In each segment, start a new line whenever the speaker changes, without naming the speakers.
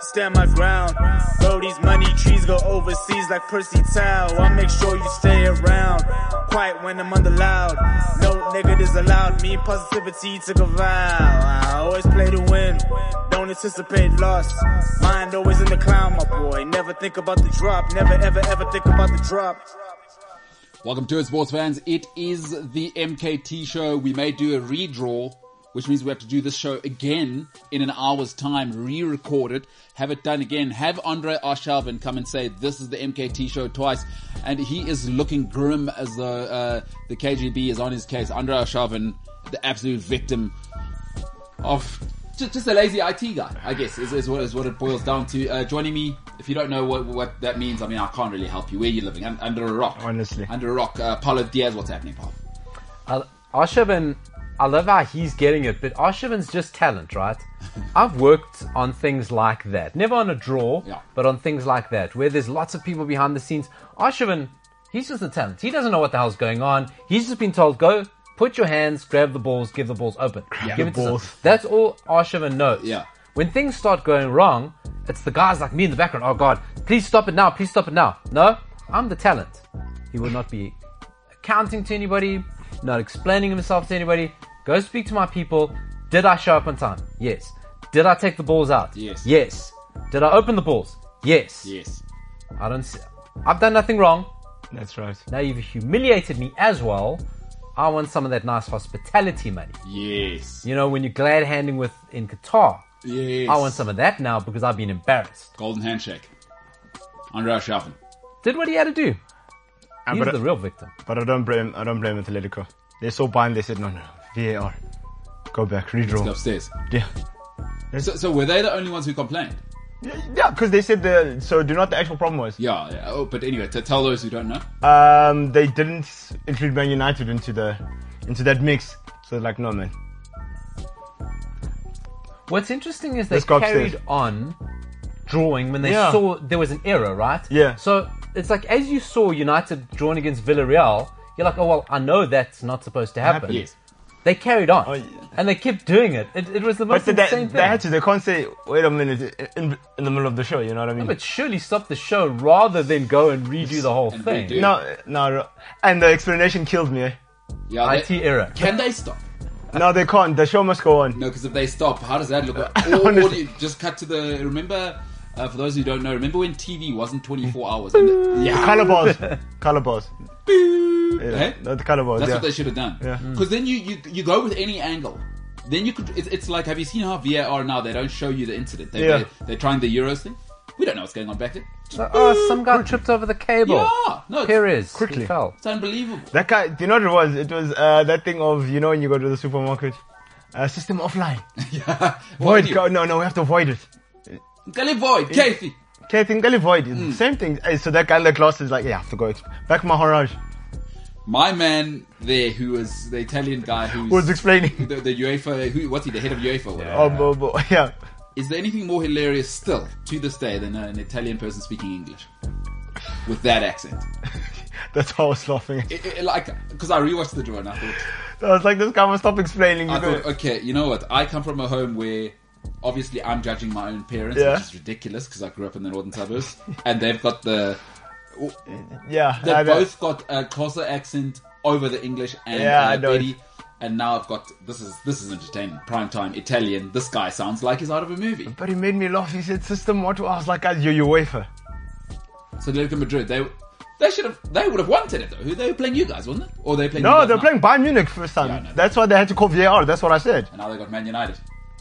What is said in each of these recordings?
stand my ground. Bro, these money trees go overseas like Percy Tau. I make sure you stay around. Quiet when I'm under loud. No negatives allowed. Me positivity took a vow. I always play to win. Don't anticipate loss. Mind always in the clown, my boy. Never think about the drop. Never ever ever think about the drop.
Welcome to it, sports fans. It is the MKT show. We may do a redraw, which means we have to do this show again in an hour's time, re-record it, have it done again, have Andre Arshalvin come and say, this is the MKT show twice. And he is looking grim as though, uh, the KGB is on his case. Andre Arshalvin, the absolute victim of just, just a lazy IT guy, I guess, is, is, what, is what it boils down to. Uh, joining me, if you don't know what, what that means, I mean, I can't really help you. Where are you living? Un- under a rock.
Honestly.
Under a rock. Uh, Paulo Diaz, what's happening, Paul?
I- Arshavin, I love how he's getting it, but Arshavin's just talent, right? I've worked on things like that. Never on a draw,
Yeah.
but on things like that, where there's lots of people behind the scenes. Arshavin, he's just a talent. He doesn't know what the hell's going on. He's just been told, go, put your hands, grab the balls, give the balls open. give
the
it to some-
balls.
That's all Arshavin knows.
Yeah.
When things start going wrong, it's the guys like me in the background. Oh God, please stop it now. Please stop it now. No, I'm the talent. He will not be accounting to anybody, not explaining himself to anybody. Go speak to my people. Did I show up on time? Yes. Did I take the balls out?
Yes.
Yes. Did I open the balls? Yes.
Yes.
I don't see. I've done nothing wrong.
That's right.
Now you've humiliated me as well. I want some of that nice hospitality money.
Yes.
You know, when you're glad handing with in Qatar,
Yes.
I want some of that now because I've been embarrassed.
Golden handshake. Andre Schaffen.
did what he had to do.
Ah,
He's
but,
the real victim.
but I don't blame. I don't blame Atletico. They're so blind. They said no, no, VAR. Go back, redraw.
Go upstairs.
yeah,
So, so were they the only ones who complained?
yeah, because they said the. So do you know what the actual problem was?
Yeah. yeah. Oh, but anyway, to tell those who don't know.
Um, they didn't include Man United into the into that mix. So like, no man,
What's interesting is they
Let's go
carried
upstairs.
on drawing when they
Yeah.
saw there was an error, right?
Yeah.
So it's like as you saw United drawing against Villarreal, you're like, oh well, I know that's not supposed to happen.
Happened.
Yes.
They carried on,
Oh, yeah.
and they kept doing it. It, it was the
but
most
they, they,
insane
they
thing.
had to. They can't say, wait a minute, in, in the middle of the show. You know what I mean?
But surely stop the show rather than go and redo the whole
And
thing.
redo.
no, no, and the explanation killed me. eh?
Yeah.
IT
they-
error.
Can they stop?
No, they can't. The show must go on.
No, because if they stop, how does that look? Or, or do you just cut to the. Remember, uh, for those who don't know, remember when TV wasn't 24
Mm.
hours? And, yeah.
Color balls, color balls. Yeah,
Eh?
no, the color balls.
That's
yeah.
what they should have done.
Yeah. Mm.
Because then you, you you go with any angle. Then you could. It's, it's like, have you seen how VAR now? They don't show you the incident. They,
Yeah.
they, they're trying the Euros thing. We don't know what's going on back there.
So, oh, some guy tripped over the cable.
Yeah, no, it's-
Perez he
Quickly.
fell.
It's unbelievable.
That guy, do you know what it was? It was uh, that thing of, you know, when you go to the supermarket, uh, system offline.
yeah.
Void, go, no, no, we have to void it.
void, Kathy.
Okay, I think they'll void
Hmm.
it. Same thing. Hey, so that guy in the glass is like, yeah, I have to go. exp- Back my Maharaj
My man there, who was the Italian guy who's
was explaining.
the, the UEFA, who, what's he, the head of UEFA? or whatever.
Oh, bo- bo- yeah.
Is there anything more hilarious still to this day than an Italian person speaking English with that accent?
That's how I was laughing. at.
It- it- like, because I rewatched the draw and I thought,
I was like, this guy must stop explaining.
I
you know.
thought, okay, you know what? I come from a home where obviously I'm judging my own parents,
Yeah.
which is ridiculous because I grew up in the northern suburbs, and they've got the
yeah.
they've
I know.
uh, both got a Xhosa accent over the English and
Yeah,
uh,
I know it.
Betty, and now I've got this is this is entertainment prime time Italian. This guy sounds like he's out of a movie.
But he made me laugh. He said, system what? I was like, guys, you're your wafer.
So Atletico Madrid, they they should have they would have wanted it though. Who they were playing you guys, wasn't it? Or they were playing you
No,
guys
they're
now.
playing Bayern Munich first
Yeah, I
time.
know.
That's why they had to call VAR. That's what I said.
and now they got Man United.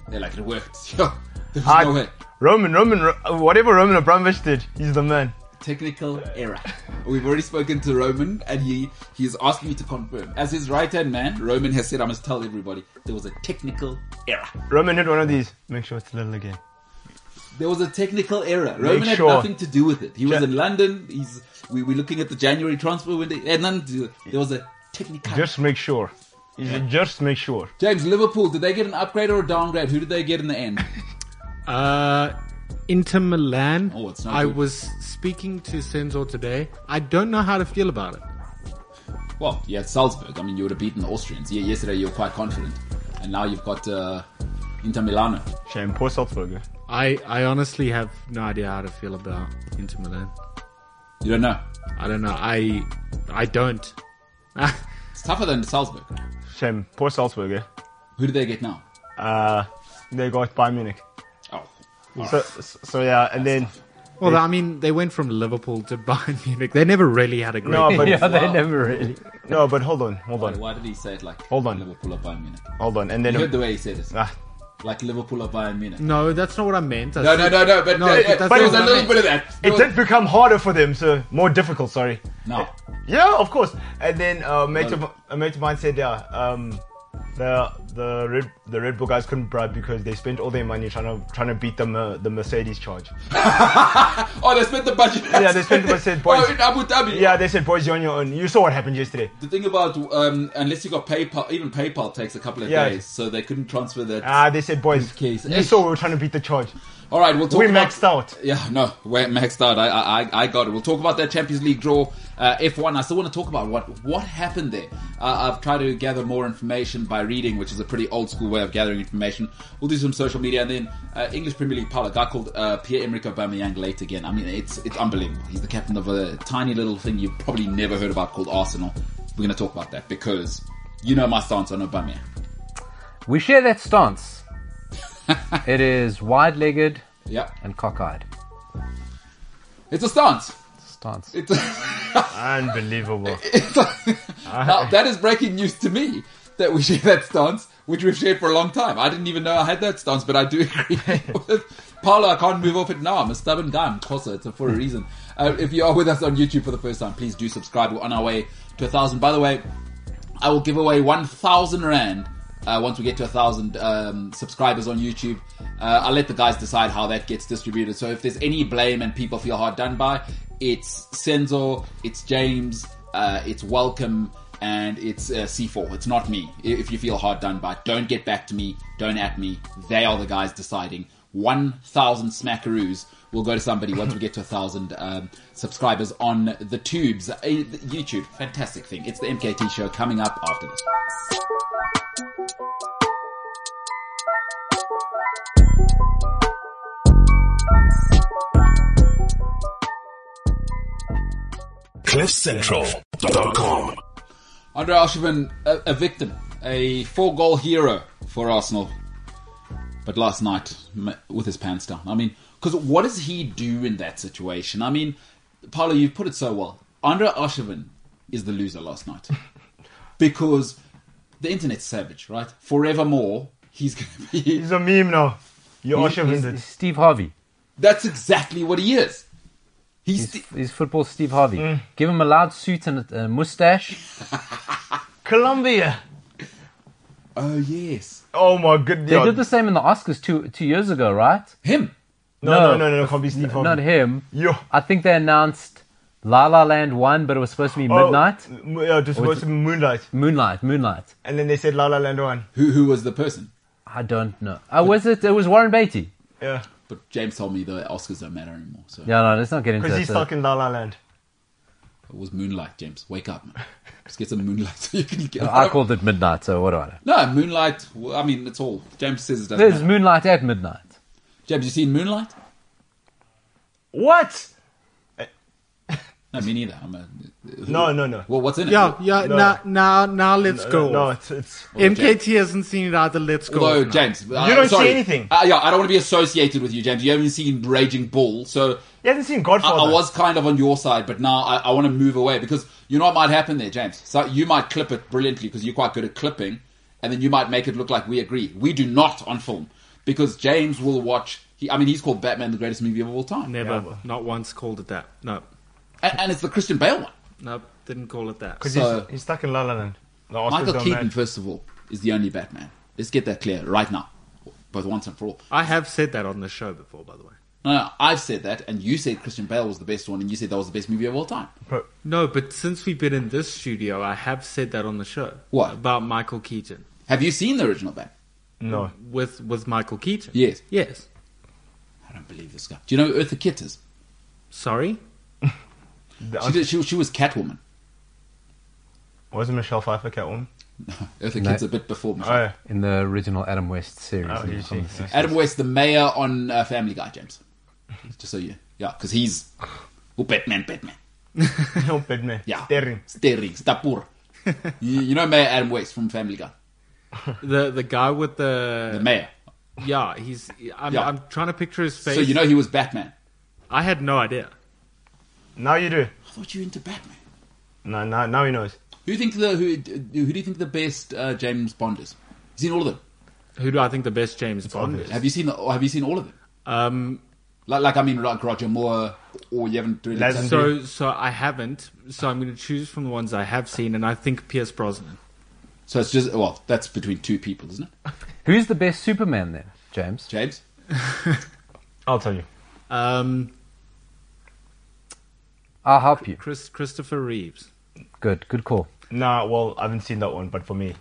They're like it worked. Yo, there's
I-
no way.
Roman, Roman, Ro- whatever Roman Abramovich did, he's the man.
technical error. We've already spoken to Roman, and he he's asked me to confirm. As his right hand man, Roman has said, "I must tell everybody there was a technical error.
Roman hit one of these. Make sure it's little again.
There was a technical error. Roman
sure.
had nothing to do with it. He was
Ja-
in London. He's we were looking at the January transfer window. It had nothing to do. with it. There was a technical.
Just make sure. He said, Just make sure.
James Liverpool. Did they get an upgrade or a downgrade? Who did they get in the end?
Uh,
Inter Milan.
Oh, it's not
I
good.
was speaking to Sensor today. I don't know how to feel about it.
Well, yeah, it's Salzburg. I mean, you would have beaten the Austrians. Yeah, yesterday you were quite confident, and now you've got uh, Inter Milano.
Shame. Poor Salzburg.
I, I honestly have no idea how to feel about Inter Milan.
You don't know.
I don't know. I I don't.
It's tougher than Salzburg.
Shame. Poor Salzburg.
Who do they get now?
Uh, they got Bayern Munich.
Oh,
So, so yeah, and then
Well, I mean, they went from Liverpool to Bayern Munich. They never really had a great.
no, Oh, but
yeah, they
Wow.
never really.
no, but hold on, hold
why,
on,
why did he say it like
Hold on.
Liverpool or Bayern Munich?
hold on, and
You heard the
then
way he said it,
ah,
like Liverpool or Bayern Munich.
No, that's not what I meant. I
No,
said-
no, no, no. But,
No,
uh,
but that's
there was a
not what I
little
meant.
bit of that. There
it
was-
did become harder for them, so more difficult. Sorry.
No,
Yeah, of course. And then uh, a mate of, a mate of mine said, yeah, um, the the Red the Red Bull guys couldn't bribe because they spent all their money trying to trying to beat the Mer- the Mercedes charge.
oh, they spent the budget.
Yeah, they spent the budget, boys.
Oh, in Abu Dhabi.
Yeah, they said, boys, you're on your own. You saw what happened yesterday.
The thing about um, unless you got PayPal, even PayPal takes a couple of
Yeah.
days, so they couldn't transfer that.
Ah, they said, boys,
Case.
you saw we were trying to beat the charge.
All right, we'll talk.
We
about-
maxed out.
Yeah, no, we're maxed out. I, I, I- I got it. We'll talk about that Champions League draw, uh, F1. I still want to talk about what what happened there. Uh, I've tried to gather more information by reading, which is a pretty old school way of gathering information. We'll do some social media, and then uh, English Premier League power. A guy called uh, Pierre Emerick Aubameyang late again. I mean, it's it's unbelievable. He's the captain of a tiny little thing you've probably never heard about called Arsenal. We're going to talk about that because you know my stance on Aubameyang.
We share that stance. it is wide-legged
Yeah,
and cockeyed
it's a stance.
stance.
It's a-
Ah. Unbelievable.
now, that is breaking news to me that we share that stance, which we've shared for a long time. I didn't even know I had that stance, but I do agree with Paolo. I can't move off it now. I'm a stubborn guy. I'm Xhosa. It's for a reason. Uh, if you are with us on YouTube for the first time, please do subscribe. We're on our way to a thousand. By the way, I will give away 1,000 Rand uh, once we get to 1,000 um, subscribers on YouTube. Uh, I'll let the guys decide how that gets distributed. So if there's any blame and people feel hard done by, it's Senzo, it's James, uh, it's Welcome, and it's uh, C4. It's not me. I- If you feel hard done by, don't get back to me, don't at me. They are the guys deciding. 1,000 smackaroos will go to somebody once we get to 1,000 um, subscribers on the tubes. Uh, YouTube, fantastic thing. It's the MKT show coming up after this.
CliffCentral.com.
Andre Alshivin, a, a victim, a four goal hero for Arsenal. But last night, m- with his pants down. I mean, because what does he do in that situation? I mean, Paolo, you've put it so well. Andre Alshivin is the loser last night. because the internet's savage, right? Forevermore, he's going to be.
He's a meme now. You are
He's-
shivering
he's
it.
Steve Harvey.
That's exactly what he is. He's.
He's, he's football Steve Harvey.
Mm.
Give him a loud suit and a, a mustache.
Colombia.
oh, yes.
Oh my goodness.
They did the same in the Oscars two two years ago, right?
Him.
No, no, no, no, no. Can't be Steve
Not
Harvey.
him.
Yo.
I think they announced La La Land one, but it was supposed to be
Oh,
Midnight
m- Yeah, just watch the moonlight.
Moonlight. Moonlight.
And then they said La La Land one.
Who, who was the person?
I don't know. Uh, was it? It was Warren Beatty.
Yeah.
But James told me the Oscars don't matter anymore. So
Yeah, no, let's not get into
Because
that.
he's
So-
stuck in La La Land.
it was Moonlight, James. Wake up, man. Just get some Moonlight so you can get.
I called it Midnight, so what do I know?
No, Moonlight. well, I mean, it's all. James says it doesn't
There's
matter.
Moonlight at Midnight.
James, you seen Moonlight?
What?
No, me neither. I'm a, uh,
No, no, no.
Well, what's in it?
Yeah, yeah.
No.
Now, now, now, let's go.
No, it's, it's
MKT hasn't seen it either. Let's go.
Although,
No.
James, uh,
You don't see
sorry.
anything.
Uh, yeah, I don't want to be associated with you, James. You haven't seen Raging Bull, so
he hasn't seen
I, I
Godfather.
was kind of on your side, but now I, I want to move away because you know what might happen there, James. So you might clip it brilliantly because you're quite good at clipping, and then you might make it look like we agree. We do not on film because James will watch. He, I mean, he's called Batman the greatest movie of all time,
Never,
Yeah, well.
not once called it that. No,
and, and it's the Christian Bale one.
no, didn't call it that.
Because
So-
he's, he's stuck in La La Land. The Oscars
Michael
don't
Keaton,
matter.
first of all, is the only Batman. Let's get that clear right now, both once and for all.
I have said that on the show before, by the way.
No, no, I've said that, and you said Christian Bale was the best one, and you said that was the best movie of all time.
But
No, but since we've been in this studio, I have said that on the show.
What?
about Michael Keaton
Have you seen the original Batman?
no.
with with Michael Keaton?
Yes.
yes.
I don't believe this guy. Do you know who Eartha Kitt is?
Sorry?
The
She, did, she, she was Catwoman.
Wasn't Michelle Pfeiffer Catwoman?
Eartha
No.
Kitt's a bit before Michelle.
Oh,
in the original Adam West series.
Oh,
in-
you
from the
see,
60s.
Adam West, the mayor on uh, Family Guy, James. Just so you, yeah, because he's oh, Batman, Batman,
no, Batman.
yeah,
Staring.
staring, stapur. you, you know Mayor Adam West from Family Guy,
The the guy with
the
the
mayor.
yeah, he's I'm,
Yeah.
I'm trying to picture his face.
So you know he was Batman.
I had no idea.
Now you do.
I thought you were into Batman.
No, now, now he knows.
Who do you think the who who do you think the best uh, James Bond is? You've seen all of them.
Who do I think the best James Bond is?
Have you seen the, Have you seen all of them?
Um,
Like, like I mean, like Roger Moore, or you haven't really.
Leslie.
so so I haven't. So I'm going to choose from the ones I have seen, and I think Pierce Brosnan.
So it's just well, that's between two people, isn't it?
Who's the best Superman then, James?
James.
I'll tell you.
Um,
I'll help you.
Chris Christopher Reeves.
Good, good call.
Nah, well, I haven't seen that one, but for me,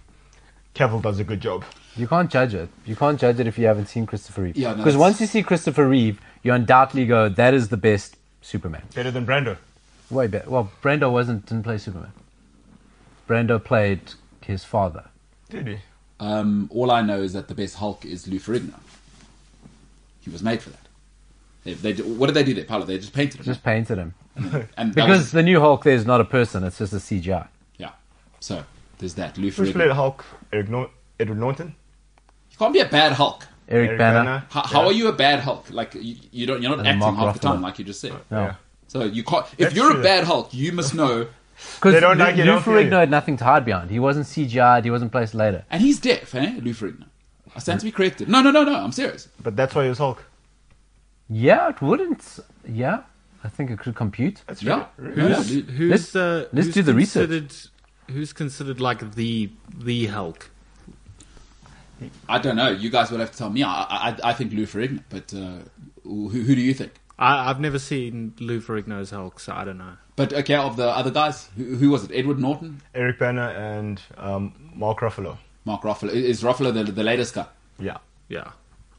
Cavill does a good job.
You can't judge it. You can't judge it if you haven't seen Christopher Reeve.
Yeah, no,
Because
that's-
once you see Christopher Reeve, you undoubtedly go, "That is the best Superman."
Better than Brando.
Way better. Well, Brando wasn't didn't play Superman. Brando played his father.
Did he?
Um, all I know is that the best Hulk is Lou Ferrigno. He was made for that. They, they, what did they do there, Paolo? They just painted him.
Just painted him
and that
because
was-
the new Hulk there is not a person; it's just a CGI.
yeah. So there's that. Lou
Who's
Ferrigno.
played Hulk? Eric Nor- Edward Norton?
You can't be a bad Hulk.
Eric, Banner.
How, how are you a bad Hulk? Like you, you don't, you're not acting
Mark
half the
Ruffalo.
time, like you just said.
No.
Yeah.
So you can't. If
That's
you're
true.
a bad Hulk, you must know.
Because
They don't like you,
Lou
don't you?
Ferrigno had nothing to hide behind. He wasn't CGI'd. He wasn't placed later.
And he's deaf, eh? Lou Ferrigno. I stand to be corrected. No, no, no, no. I'm serious.
But that's why he was Hulk.
Yeah, it wouldn't. Yeah, I think it could compute.
That's
Yeah.
right.
Yeah,
Who's-
Lou-
Who's
Let's-
uh,
let's
who's
do the research.
considered- Who's considered like the the Hulk?
I don't know. You guys will have to tell me. I, I, I think Lou Ferrigno. But uh, who, who do you think?
I, I've never seen Lou Ferrigno's Hulk, so I don't know.
But okay, of the other guys, who, who was it? Edward Norton,
Eric Banner and um, Mark Ruffalo.
Mark Ruffalo. Is Ruffalo the, the latest guy?
Yeah.
Yeah.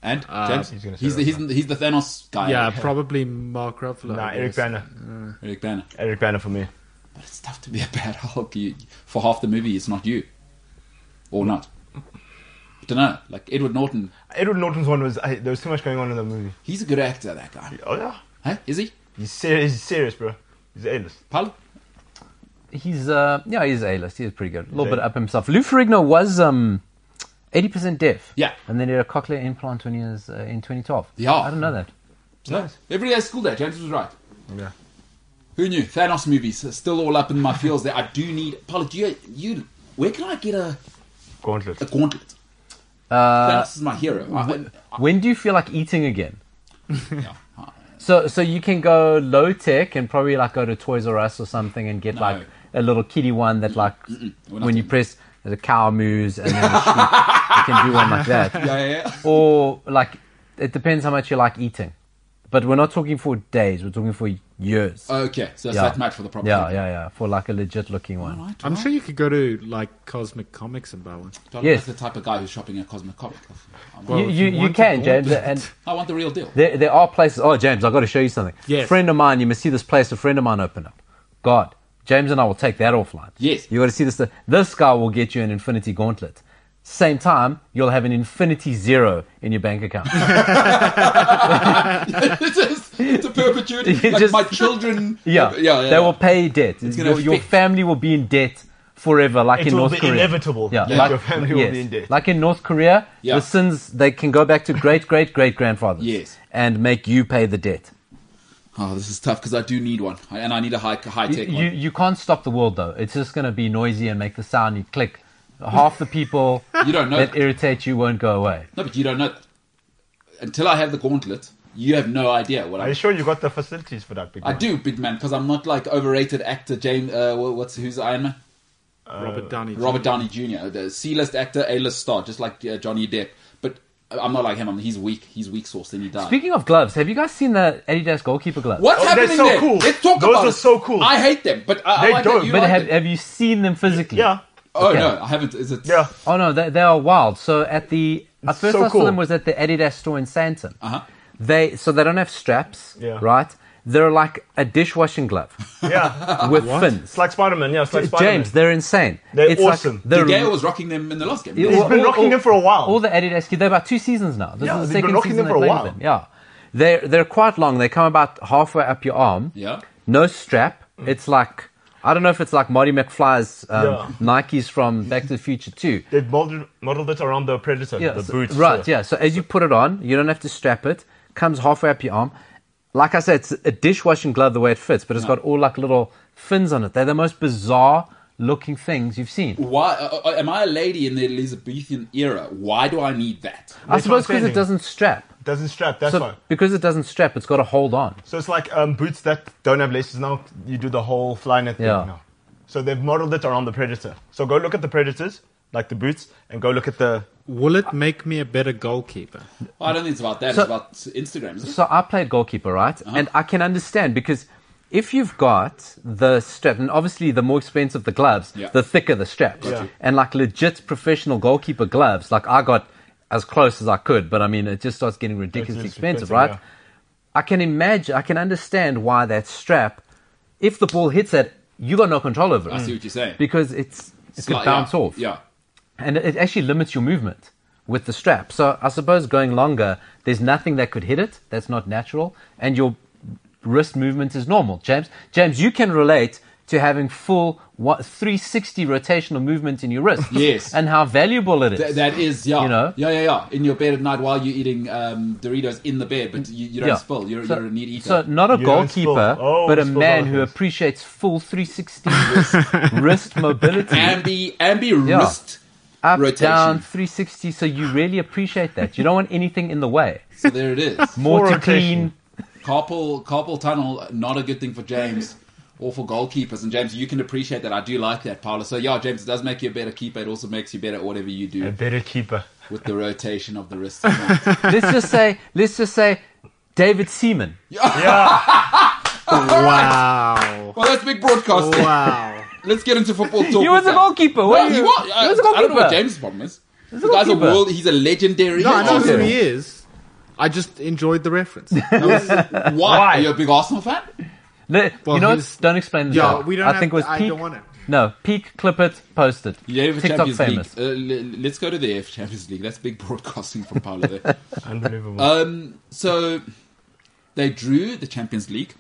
And
Uh,
James,
He's gonna say
he's, the, he's, the, he's the Thanos guy.
Yeah, probably Mark Ruffalo.
Nah,
I
Eric
guess.
Banner.
Eric Banner.
Eric Banner for me.
But it's tough to be a bad Hulk. You, for half the movie, it's not you, or not. I don't know. Like Edward Norton,
Edward Norton's one was I, there was too much going on in the movie.
he's a good actor. That guy,
Oh yeah,
huh? Is he?
he's serious. He's serious, bro. He's A-list.
Paul?
He's uh, yeah, he's a list. He's pretty good. A little
Okay.
bit up himself. Lou Ferrigno was um, eighty percent deaf.
Yeah.
and then he had a cochlear implant when he was uh, in twenty twelve.
Yeah.
I don't know that.
Nice. Every day school day. James was right.
Yeah.
Who knew? Thanos movies are still all up in my feels. There, I do need. Paul, do you? You? Where can I get a,
Gauntlet.
a gauntlet?
Uh,
Thanos is my hero. I- I-
when do you feel like eating again?
yeah. I-
So, so you can go low tech and probably like go to Toys R Us or something and get
No.
like a little kitty one that like
We're not
when you
doing
press the cow moves and then the sheep, you can do one like that.
Yeah, yeah, yeah.
or like it depends how much you like eating. But we're not talking for days, we're talking for years.
Okay, so that's
Yeah.
that much for the problem.
yeah, yeah, yeah. For like a legit looking one.
All right,
I'm
well,
sure you could go to like Cosmic Comics and buy one.
John,
Yes.
That's the type of guy who's shopping at Cosmic Comic. I want,
Well,
you
if
you,
you
you
want
can,
to
James.
order it.
And
I want the real deal.
there, there are places. Oh, James, i got to show you something.
Yes.
Friend of mine, you must see this place a friend of mine open up. God, James and I will take that offline.
Yes.
you got to see this. This guy will get you an Infinity Gauntlet. Same time, you'll have an Infinity Zero in your bank account.
it's, just, it's a perpetuity.
You
like
just-
my children.
yeah.
yeah, yeah.
They will pay debt.
gonna
Your, your
affect-
family will be in debt forever, like
It's
in
all
North
the
Korea.
inevitable
Yeah,
that your family will be in debt.
Like in North Korea,
Yeah.
the sins they can go back to great great great grandfathers.
Yes.
and make you pay the debt.
Oh, this is tough because I do need one, I- and I need a high high
You,
tech
you,
one.
you can't stop the world though. It's just going to be noisy and make the sound you click. Half the people
You don't know
that
that.
irritate you won't go away.
No, but you don't know that. Until I have the gauntlet, you have no idea what
Are you
I.
sure you got the facilities for that? Big
I
man?
do, big man, because I'm not like overrated actor. James, uh, wha- what's who's Iron Man?
Uh,
Robert Downey.
Robert Downey Jr., the C-list actor, A-list star, just like uh, Johnny Depp. But I- I'm not like him. I'm, he's weak. He's weak sauce. Then he dies.
Speaking of gloves, have you guys seen the Adidas goalkeeper gloves?
What's
Oh, they're
happening
so
there?
cool.
Let's talk
Those
about
are
it.
so cool.
I hate them, but I, I
They
like
don't,
That you
But
like
have,
them.
have you seen them physically?
Yeah.
Oh
Okay.
no, I haven't. Is it?
Yeah.
Oh no, they, they are wild. So at the at
It's
first
so
I
cool.
saw them was at the Adidas store in Santon.
Uh-huh.
They so they don't have straps,
Yeah.
right? They're like a dishwashing glove
Yeah.
with fins.
It's like Spider Man. Yeah, it's like Spider Man.
James, they're insane.
They're
it's like-
awesome.
they're
Gale was rocking them in the last game.
He's
He's been rocking them for a while.
All the Adidas kids, they're about two seasons now. This
Yeah,
is the
they've been
second
rocking
season
them
they're
for a
playing
while.
them. Yeah, they're they're quite long. They come about halfway up your arm.
Yeah.
no strap. It's like I don't know if it's like Marty McFly's um,
Yeah.
Nikes from Back to the Future too.
They've modeled, modeled it around the Predator,
Yeah,
the
so-
boots.
right? Yeah. So as you put it on, you don't have to strap it. Comes halfway up your arm. Like I said, it's a dishwashing glove the way it fits, but it's got all like little fins on it. They're the most bizarre looking things you've seen.
Why uh, uh, am I a lady in the Elizabethan era? Why do I need that?
I suppose because it
transcending.
doesn't strap.
Doesn't strap, that's
So
why.
because it doesn't strap, it's got to hold on.
So it's like um, boots that don't have laces now. You do the whole Flynet thing
Yeah.
now. So they've modeled it around the Predator. So go look at the Predators, like the boots, and go look at the.
Will it make me a better goalkeeper?
I don't think it's about that.
So-
it's about Instagram. isn't it?
So I played goalkeeper, right?
Uh-huh.
And I can understand because if you've got the strap, and obviously the more expensive the gloves,
Yeah.
the thicker the strap.
Yeah.
And like legit professional goalkeeper gloves, like I got as close as I could, but I mean, it just starts getting ridiculously
It's
expensive,
expensive,
right?
yeah.
I can imagine, I can understand why that strap, if the ball hits it, you got no control over it.
I see what you're saying.
Because it's, it could
like-
bounce
yeah,
off
Yeah.
and it actually limits your movement with the strap. So I suppose going longer, there's nothing that could hit it. That's not natural, and your wrist movement is normal. James, James, you can relate to having full what, 360 rotational movement in your wrist.
Yes.
and how valuable it is.
Th- that is, yeah.
You know?
Yeah, yeah, yeah. In your bed at night while you're eating um, Doritos in the bed, but you, you don't
Yeah.
spill. You're,
so,
you're a neat eater.
so not a
You don't spill.
goalkeeper,
Oh,
but a
you spill
man
other
who
things.
appreciates full 360 wrist, wrist mobility.
ambi, ambi
Yeah.
wrist
up,
rotation.
down, 360. So you really appreciate that. You don't want anything in the way.
So there it is.
More
Full
to
rotation.
clean.
carpal carpal tunnel, not a good thing for James or for goalkeepers. And James, you can appreciate that. I do like that, Paolo. So yeah, James, it does make you a better keeper. It also makes you better at whatever you
A
do
better keeper.
with the rotation of the wrist. yeah,
let's just say, let's just say, David Seaman.
Wow.
Well, that's big broadcasting.
Wow.
Let's get into football talk.
He was a goalkeeper.
No,
What
he
you?
was.
He
I,
was a
I don't know
goalkeeper.
what James' problem is. The guy's a
goalkeeper.
world. He's a legendary.
No, I know who
goalkeeper.
he is. I just enjoyed the reference.
Why? Are you a big Arsenal fan?
Le-
Well,
you know
he's-
what? Don't explain the
Yeah,
joke.
we don't
I
have
think it was
to- I
peak.
don't want it.
No, peak, clip it, post it.
Yeah, if
TikTok
Champions
famous.
League. Uh, le- let's go to the F Champions League. That's big broadcasting from Paolo there.
Unbelievable.
Um, so they drew the Champions League.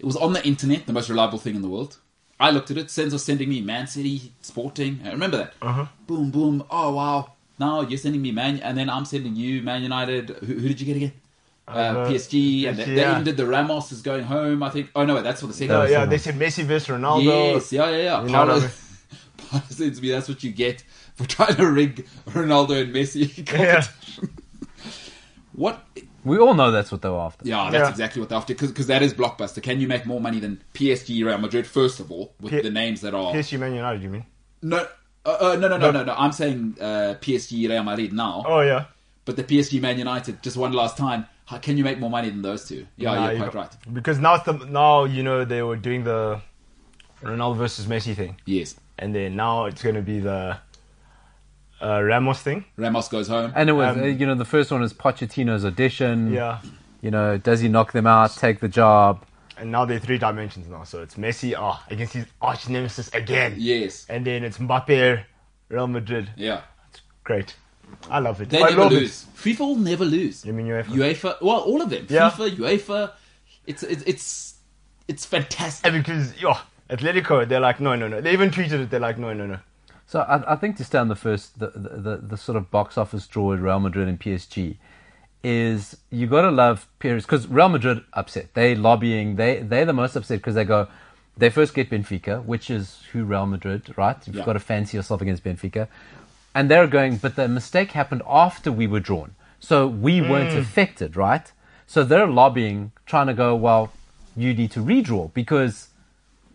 It was on the internet, the most reliable thing in the world. I looked at it. Sens was sending me Man City, Sporting. I remember that. Uh-huh. Boom, boom. Oh wow. Now you're sending me Man, and then I'm sending you Man United. Who, who did you get again? Uh, PSG, and they,
PSG,
they
yeah.
even did the Ramos is going home. I think. Oh no, wait, that's for the second.
Uh,
one.
yeah, they said Messi versus Ronaldo.
Yes, yeah, yeah, yeah.
You know what I
Paolo,
mean?
Paolo said to me, that's what you get for trying to rig Ronaldo and Messi.
Yeah.
What?
We all know that's what they were after.
Yeah, that's
Yeah.
exactly what they're after. Because that is blockbuster. Can you make more money than PSG, Real Madrid, first of all, with
P-
the names that are.
PSG Man United, you mean?
no, uh, uh, no, no, no, no, no. I'm saying uh, PSG, Real Madrid now.
Oh, yeah.
But the PSG, Man United, just one last time. How, can you make more money than those two? Yeah,
Nah,
you're
you
quite right.
got- Because now, it's the, now, you know, they were doing the Ronaldo versus Messi thing.
Yes.
And then now it's going to be the uh, Ramos thing.
Ramos goes home.
And it was,
Um,
uh, you know, the first one was Pochettino's audition.
Yeah.
You know, does he knock them out, take the job?
And now they're three dimensions now. So it's Messi ah, against his arch nemesis again.
yes.
And then it's Mbappe, Real Madrid.
Yeah.
Great. I love it.
They
I
never
love
lose. FIFA will never lose.
You mean UEFA?
UEFA. Well, all of them.
Yeah.
FIFA, UEFA. It's it's it's it's
it.
fantastic.
And because, yo, Atletico, they're like, no, no, no. They even tweeted it. They're like, no, no, no.
So I, I think to stay on the first, the, the, the, the sort of box office draw at Real Madrid and PSG is you got to love periods because Real Madrid upset. They lobbying. They they're the most upset because they go. They first get Benfica, which is who Real Madrid, right? You've
Yeah.
got to fancy yourself against Benfica, and they're going. But the mistake happened after we were drawn, so we weren't affected, right? So they're lobbying, trying to go. Well, you need to redraw because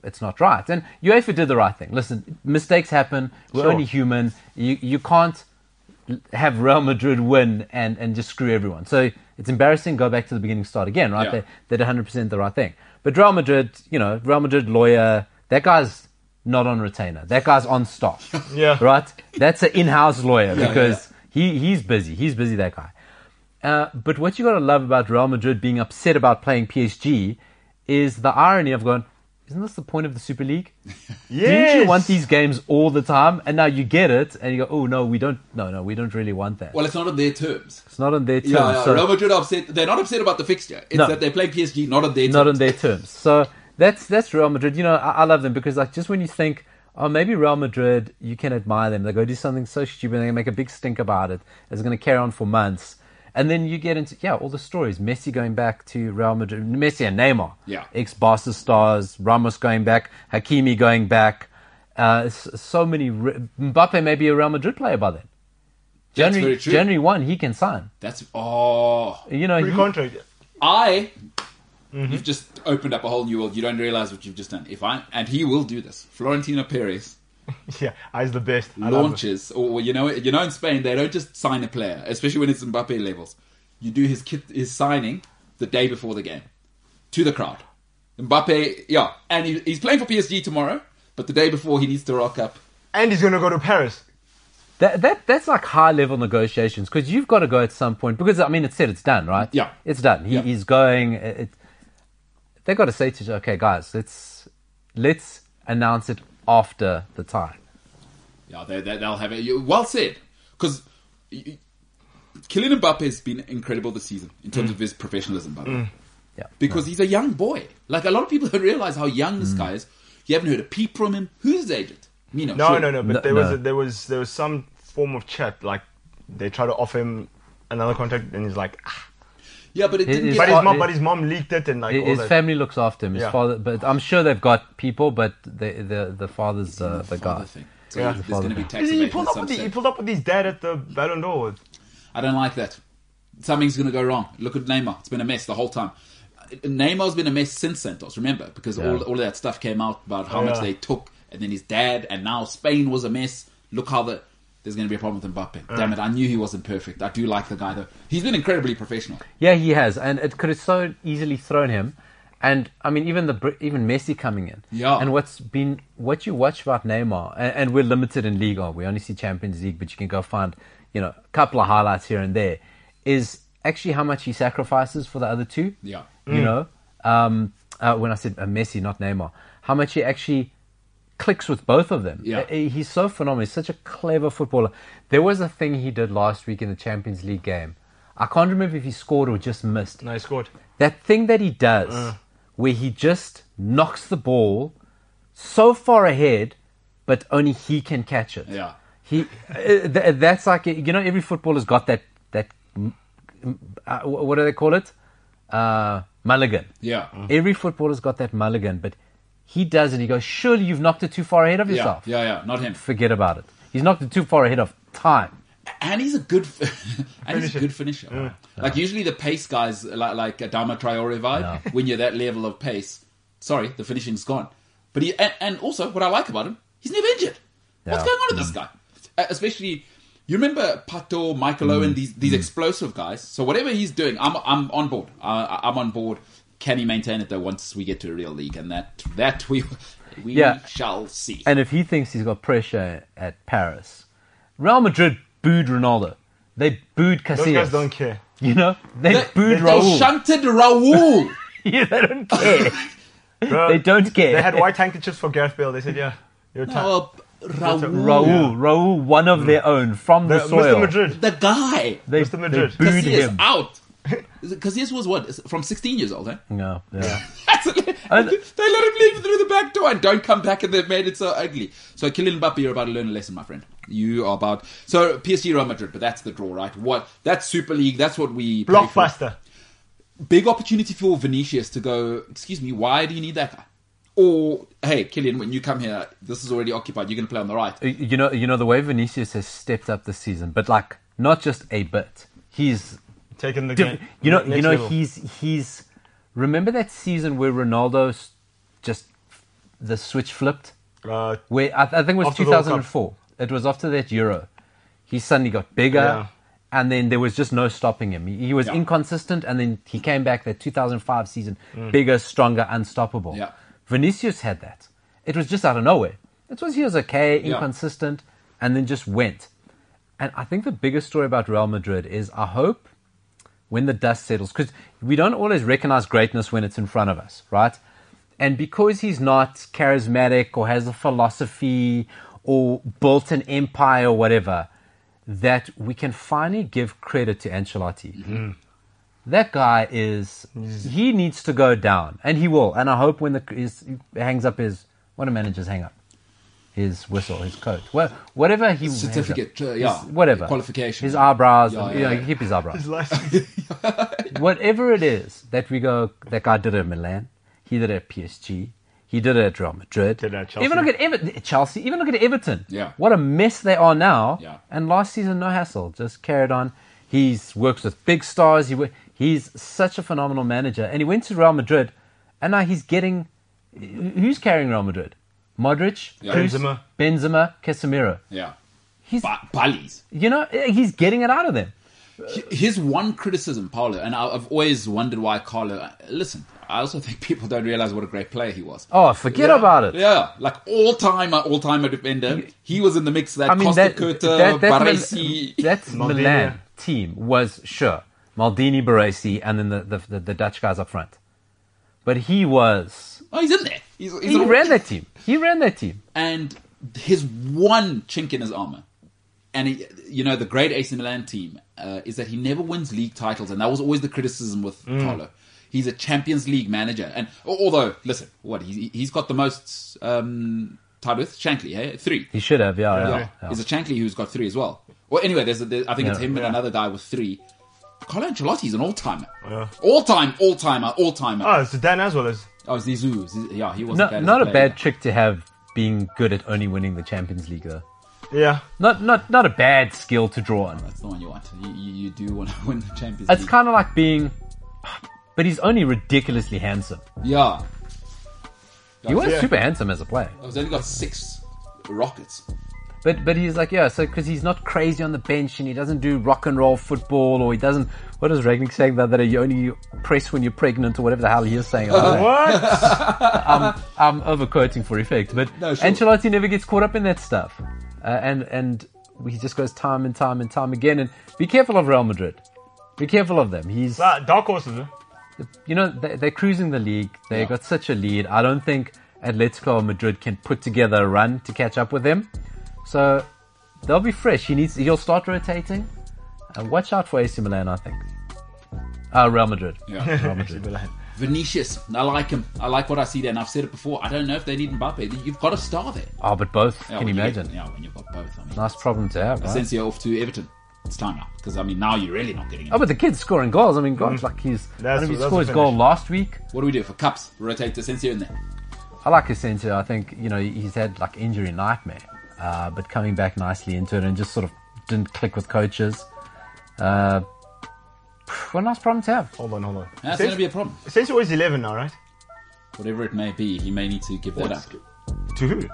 it's not right. And UEFA did the right thing. Listen, mistakes happen. We're
Sure.
only human. You you can't l- have Real Madrid win and, and just screw everyone. So it's embarrassing. Go back to the beginning, start again. Right?
Yeah.
They, they did 100% the right thing. But Real Madrid, you know, Real Madrid lawyer. That guy's not on retainer. That guy's on staff.
Yeah.
Right. That's an in-house lawyer
yeah,
because he he's busy. He's busy. That guy. Uh, but what you got to love about Real Madrid being upset about playing PSG is the irony of going, isn't this the point of the Super League? Didn't you want these games all the time? And now you get it, and you go, oh, no, we don't, no, no, we don't really want that.
Well, it's not on their terms.
it's not on their terms.
Yeah, yeah.
so-
Real Madrid are upset. They're not upset about the fixture. It's
No.
that they play PSG not on their
not on
terms.
their terms. So that's that's Real Madrid. You know, I, I love them because like just when you think, oh, maybe Real Madrid, you can admire them. They go do something so stupid, they make a big stink about it. It's going to carry on for months, and then you get into yeah, all the stories. Messi going back to Real Madrid, Messi and Neymar,
Yeah.
ex Barca stars, Ramos going back, Hakimi going back. Uh, s- so many. Re- Mbappe may be a Real Madrid player by then.
That's
January,
very true.
January one, he can sign.
That's oh,
You know,
Free
he-
contract.
I.
Mm-hmm.
You've just opened up a whole new world. You don't realize what you've just done. If I and he will do this, Florentino Perez
Yeah, I's the best. I love him.
launches, or you know, you know, in Spain they don't just sign a player, especially when it's Mbappe levels. You do his kit, his signing the day before the game to the crowd. Mbappe, yeah, and he, he's playing for PSG tomorrow, but the day before he needs to rock up.
And he's gonna go to Paris.
That, that that's like high level negotiations because you've got to go at some point because I mean it's said it's done right
Yeah.
it's done he,
Yeah.
he's going it, it- they got to say to each other, okay guys let's let's announce it after the time
Yeah, they, they, they'll have it. You- Well said. Because Kylian Mbappe has been incredible this season in terms
Mm.
of his professionalism, by the way.
Yeah.
Because he's a young boy. Like, a lot of people don't realize how young
Mm.
this guy is. You haven't heard a peep from him. Who's his agent? Mino.
No,
sure.
no, no. But
No,
there was
no.
there was there was some form of chat. Like they tried to offer him another contract, and he's like, ah.
Yeah, but it didn't
is-
get...
but his
Oh,
mom,
it-
but his mom leaked it, and like
His-
all
his
that.
family looks after him his
Yeah.
father but I'm sure they've got people but the the the father's uh, the
Father
guy
thing. So
Yeah.
there's going to be tax
he,
evasion
pulled
at
up
some
with the, he
stage.
pulled up with his dad at the Ballon d'Or.
I don't like that. Something's going to go wrong. Look at Neymar. It's been a mess the whole time. Neymar's been a mess since Santos, remember? Because all, all of that stuff came out about how much
Yeah.
they took, and then his dad, and now Spain was a mess. Look how the. There's going to be a problem with Mbappe. Damn it, I knew he wasn't perfect. I do like the guy, though. He's been incredibly professional.
Yeah, he has, and it could have so easily thrown him. And I mean, even the Br- even Messi coming in.
Yeah.
And what's been what you watch about Neymar, and, and we're limited in Liga. We only see Champions League, but you can go find you know a couple of highlights here and there. Is actually how much he sacrifices for the other two.
Yeah.
You know, um, uh, when I said uh, Messi, not Neymar, how much he actually clicks with both of them.
Yeah.
Uh, He's so phenomenal. He's such a clever footballer. There was a thing he did last week in the Champions League game. I can't remember if he scored or just missed.
No, he scored.
That thing that he does
Uh.
where he just knocks the ball so far ahead, but only he can catch it.
Yeah.
He, uh, th- that's like, you know, every footballer's got that, that, mm, mm, uh, wh- what do they call it? Uh, mulligan.
Yeah.
Every footballer's got that mulligan, but he does it. He goes, surely you've knocked it too far ahead of
Yeah,
yourself.
yeah, yeah. Not him.
Forget about it. He's knocked it too far ahead of time.
and he's a good and he's a good finisher. Like usually the pace guys like like Adama Traore vibe. When you're that level of pace, sorry, the finishing's gone. But he and, and also what I like about him, he's never injured. What's
Yeah. Mm.
going on with this guy? Uh, Especially you remember Pato, Michael Owen,
Mm.
these these explosive guys. So whatever he's doing, I'm I'm on board. I, I'm on board. Can he maintain it though? Once we get to a real league, and that that we we
Yeah.
shall see.
And if he thinks he's got pressure at Paris, Real Madrid booed Ronaldo. They booed
Those
Casillas.
guys don't care.
You know, they,
They-
booed
They
Raul.
shunted Raul.
Yeah, they don't care.
Bro,
they don't care.
They had white handkerchiefs for Gareth Bale. They said, "Yeah, your time."
Oh, Raul.
Raul, Raul, one of their own from the,
Uh,
soil.
Mr. Madrid.
The guy.
They,
Mr. Madrid.
they booed
Casillas
him.
out. Casillas was what? From 16 years old, eh?
No, yeah.
That's it.
And-
they let him leave through the back door and don't come back and they've made it so ugly. So Kylian Mbappe, you're about to learn a lesson, my friend. You are about... So PSG Real Madrid, but that's the draw, right? What? That's Super League. That's what we... play for.
Blockbuster.
Big opportunity for Vinicius to go, excuse me, why do you need that guy? Or, hey, Kylian, when you come here, this is already occupied. You're going to play on the right.
Uh, You know, you know the way Vinicius has stepped up this season, but like not just a bit. He's
Taking the
diff-
game.
you know,
next
you know,
level.
he's he's. Remember that season where Ronaldo s- just the switch flipped.
Uh,
Where I, th- I think it was
After the World
2004. It was after that Euro. He suddenly got bigger,
Yeah.
and then there was just no stopping him. He, he was
Yeah.
inconsistent, and then he came back that 2005 season,
Mm.
bigger, stronger, unstoppable.
Yeah.
Vinicius had that. It was just out of nowhere. It was he was okay, inconsistent, and then just went. And I think the biggest story about Real Madrid is I hope when the dust settles, because we don't always recognize greatness when it's in front of us, right? And because he's not charismatic or has a philosophy or built an empire or whatever, that we can finally give credit to Ancelotti.
Mm-hmm.
That guy is,
Mm.
he needs to go down, and he will. And I hope when the, his, he hangs up his, what do managers hang up? His whistle, his coat, wha- whatever he hangs up.
Certificate, uh, yeah,
His- whatever
qualification.
his eyebrows,
Yeah,
you
yeah,
know,
yeah.
keep his eyebrows
License.
whatever it is that we go, that guy did it at Milan, he did it at PSG, he did it at Real Madrid.
Did it at
Even
Chelsea.
look at Ever- Chelsea. Even look at Everton.
Yeah.
What a mess they are now.
Yeah.
And last season, no hassle, just carried on. He's works with big stars. He wo- he's such a phenomenal manager, and he went to Real Madrid, and now he's getting. Who's carrying Real Madrid? Modric,
Yeah.
Kroos,
Benzema.
Benzema, Casemiro.
Yeah.
He's
Ba- Bally's.
you know he's getting it out of them.
Here's one criticism, Paolo, and I- I've always wondered why Carlo. Listen, I also think people don't realize what a great player he was.
Oh, forget about it.
Yeah, like all time, all timer defender. He was in the mix. That
I mean,
Costa
that,
Curta,
that, that,
Baresi.
Mil- that
Maldini.
Milan team was sure Maldini, Baresi, and then the, the, the, the Dutch guys up front. But he was
oh, he's in there. He's, he's
he
all-
ran that team. He ran that team.
and his one chink in his armor, and he, you know the great AC Milan team uh, is that he never wins league titles, and that was always the criticism with Carlo. He's a Champions League manager, and al- although listen, what he, he's got the most um, tied with Shankly, eh? three.
He should have. Yeah, yeah.
Yeah, is a Shankly who's got three as well. Well, anyway, there's, a, there- I think it's
Yeah.
him and another guy with three. Carlo Ancelotti's an all timer,
Yeah.
all time, all timer, all timer.
Oh, Zidane as well as.
oh, Zizou, Ziz- yeah, he was
No-
not bad as
not a
player.
bad trick to have being good at only winning the Champions League though.
Yeah.
Not not not a bad skill to draw on.
That's the one you want. You, you, you do want to win the Champions
It's
League.
kind of like being, but he's only ridiculously handsome.
Yeah.
He was
Yeah.
super handsome as a player.
I've only got six rockets.
But but he's like yeah, so because he's not crazy on the bench and he doesn't do rock and roll football or he doesn't. What is Ragnick saying that that you only press when you're pregnant or whatever the hell he is saying? I'm,
What?
I'm overquoting for effect, but
No, sure.
Ancelotti never gets caught up in that stuff, uh, and and he just goes time and time and time again. And be careful of Real Madrid. Be careful of them. He's
Ah, Dark horses. huh?
you know they, they're cruising the league. They
Yeah.
got such a lead. I don't think Atletico Madrid can put together a run to catch up with them. So they'll be fresh. He needs. He'll start rotating. And watch out for AC Milan. I think. Uh, Real Madrid.
Yeah.
Real Madrid.
Vinicius, I like him. I like what I see there, and I've said it before. I don't know if they need Mbappe. You've got a star there.
oh, but both.
Yeah,
can you
when get-
imagine?
yeah, when you've got both. I mean,
Nice problem to have. Right?
Asensio off to Everton. It's time now because I mean now you're really not getting. It.
Oh, but the kid's scoring goals. I mean, God, like he's. I don't
Mm-hmm. That's-
know if he
that's a
scored his
finish.
goal last week.
What do we do for cups? Rotate Asensio in there.
I like Asensio. I think you know he's had like injury nightmare, uh, but coming back nicely into it and just sort of didn't click with coaches. Uh, what a nice problem to have.
Hold on, hold on.
That's
Since-
going to be a problem.
Since always 11 now, right?
Whatever it may be, he may need to give that up.
To who?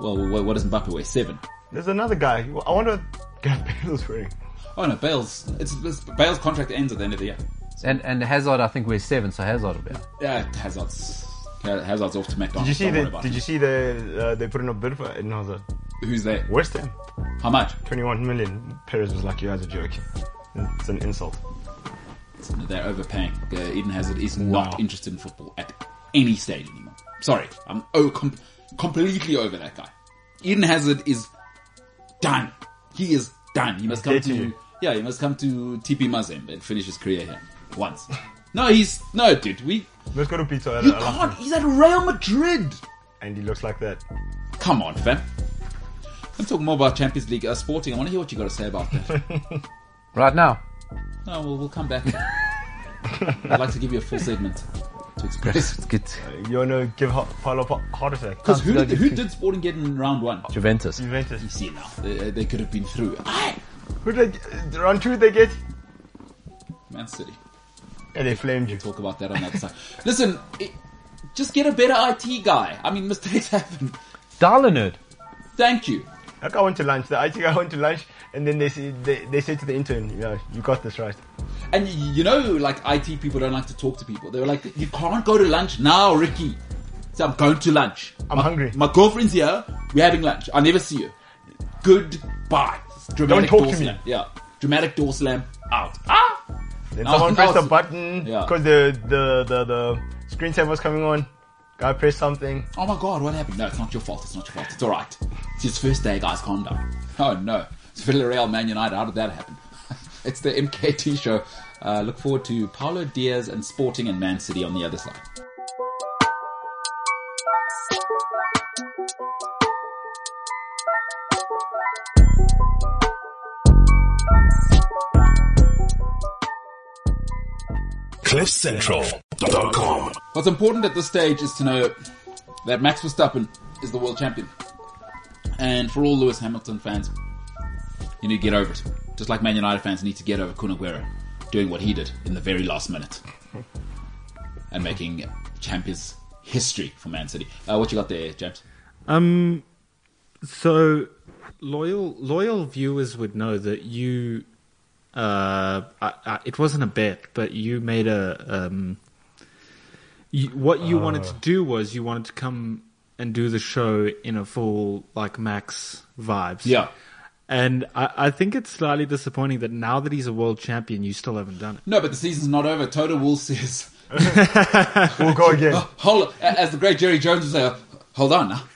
Well, wh- what does Mbappe weigh? Seven.
There's another guy. I wonder what Gareth Bale's wearing.
Oh no, Bale's. It's, it's Bale's contract ends at the end of the year.
And and Hazard, I think we're seven, so Hazard will be. out.
Yeah, Hazard's. Hazard's off to
Did
McDonald's.
you see
Don't worry
the?
about
Did
it.
you see the? Uh, they put in a bid for Eden Hazard.
Who's there?
West Ham,
How much?
21 million. Perez was like, "You guys are joking. It's an insult."
They're overpaying. Uh, Eden Hazard is
Wow.
not interested in football at any stage anymore. Sorry, I'm oh, com- completely over that guy. Eden Hazard is done. He is done. He must come
Dead to
to
you.
yeah. He must come to TP Mazembe and finish his career here once. no, he's no dude. We
Let's go to pizza. Hut.
he
I like
can't.
him.
He's at Real Madrid.
And he looks like that.
Come on, fam. I'm talking more about Champions League uh, Sporting. I want to hear what you got to say about that.
Right now,
no, we'll, we'll come back. I'd like to give you a full segment to express.
it's good.
Uh, You wanna give Ho- Paulo a heart attack?
Because who,
Sounds
did-
like
who
a-
did Sporting get in round one?
Juventus.
You
Juventus.
see now, they, uh, they could have been through. Aye.
Who did they, round two they get?
Man City.
And they flamed you.
Talk about that on that side. Listen, it, just get a better IT guy. I mean, mistakes happen.
Darlinerd.
Thank you.
Like I went to lunch. The IT guy went to lunch, and then they say, they, they said to the intern, "Yeah, you got this right."
And y- you know, like IT people don't like to talk to people. They were like, "You can't go to lunch now, Ricky." So I'm going to lunch.
I'm
My-
hungry.
My girlfriend's here. We're having lunch. I'll never see you. Goodbye. Dramatic
talk
door
to me.
slam. Yeah. Dramatic door slam. Out. Ah.
Then
I was-
someone
I
pressed
was-
the button
Yeah.
because the, the the the screensaver was coming on. Guy pressed something.
Oh my god, what happened? No, it's not your fault. It's not your fault. It's all right. It's his first day, guys. Calm down. Oh no, it's Villarreal, Man United. How did that happen? it's the MKT show. Uh, look forward to Paulo Diaz and Sporting and Man City on the other side.
CliffCentral.com.
What's important at this stage is to know that Max Verstappen is the world champion. And for all Lewis Hamilton fans, you need to get over it. Just like Man United fans need to get over Kun Aguero doing what he did in the very last minute and making Champions history for Man City. Uh, what you got there, James?
So loyal loyal viewers would know that you uh I, I, it wasn't a bet, but you made a um you, what you wanted to do was you wanted to come and do the show in a full like max vibes.
Yeah.
And I, I think it's slightly disappointing that now that he's a world champion, you still haven't done it.
No, but the season's not over. Total Wolf says, "Oh,
We'll go again.
hold on, as the great Jerry Jones would say, hold on now.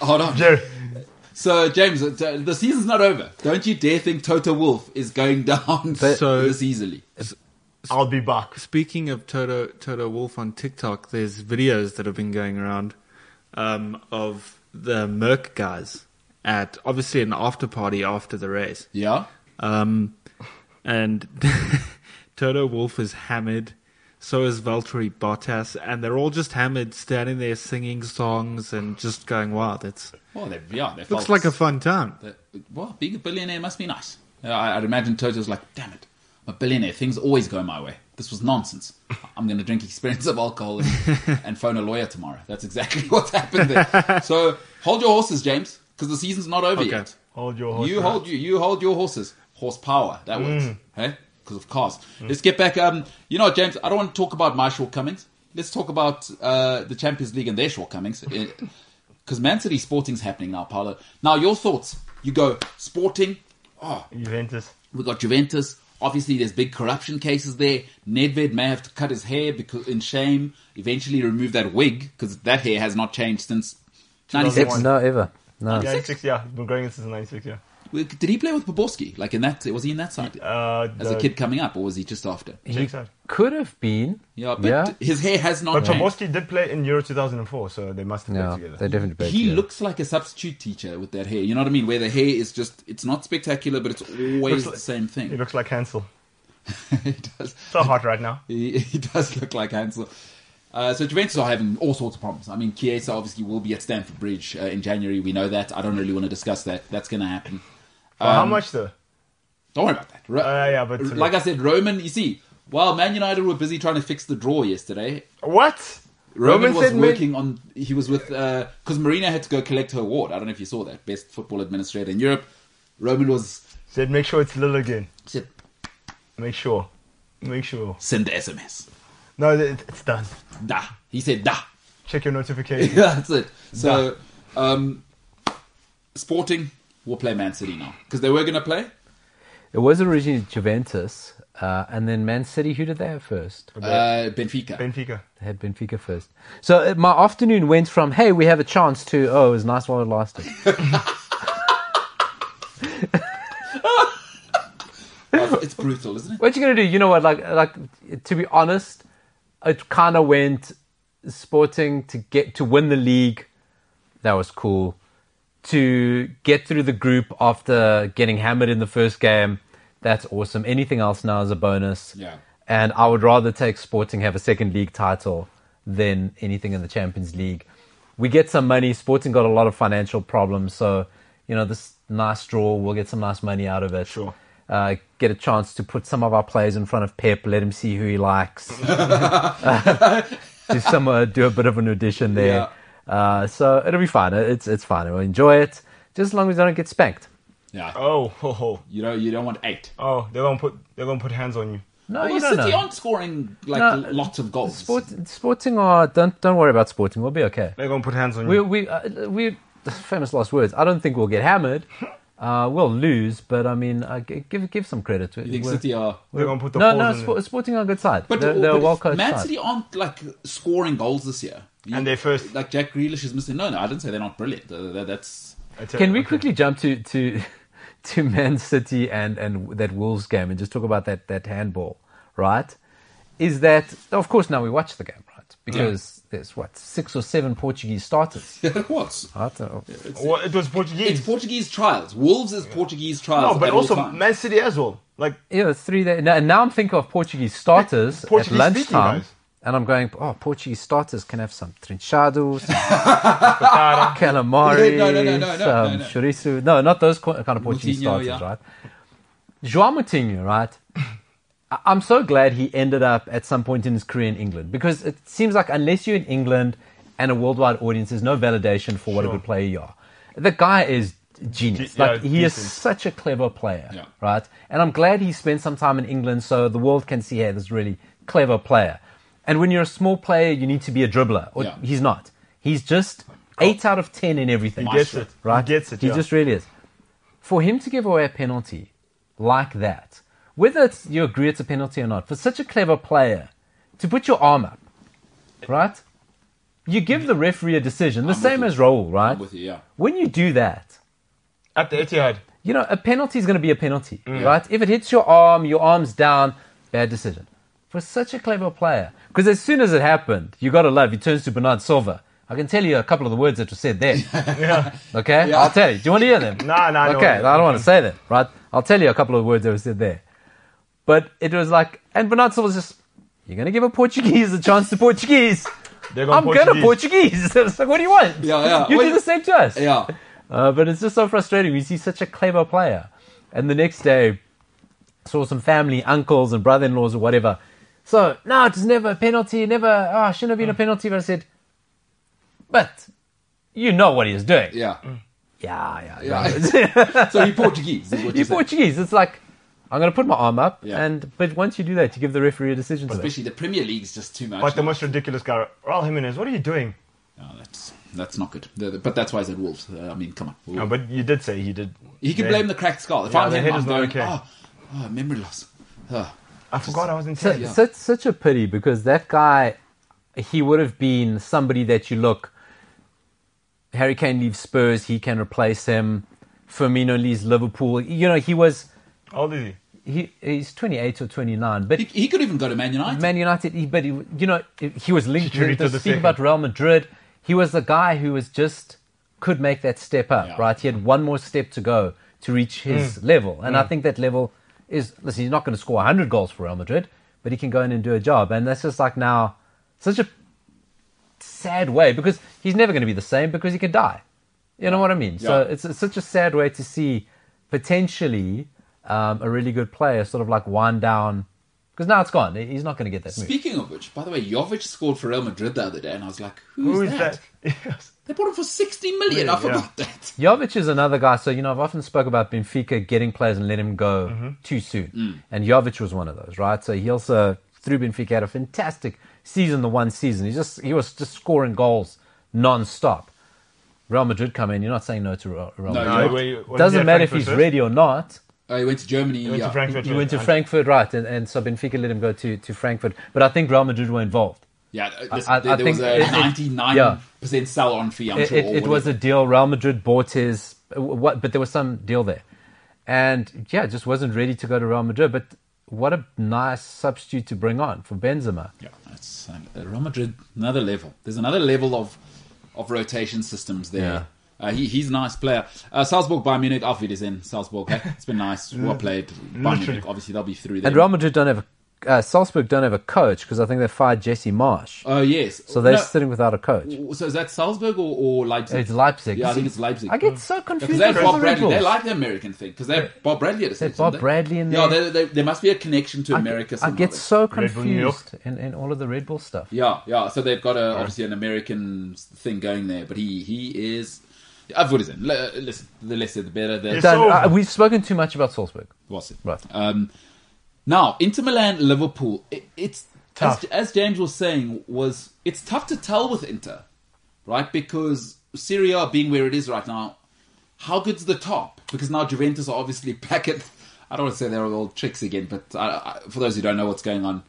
Hold on.
Jerry,
So, James, uh, the season's not over. Don't you dare think Toto Wolf is going down
So-
this easily.
I'll be back.
Speaking of Toto Toto Wolf on TikTok, there's videos that have been going around um, of the Merc guys at obviously an after party after the race,
Yeah?
um, and Toto Wolf is hammered. So is Valtteri Bottas, and they're all just hammered, standing there singing songs and just going wild. It's
Well, they, yeah, they
looks
felt-
like a fun time.
they- Well, being a billionaire must be nice. Uh, I, I'd imagine Toto's like, damn it, I'm a billionaire. Things always go my way. This was nonsense. I'm going to drink expensive alcohol and, and phone a lawyer tomorrow. That's exactly what's happened there. so, hold your horses, James, because the season's not over
Okay.
yet.
Hold your horse. Mm.
You hold you. You hold your horses. Horsepower. That works. Hey, because of cars. Let's get back. Um, you know, what, James. I don't want to talk about my shortcomings. Let's talk about uh, the Champions League and their shortcomings. Because Man City Sporting's happening now, Paolo. Now, your thoughts. You go Sporting. Oh,
Juventus.
we got Juventus. Obviously, there's big corruption cases there. Nedved may have to cut his hair because in shame. Eventually, remove that wig because that hair has not changed since. 96.
Ever, no, ever. No.
Yeah, in six, yeah. Been going since 96, yeah.
Did he play with Boborski? Like in that? Was he in that side?
Uh,
as
the
a kid coming up, or was he just after?
He
Czech side.
could have been.
Yeah, but
yeah.
his hair has not
But
changed.
Toboski did play in Euro 2004, so they must have
No,
played
they
together.
definitely played
He
together.
looks like a substitute teacher with that hair. You know what I mean? Where the hair is just—it's not spectacular, but it's always
Looks like-
the same thing.
He looks like Hansel.
he does.
So hot right now.
He, he does look like Hansel. Uh, so Juventus are having all sorts of problems. I mean, Chiesa obviously will be at Stamford Bridge uh, in January. We know that. I don't really want to discuss that. That's going to happen.
But how much though?
Don't worry about that. Ro-
Uh, yeah, but-
like I said, Roman. You see, while Man United were busy trying to fix the draw yesterday,
What?
Roman, was
said mid-
working on. He was with because Marina had to go collect her award. I don't know if you saw that, best football administrator in Europe. Roman was
Said make sure it's Lil again.
said,
Make sure. Make sure.
send the SMS.
No, it- it's done.
Da. He said da.
Check your notification.
That's it. So, um, Sporting will play Man City now because they were going to play.
It was originally Juventus, uh, and then Man City. Who did they have first?
Uh, Benfica.
Benfica.
They had Benfica first. So uh, my afternoon went from hey, we have a chance to oh, it was nice while it lasted.
Oh, it's brutal, isn't it?
what you gonna do? You know what? Like like to be honest, it kind of went Sporting to get to win the league. That was cool. To get through the group after getting hammered in the first game, that's awesome. Anything else now is a bonus.
Yeah.
And I would rather take Sporting have a second league title than anything in the Champions League. We get some money. Sporting got a lot of financial problems, so you know this nice draw. We'll get some nice money out of it.
Sure.
Uh, get a chance to put some of our players in front of Pep. Let him see who he likes. do some uh, do a bit of an audition there. Uh, so it'll be fine. It's it's fine. We'll enjoy it just as long as I don't get spanked.
Yeah.
Oh, ho ho.
You know, you don't want eight.
Oh, they're gonna put they're gonna put hands on you.
Oh, No,
Although
you don't
City
know.
aren't scoring like
No,
lots of goals.
Sport, sporting are don't don't worry about sporting. We'll be okay.
They're gonna put hands on
We
you.
we uh, we famous last words. I don't think we'll get hammered. Uh, we'll lose, but I mean, uh, g- give give some credit to it.
You think City are?
They're gonna put the
no,
balls
no,
in
Sp- Sporting are a good side.
But,
they're, they're a
but
well coached
Man
side.
City aren't like scoring goals this year. You-
And they're first.
Like Jack Grealish is missing. No, no, I didn't say they're not brilliant. Uh, that- that's
It's a-
Can we
okay.
quickly jump to to to Man City and and that Wolves game and just talk about that that handball, right? Is that of course now we watch the game, right? Because there's what six or seven Portuguese starters,
it was.
right? Uh,
Well, it was Portuguese.
It's Portuguese trials. Wolves is Portuguese trials.
no, but
at all
also
times.
Man City as well. Like
Yeah, it's three there. Now, and now I'm thinking of Portuguese starters
Portuguese
at lunchtime.
speaking, guys.
And I'm going, oh, Portuguese starters can have some trinchado, some calamari,
No, no, no, no, no,
some
no, no.
chorizo. No, not those co- kind of Portuguese
Moutinho,
starters,
yeah.
right? João Moutinho, right? I- I'm so glad he ended up at some point in his career in England because it seems like unless you're in England and a worldwide audience, there's no validation for what a
Sure.
good player you are. The guy is genius.
Ge- yeah,
like he is
decent.
such a clever player,
Yeah.
right? And I'm glad he spent some time in England so the world can see, hey, this really clever player. And when you're a small player, you need to be a dribbler. Or
Yeah.
He's not. He's just eight out of ten in everything.
He gets it.
Right?
He gets it.
He
yeah.
just really is. For him to give away a penalty like that, whether it's you agree it's a penalty or not, for such a clever player to put your arm up, right? You give the referee a decision, the
I'm with
same
you.
as Raul, right?
I'm with you, yeah.
When you do that,
at the Etihad.
you know, a penalty is going to be a penalty,
Mm.
right? If it hits your arm, your arm's down, bad decision. For such a clever player. Because as soon as it happened, you got to love, he turns to Bernard Silva. I can tell you a couple of the words that were said there. Okay?
Yeah.
I'll tell you. Do you want to hear them?
Nah, nah, I don't
Okay,
wanna-
I don't want to say them, right? I'll tell you a couple of words that were said there. But it was like, and Bernard Silva's just, you're going to give a Portuguese a chance to Portuguese.
They're
I'm
going
going to Portuguese. it's like, what do you want?
Yeah, yeah.
You
Well,
do the same to us.
Yeah.
Uh, but it's just so frustrating. We see such a clever player, and the next day saw some family, uncles and brother-in-laws or whatever. So no, it's never a penalty. Never. Oh, shouldn't have been a penalty. But I said, but you know what he was doing.
Yeah.
Mm.
yeah, yeah.
yeah. so you're Portuguese. Is what
You're
you're
Portuguese. It's like I'm going to put my arm up,
Yeah.
and but once you do that, you give the referee a decision to it.
Especially the Premier League's just too much.
But the most ridiculous guy, Raul Jimenez. What are you doing?
No, that's that's not good. The- the- But that's why I said Wolves. Uh, I mean, come on.
No, but you did say he did.
he can
they-
blame the cracked skull. If
Yeah,
I'm
the
him,
head
I'm
is not
going,
okay.
oh, oh, memory loss. Oh.
I forgot I was in.
So,
Serie A.
so it's such a pity because that guy, he would have been somebody that you look. Harry Kane leaves Spurs, he can replace him. Firmino leaves Liverpool. You know, he was
How old is he?
he he's 28 or 29, but
He, he could even go to Man United.
Man United. He, but he, you know, he was linked.
Chicharito
to
the
speak about
second.
Real Madrid. He was the guy who was just could make that step up,
Yeah.
right? He had one more step to go to reach his level, and I think that level is listen. He's not going to score 100 goals for Real Madrid, but he can go in and do a job, and that's just like now such a sad way because he's never going to be the same because he could die. You know what I mean? So
Yeah.
it's, it's such a sad way to see potentially um, a really good player sort of like wind down because now it's gone. He- He's not going to get that move.
Speaking of which, by the way, Jovic scored for Real Madrid the other day, and I was like, who's,
Who is
that?
that? Yes.
They bought him for 60 million. I
Yeah.
forgot that.
Jovic is another guy. So, you know, I've often spoke about Benfica getting players and letting him go too soon. And Jovic was one of those, right? So he also, through Benfica, had a fantastic season the one season. He just he was just scoring goals non-stop. Real Madrid come in. You're not saying no to Real, Real
No, you're
Madrid.
No,
Right.
wait, wasn't he
Doesn't
at
matter if he's
Frankfurt first?
ready or not.
Oh, he went to Germany.
He went
yeah.
to Frankfurt.
He
first.
went to
I-
Frankfurt, right? And, and so Benfica let him go to, to Frankfurt. But I think Real Madrid were involved.
Yeah, this,
I- I
there, there was
think
a
it- it-
99% sell on fee, I'm
It,
sure.
it,
or
it was
whatever.
a deal. Real Madrid bought his, what, but there was some deal there. And yeah, just wasn't ready to go to Real Madrid. But what a nice substitute to bring on for Benzema.
Yeah, that's uh, Real Madrid. Another level. There's another level of of rotation systems there. Uh, he, he's a nice player. Uh, Salzburg, Bayern Munich. Alfred is in Salzburg. Hey, it's been nice. Well played. Bayern
Literally.
Munich. Obviously, they'll be through
And Real
there.
Madrid don't have a, uh, Salzburg don't have a coach because I think they fired Jesse Marsh.
Oh yes.
So they're
No,
sitting without a coach.
So is that Salzburg or, or Leipzig?
It's Leipzig.
Yeah, I think it's Leipzig.
I get so
Because
confused.
they
with
had
all the
Bob Bradley. They
rules.
like the American thing because they had Bob Bradley at a stage, didn't
Bob
they?
Bradley in
Yeah,
there.
they, they, there must be a connection to America.
I
somehow
get
there.
so
Red Bull New York.
confused in, in all of the Red Bull stuff.
Yeah, yeah. So they've got a, obviously an American thing going there, but he he is. I've what is it? L- uh, listen, the less said, the better. The,
Yes.
Dan,
So-
uh, we've spoken too much about Salzburg.
What's it?
Right.
Um, now, Inter Milan, Liverpool. It, it's
Tough.
As, as James was saying, was it's tough to tell with Inter, right? Because Syria being where it is right now, how good's the top? Because now Juventus are obviously back at. I don't want to say they're all tricks again, but I, I, for those who don't know what's going on,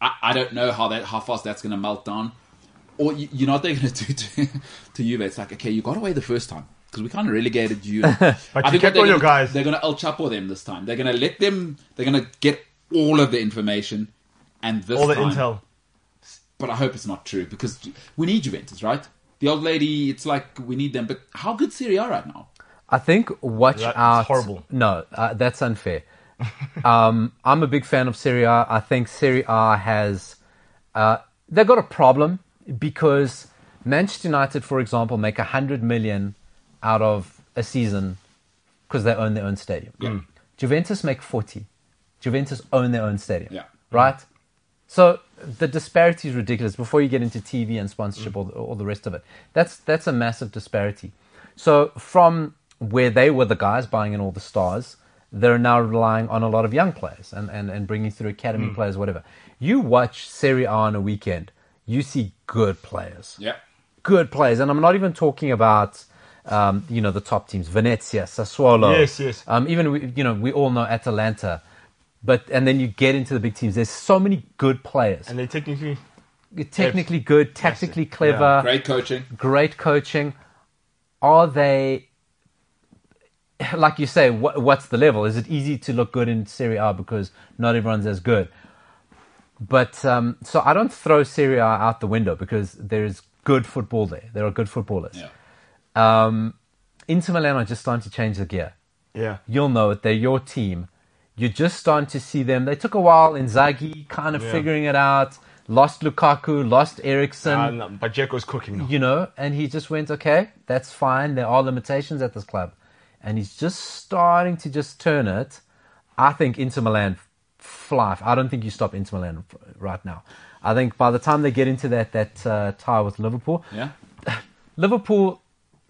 I, I don't know how that how fast that's going to melt down. Or you, you know what they're going to do to to Juve? It's like okay, you got away the first time because we kind of relegated you.
But
I
you
think
kept
what
all
they're
your
gonna-
guys.
They're going to El Chapo them this time. They're going to let them. They're going to get all of the information, and this
All the
time,
intel.
but I hope it's not true because we need Juventus, right? The old lady, it's like we need them. But how good Serie A right now?
I think watch
That's
out.
horrible.
No, uh, that's unfair. um, I'm a big fan of Serie A. I think Serie A has uh, they've got a problem because Manchester United, for example, make hundred million out of a season because they own their own stadium. Juventus make forty. Juventus own their own stadium.
Yeah.
Right. So the disparity is ridiculous. Before you get into TV and sponsorship,
Mm.
all, the, all the rest of it, that's that's a massive disparity. So from where they were the guys buying in all the stars, they're now relying on a lot of young players and, and, and bringing through academy
Mm.
players, whatever. You watch Serie A on a weekend, you see good players
Yeah,
good players, and I'm not even talking about um, you know the top teams, Venezia, Sassuolo.
Yes, yes.
Um, even we, you know we all know Atalanta, but and then you get into the big teams. There's so many good players,
And they technically.
technically good, tactically clever,
great coaching.
great coaching. Are they? Like you say, what, what's the level? Is it easy to look good in Serie A because not everyone's as good? But um, so I don't throw Serie A out the window because there is good football there. There are good footballers.
Yeah,
Um, Inter Milan are just starting to change the gear.
Yeah.
You'll know it. They're your team. You're just starting to see them. They took a while. Inzaghi kind of
Yeah.
figuring it out. Lost Lukaku. Lost Eriksson.
Ah, no, but Jekyll's cooking now.
you know, and he just went, okay, that's fine. There are limitations at this club, and he's just starting to just turn it. I think Inter Milan fly. I don't think you stop Inter Milan right now. I think by the time they get into that that uh, tie with Liverpool,
yeah,
Liverpool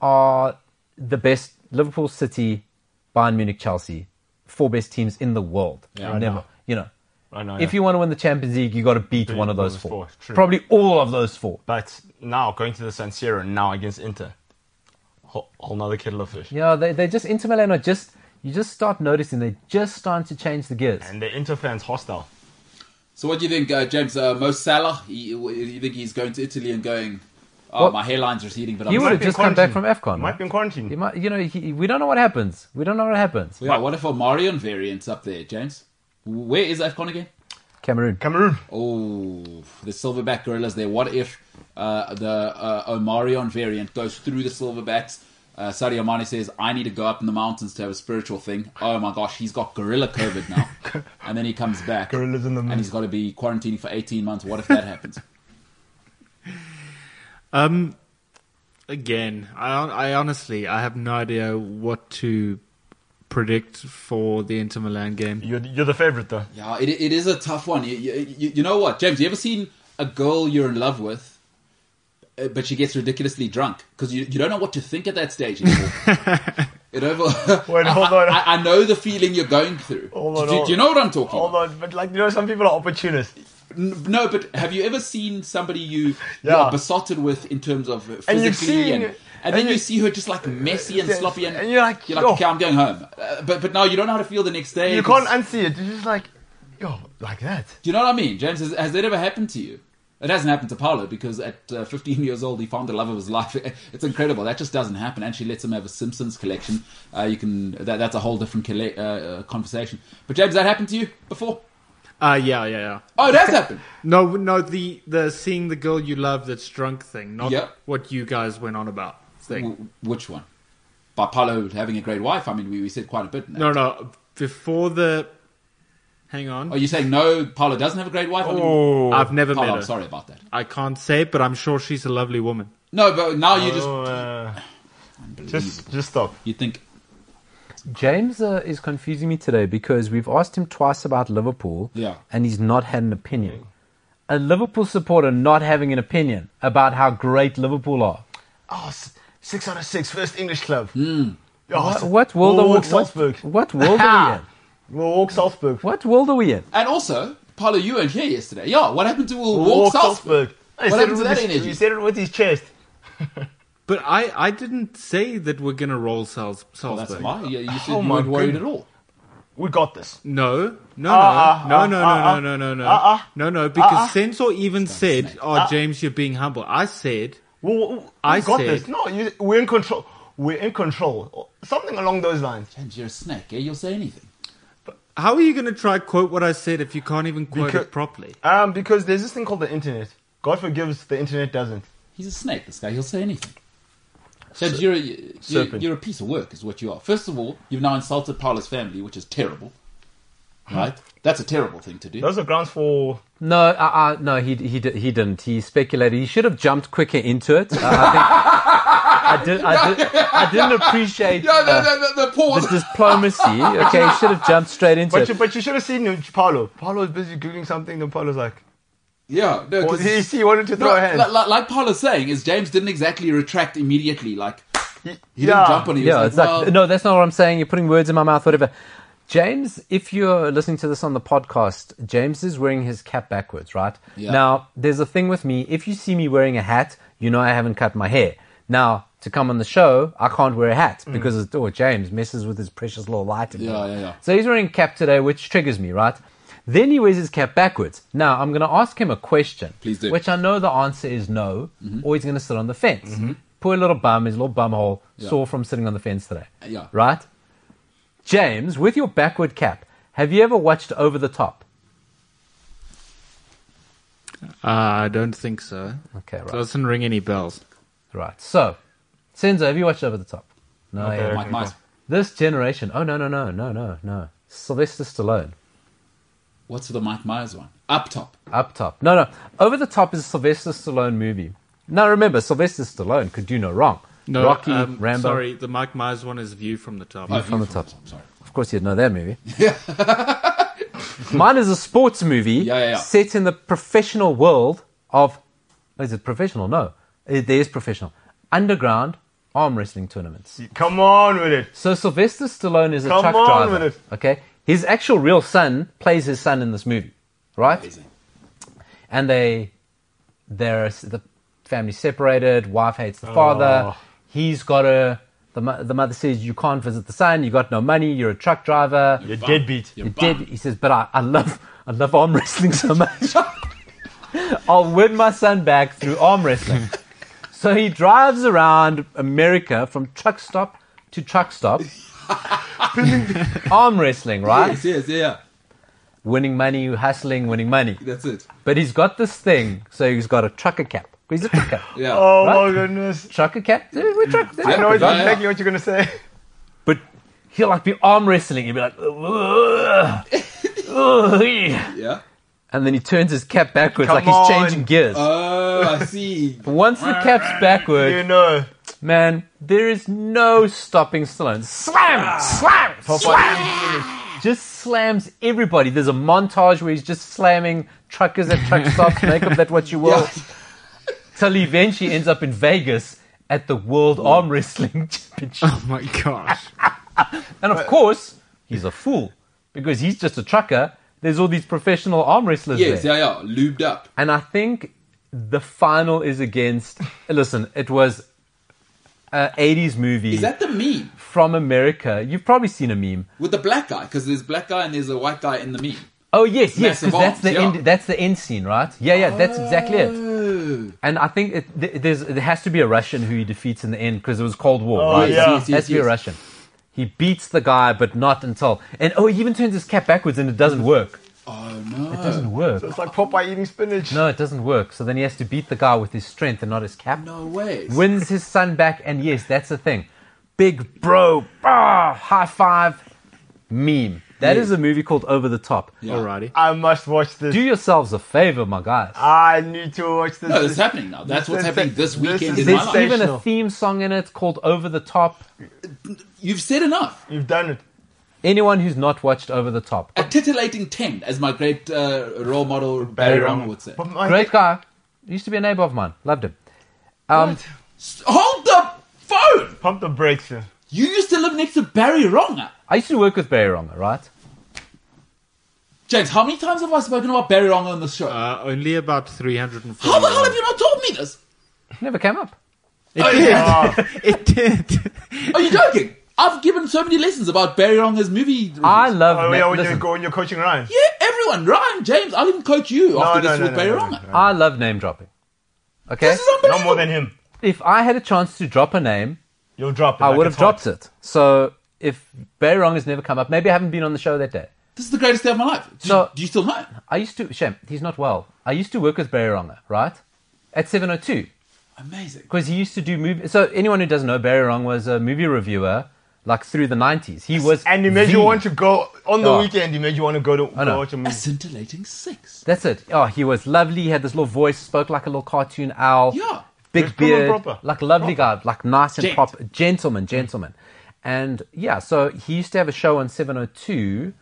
are the best. Liverpool, City, Bayern Munich, Chelsea, four best teams in the world.
Yeah. Right
Never,
now.
you know.
Right now,
If
yeah.
you want to win the Champions League, you got to beat one of those
those
four.
four, true.
Probably all of those four.
But now, going to the San Siro now against Inter. Whole, whole nother kettle of fish.
Yeah, they they just Inter Milan are just you just start noticing they're just starting to change the gears.
And the Inter fans hostile.
So what do you think, uh, James? Uh, Mo Salah? He, w- you think he's going to Italy and going? Oh,
Well-
my hairline's receding, but
He
I'm
would have
be
just
in
come back from
quarantine.
AFCON.
Might be in quarantine.
He might- you know, he, we don't know what happens. We don't know what happens.
Yeah, what if a Marion variant's up there, James? Where is Afcon again?
Cameroon.
Cameroon.
Oh, the silverback gorillas there. What if uh, the uh, Omarion variant goes through the silverbacks? Uh, Sadio Mane says, I need to go up in the mountains to have a spiritual thing. Oh my gosh, he's got gorilla COVID now. and then he comes back.
Gorillas in the
And
moon.
he's got to be quarantining for 18 months. What if that happens?
Um, again, I hon- I honestly I have no idea what to predict for the Inter Milan game.
You're, you're the favorite, though.
yeah, it, it is a tough one. You, you, you you know what, James, you ever seen a girl you're in love with, uh, but she gets ridiculously drunk? Because you, you don't know what to think at that stage anymore. it over.
Wait,
I-
hold
I-
on.
I, I know the feeling you're going through.
Hold on,
do, do
hold-
you know what I'm talking
Hold
about?
on, but like, you know, some people are opportunists.
N- No, but have you ever seen somebody you, you
Yeah.
are besotted with in terms of uh, physically,
And
and,
you've seen-
and,
and
then you,
you-
see her just like messy and
Yes,
sloppy, and,
and you're like, "Yo."
okay, I'm going home. Uh, but but now you don't know how to feel the next day.
You
because-
can't unsee it. You're just like, yo, like that.
do you know what I mean, James? Has, has that ever happened to you? It hasn't happened to Paolo because at uh, 15 years old he found the love of his life. It's incredible. That just doesn't happen. And she lets him have a Simpsons collection. Uh, you can that, that's a whole different colle- uh, uh, conversation. But James, that happened to you before?
Uh yeah, yeah, yeah.
Oh, it has happened.
No, no, the the seeing the girl you love that's drunk thing, not
Yeah. Mm.
what you guys went on about thing.
W- which one? By Paolo having a great wife. I mean, we, we said quite a bit. Now.
No, no, before the. Hang on,
Are you saying no? Paolo doesn't have a great wife. I mean,
I've never
Paolo,
met
I'm
her.
sorry about that.
I can't say it, but I'm sure she's a lovely woman.
No, but now you just
Oh, uh, just, just stop.
you think
James uh, is confusing me today because we've asked him twice about Liverpool,
Yeah.
and he's not had an opinion. A Liverpool supporter not having an opinion about how great Liverpool are.
Oh, s- six out of six, first English club.
Hmm. What, what world
we'll
are we what-
walk Oh, Salzburg.
What world are we in?
We'll walk Salzburg.
What world are we in?
and also Paolo, you weren't here yesterday. Yeah, what happened to Will
We'll
Walk Salzburg? What
He said it
happened to
with
that
his-
energy?
He said it with his chest.
But I, I didn't say that we're gonna roll Salz, Salzburg.
Oh, That's why. You, you said you
Oh my
weren't worried at
goodness.
all.
We got this.
No, no,
Uh, uh,
no,
uh,
no,
uh,
no, no, no, no, no,
uh, uh,
no, no, because
uh,
Sensor even said, "Oh,
Ah.
James, you're being humble." I said,
We, we, we
I
got
said-
this. No, you, we're in control. We're in control. Something along those lines.
And you're a snake, eh? You'll say anything.
"How are you gonna try quote what I said if you can't even quote
Because-
it properly?"
Um, because there's this thing called the internet. God forgives, the internet doesn't.
He's a snake, this guy. He'll say anything. James, you're, a, you're,
serpent.
you're a piece of work, is what you are. First of all, you've now insulted Paula's family, which is terrible. Right? That's a terrible thing to do.
Those are grounds for.
No, uh, uh, no, he he di- he didn't. He speculated. He should have jumped quicker into it. Uh, I, think, I did. I, did, I didn't appreciate
Yeah,
uh,
the, the, the, the pause.
the diplomacy. Okay, he should have jumped straight into
But you,
it.
but you should have seen Paulo. Paulo was busy googling something, and Paulo's like,
yeah, no,
oh,
'cause-
he, he wanted to
no,
throw a hand.
li- li- like Paula's saying, is James didn't exactly retract immediately. Like, he
Yeah.
didn't jump on it. He
Yeah,
was
it's like
well,
no, that's not what I'm saying. You're putting words in my mouth. Whatever. James, if you're listening to this on the podcast, James is wearing his cap backwards, right?
Yeah.
Now, there's a thing with me. If you see me wearing a hat, you know I haven't cut my hair. Now, to come on the show, I can't wear a hat because it's, oh, James messes with his precious little light. in
Mm. Yeah,
there.
yeah, yeah.
So he's wearing a cap today, which triggers me, right? Then he wears his cap backwards. Now, I'm going to ask him a question.
Please do.
Which I know the answer is no,
Mm-hmm.
or he's going to sit on the fence. Poor little bum, his little bum hole, sore from sitting on the fence today.
Yeah.
Right? James, with your backward cap, have you ever watched Over the Top?
Uh, I don't think so.
Okay, right.
Doesn't ring any bells.
Right. So, Senzo, have you watched Over the Top? No. I haven't.
Mike Myers.
This generation. Oh, no, no, no, no, no, no. Sylvester Stallone.
What's the Mike Myers one? Up top.
Up top. No, no. Over the Top is a Sylvester Stallone movie. Now, remember, Sylvester Stallone could do no wrong.
No,
Rocky,
um,
Rambo.
Sorry, the Mike Myers one is View from the Top.
Oh,
from
you
the top.
Sorry.
Of course, you'd know that movie. Mine is a sports movie
Yeah, yeah, yeah.
set in the professional world of. Is it professional? No. It, there is professional. Underground arm wrestling tournaments.
Come on with it.
So Sylvester Stallone is a
Come
truck
on
driver.
with it.
Okay? His actual real son plays his son in this movie, right?
Amazing.
and they they're the family separated wife hates the father
Oh.
he's got a the, mo- the mother says you can't visit the son you got no money you're a truck driver
You're
Bum.
deadbeat.
You're
you're
bum.
dead he says but I, I love i love arm wrestling so much i'll win my son back through arm wrestling so he drives around america from truck stop to truck stop arm wrestling right
Yes, yes, yeah, yeah.
winning money hustling winning money
That's it.
but he's got this thing, so he's got a trucker cap. He's a trucker.
Yeah.
Oh
Right?
my goodness.
Trucker cap? Eh, We're truck- they're
I know
truckers.
Yeah, yeah.
exactly what you're gonna say.
But he'll like be arm wrestling. He'll be like, "Ugh, ugh, yeah."
Yeah.
and then he turns his cap backwards,
Come
like he's
on.
changing gears.
Oh, I see.
Once the cap's backward,
You know,
man, there is no stopping Stallone. Slam! Slam! Slam! Just slams everybody. There's a montage where he's just slamming truckers at truck stops, make of that what you will.
Yeah.
Till he eventually ends up in Vegas at the World Arm Wrestling Championship.
Oh my gosh.
And of course, he's a fool because he's just a trucker. There's all these professional arm wrestlers
Yes,
there.
yeah, yeah. Lubed up.
And I think the final is against. listen, it was an 80s movie
Is that the meme
from America. You've probably seen a meme.
with the black guy? Because there's black guy and there's a white guy in the meme.
Oh yes, yes,
Massive
because that's the
arms, yeah.
end. That's the end scene, right? Yeah, yeah, that's exactly it.
Oh.
And I think it, th- there's there has to be a Russian who he defeats in the end because it was Cold War,
Oh,
right?
yes, Yeah. yes,
has to be a Russian. He beats the guy, but not until and oh, he even turns his cap backwards and it doesn't work.
Oh no.
It doesn't work.
it's like Popeye eating spinach.
No, it doesn't work. So then he has to beat the guy with his strength and not his cap.
No way.
Wins his son back, and yes, that's the thing. Big bro, ah, high five, meme. That
Yeah.
is a movie called Over the Top.
Yeah.
Alrighty.
I must watch this.
Do yourselves a favor, my guys.
Ah, I need to watch this.
No, it's happening now. That's what's
This is-
happening this
this
weekend
is
in my
There's
life.
sensational.
even a theme song in it called Over the Top.
You've said enough.
You've done it.
Anyone who's not watched Over the Top,
A titillating 10, as my great uh, role model Barry,
Barry
Roman
Roman.
would say.
But my-
great guy, used to be a neighbor of mine, loved him. Um,
Hold the phone!
Pump the brakes. here.
You used to live next to Barry Ronger.
I used to work with Barry Ronger, right?
James, how many times have I spoken about Barry Ronger
Uh,
on this show?
Uh, only about 340.
how the hell have you not told me this?
Never came up.
It did.
Ah,
It did.
Are you joking? I've given so many lessons about Barry Ronger's movie. reviews.
I love.
Oh
ma-
yeah, when you
listen,
go when you're coaching Ryan.
yeah, everyone, Ryan, James, I'll even coach you after
no,
this
no,
with
no,
Barry
no,
Ronger.
no.
I love name dropping. Okay,
This is unbelievable.
No more than him.
if I had a chance to drop a name,
You'll drop it.
I
like
would
it's
have
hot.
dropped it. So if Barry Wrong has never come up, maybe I haven't been on the show that day.
This is the greatest day of my life. Do,
So-
do you still know?
I used to, Shem, he's not well. I used to work with Barry Ronger, right? At 702.
Amazing.
Because he used to do movie. So anyone who doesn't know, Barry Wrong was a movie reviewer, like through the 90s. He was.
And he made
the-
you want to go on the
Oh.
weekend. He made you want to go to
no.
go watch a
A
movie.
scintillating six.
That's it. Oh, he was lovely. He had this little voice, spoke like a little cartoon owl.
Yeah.
Big
He's cool and
beard.
proper.
Like lovely guy, like nice and
Gent.
proper. Gentleman, gentleman. And yeah, so he used to have a show on 702,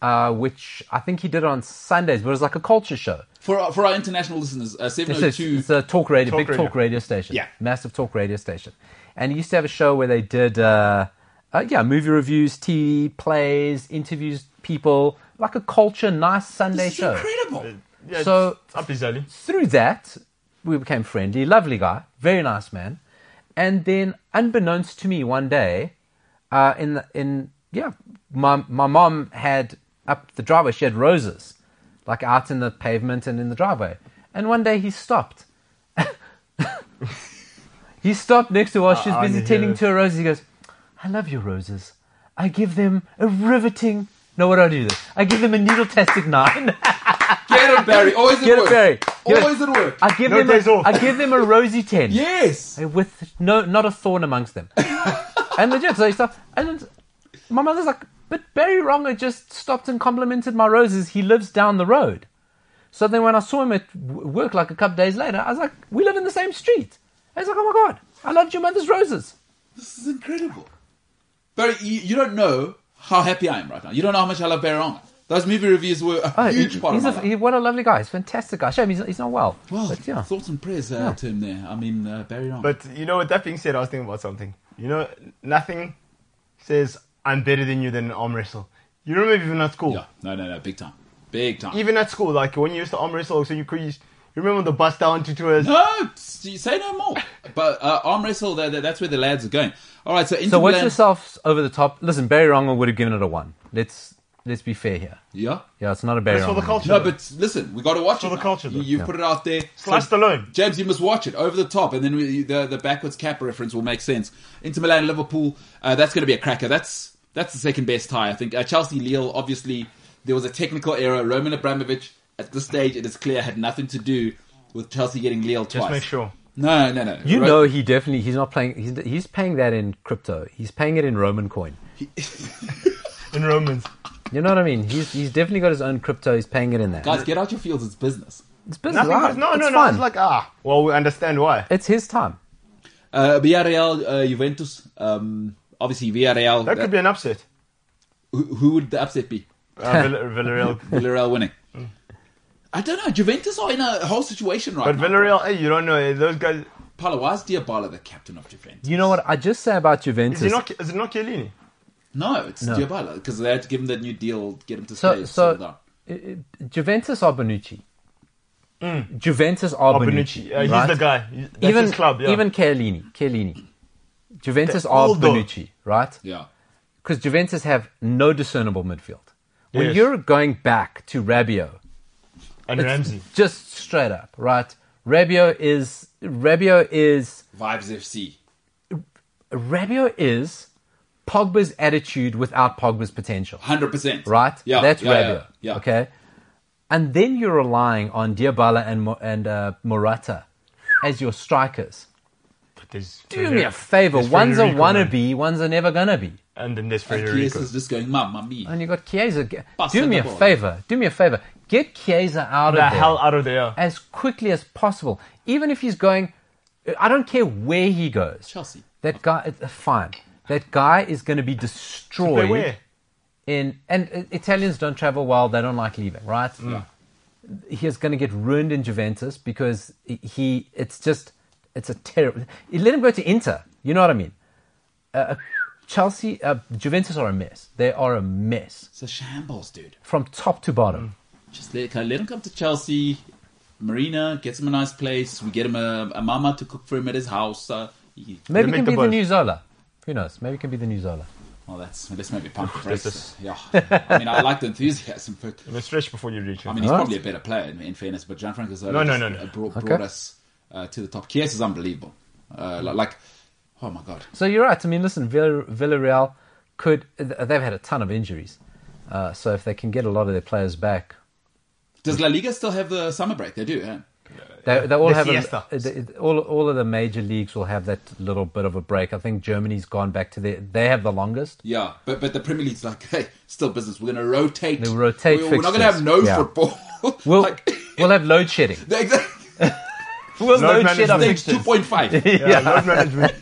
uh, which I think he did on Sundays, but it was like a culture show.
For our, for our international listeners, uh,
It's
702.
a, it's a talk radio,
Talk
big
radio.
talk radio station.
Yeah.
Massive talk radio station. And he used to have a show where they did, uh, uh, yeah, movie reviews, TV plays, interviews people, like a culture, nice Sunday
this is
show
incredible.
Yeah, it's
So-
up his alley.
through that, we became friendly, lovely guy, very nice man. And then, unbeknownst to me, one day, uh, in the, in yeah, my my mom had up the driveway. She had roses, like out in the pavement and in the driveway. And one day he stopped. he stopped next to her. She was
I
busy
hear
tending
this.
to her roses. He goes, "I love your roses. I give them a riveting." No, what do I do? This? I give them a needle-tastic nine.
Get it, Barry. Always at
Get it,
work.
Barry. Get it.
Always at work.
I give
No
them
days
a,
off.
I give them a rosy ten.
yes.
With no not a thorn amongst them. and legit, so he stopped and then my mother's like, but Barry Ronger just stopped and complimented my roses. He lives down the road. So then when I saw him at w- work like a couple days later, I was like, we live in the same street. I was like, oh my god, I loved your mother's roses.
This is incredible. Barry, you, you don't know how happy I am right now. You don't know how much I love Barry Ronger. Those movie reviews were a
Oh, he-
huge part
he's
of my
a,
life.
he- what a lovely guy. He's a fantastic guy. Shame he's, he's not well.
well,
but yeah.
thoughts and prayers uh, to him there. I mean, uh, Barry Ronger.
But you know, with that being said, I was thinking about something. You know, nothing says I'm better than you than an arm wrestle. You remember even at school,
yeah. No, no, no. Big time. Big time.
even at school, like when you used to arm wrestle, so you could use. You remember the bus down to tours?
no, s- say no more. But uh, arm wrestle, that, that- that's where the lads are going. All right, so
So watch
Interland-
yourself over the top. Listen, Barry Ronger would have given it a one. Let's let's be fair here.
Yeah.
Yeah, it's not a Barry
That's for the
Ronger.
culture.
No, but listen, we got to watch it.
the
now.
culture,
You,
though.
you put it out there.
Slice the loan.
James, you must watch it over the top, and then we, the the backwards cap reference will make sense. Inter Milan, Liverpool, uh, that's going to be a cracker. That's that's the second best tie, I think. Uh, Chelsea, Lille, obviously there was a technical error. Roman Abramovich, at this stage, it is clear had nothing to do with Chelsea getting Lille twice.
Just make sure.
No, no, no.
You
Ro-
know, he definitely he's not playing. He's he's paying that in crypto. He's paying it in Roman coin.
In Romans.
You know what I mean? He's he's definitely got his own crypto. He's paying it in that.
guys, get out your fields. It's business.
it's business.
Nothing.
right?
no, no,
it's
no.
Fun.
It's like ah. Well, we understand why.
It's his time.
Uh, Villarreal, uh, Juventus. Um, obviously, Villarreal.
That could be an upset.
who, who would the upset be?
Uh, Vill- Villarreal.
Villarreal winning. I don't know. Juventus are in a whole situation right
But
now.
Villarreal, hey, you don't know eh, those guys.
Paulo, why is Diabala the captain of Juventus?
You know what I just say about Juventus?
Is it not? Is it not Chiellini?
No, it's
No.
Diabala because they had to give him that new deal, get him to
So-
stay,
so-
settle down.
Uh, uh, Juventus or Bonucci? Juventus or
Oh,
Bonucci?
Bonucci. Uh,
right?
He's the guy. He- That's
even
his club. Yeah.
even Chiellini. Chiellini. Juventus
They're
or
all the-
Bonucci, right?
Yeah,
because Juventus have no discernible midfield. When
Yes.
you're going back to Rabio,
and Ramsey.
just straight up, right? Rabio is Rabio is
Vibes FC.
Rabio is Pogba's attitude without Pogba's potential,
Hundred percent,
right?
Yeah,
that's
yeah,
Rabio.
Yeah, yeah.
Okay, and then you're relying on Diabala and Mo- and uh, Morata as your strikers.
But there's
Do me a favor.
there's
One's a
Federico, man.
wannabe, one's a never gonna be.
And then there's
And
Federico.
Chiesa's just going, Mamma mia.
And you got Chiesa. Get-
Pass
Do
the
me a
ball.
favor. Do me a favor. Get Chiesa out
the
of there.
hell out of there.
as quickly as possible. Even if he's going, I don't care where he goes.
Chelsea.
That guy, uh, fine. That guy is going to be destroyed.
Beware.
In and uh, Italians don't travel well. They don't like leaving, right?
Mm.
He is going to get ruined in Juventus because he- he. It's just, it's a terrible. You Let him go to Inter. You know what I mean? Uh, Chelsea, uh, Juventus are a mess. They are a mess
It's a shambles, dude.
from top to
Mm.
bottom.
Just let, let him come to Chelsea. Marina gets him a nice place. We get him a, a mama to cook for him at his house. Uh, He-
Maybe
They
he can
make the
be the
both.
new Zola. Who knows? Maybe he can be the new Zola.
Well, that's this may be pumped for races. Yeah, I mean, I like the enthusiasm, but
Let's stretch before you reach it.
I mean, he's
Alright.
probably a better player in, in fairness. But Gianfranco Zola
No, no,
just,
no, no.
uh, Brought,
Okay.
brought us uh, to the top. Kies is unbelievable. Uh, li- like, oh my god,
So you're right. I mean, listen, Vill- Villarreal could. th- They've had a ton of injuries. Uh, so if they can get a lot of their players back,
does La Liga still have the summer break? They do. Yeah.
They, they all
The
have
siesta.
a, they- they- all all of the major leagues will have that little bit of a break. I think Germany's gone back to their they have the longest.
Yeah, but but the Premier League's like, hey, still business. We're gonna rotate.
They rotate
We're, we're not gonna have no
fixtures. Yeah.
football.
We'll
like,
we'll have load shedding.
the exact
We'll
Load
load shed our
management.
two
fixtures.
point five.
yeah, load management.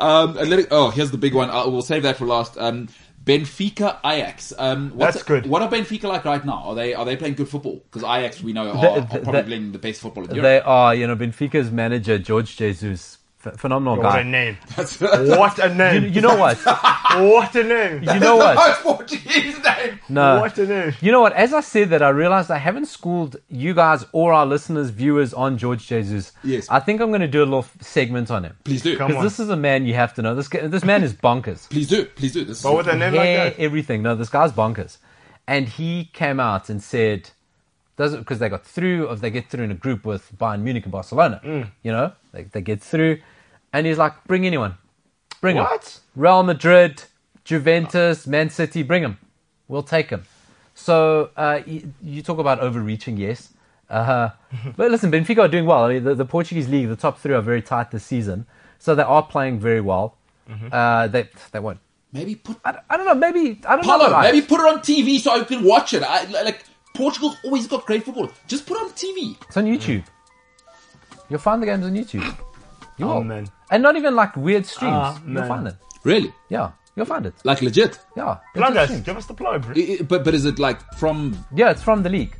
Um, Atletic- oh, here's the big one. Uh, we'll save that for last. Um, Benfica, Ajax. Um, what's
That's good.
What are Benfica like right now? Are they are they playing good football? Because Ajax, we know, are,
The-
are
the-
probably
the-
playing the best football in Europe.
They are, you know, Benfica's manager George Jesus, ph- phenomenal
What
guy.
a name.
That's
What a
You,
name.
you know what?
what a name.
You know
the
what?
most Portuguese name.
No.
what a name.
You know what? As I said that, I realized I haven't schooled you guys or our listeners, viewers on George Jesus.
Yes.
I think I'm going to do a little f- segment on him.
Please do.
Come
Because
on.
this is a man you have to know. This, guy- this man is bonkers.
Please do. Please do. This
But with a
is,
name like
hair,
that.
everything. No, this guy's bonkers. And he came out and said, doesn't because they got through, if they get through in a group with Bayern Munich and Barcelona,
Mm.
you know, they, they get through. And he's like, bring anyone, bring him.
What?
Real Madrid, Juventus, Man City, bring him. We'll take him. So uh, you, you talk about overreaching, yes. Uh, but listen, Benfica are doing well. I mean, the, the Portuguese league, the top three are very tight this season, so they are playing very well.
Mm-hmm.
Uh, they they won't
maybe put
I, I don't know. Maybe I don't know.
Paulo.
Right?
Maybe put it on TV so I can watch it. I, like Portugal's always got great football. Just put it on TV.
it's on YouTube. You'll find the games on YouTube. You
Oh,
will.
man.
And not even like weird streams.
Ah,
you'll
man.
find it.
Really,
Yeah, you'll find it.
like legit.
Yeah, it's
Plug
on
us.
stream.
Give us the plug, bro.
I- I- but but is it like from
Yeah, it's from the league.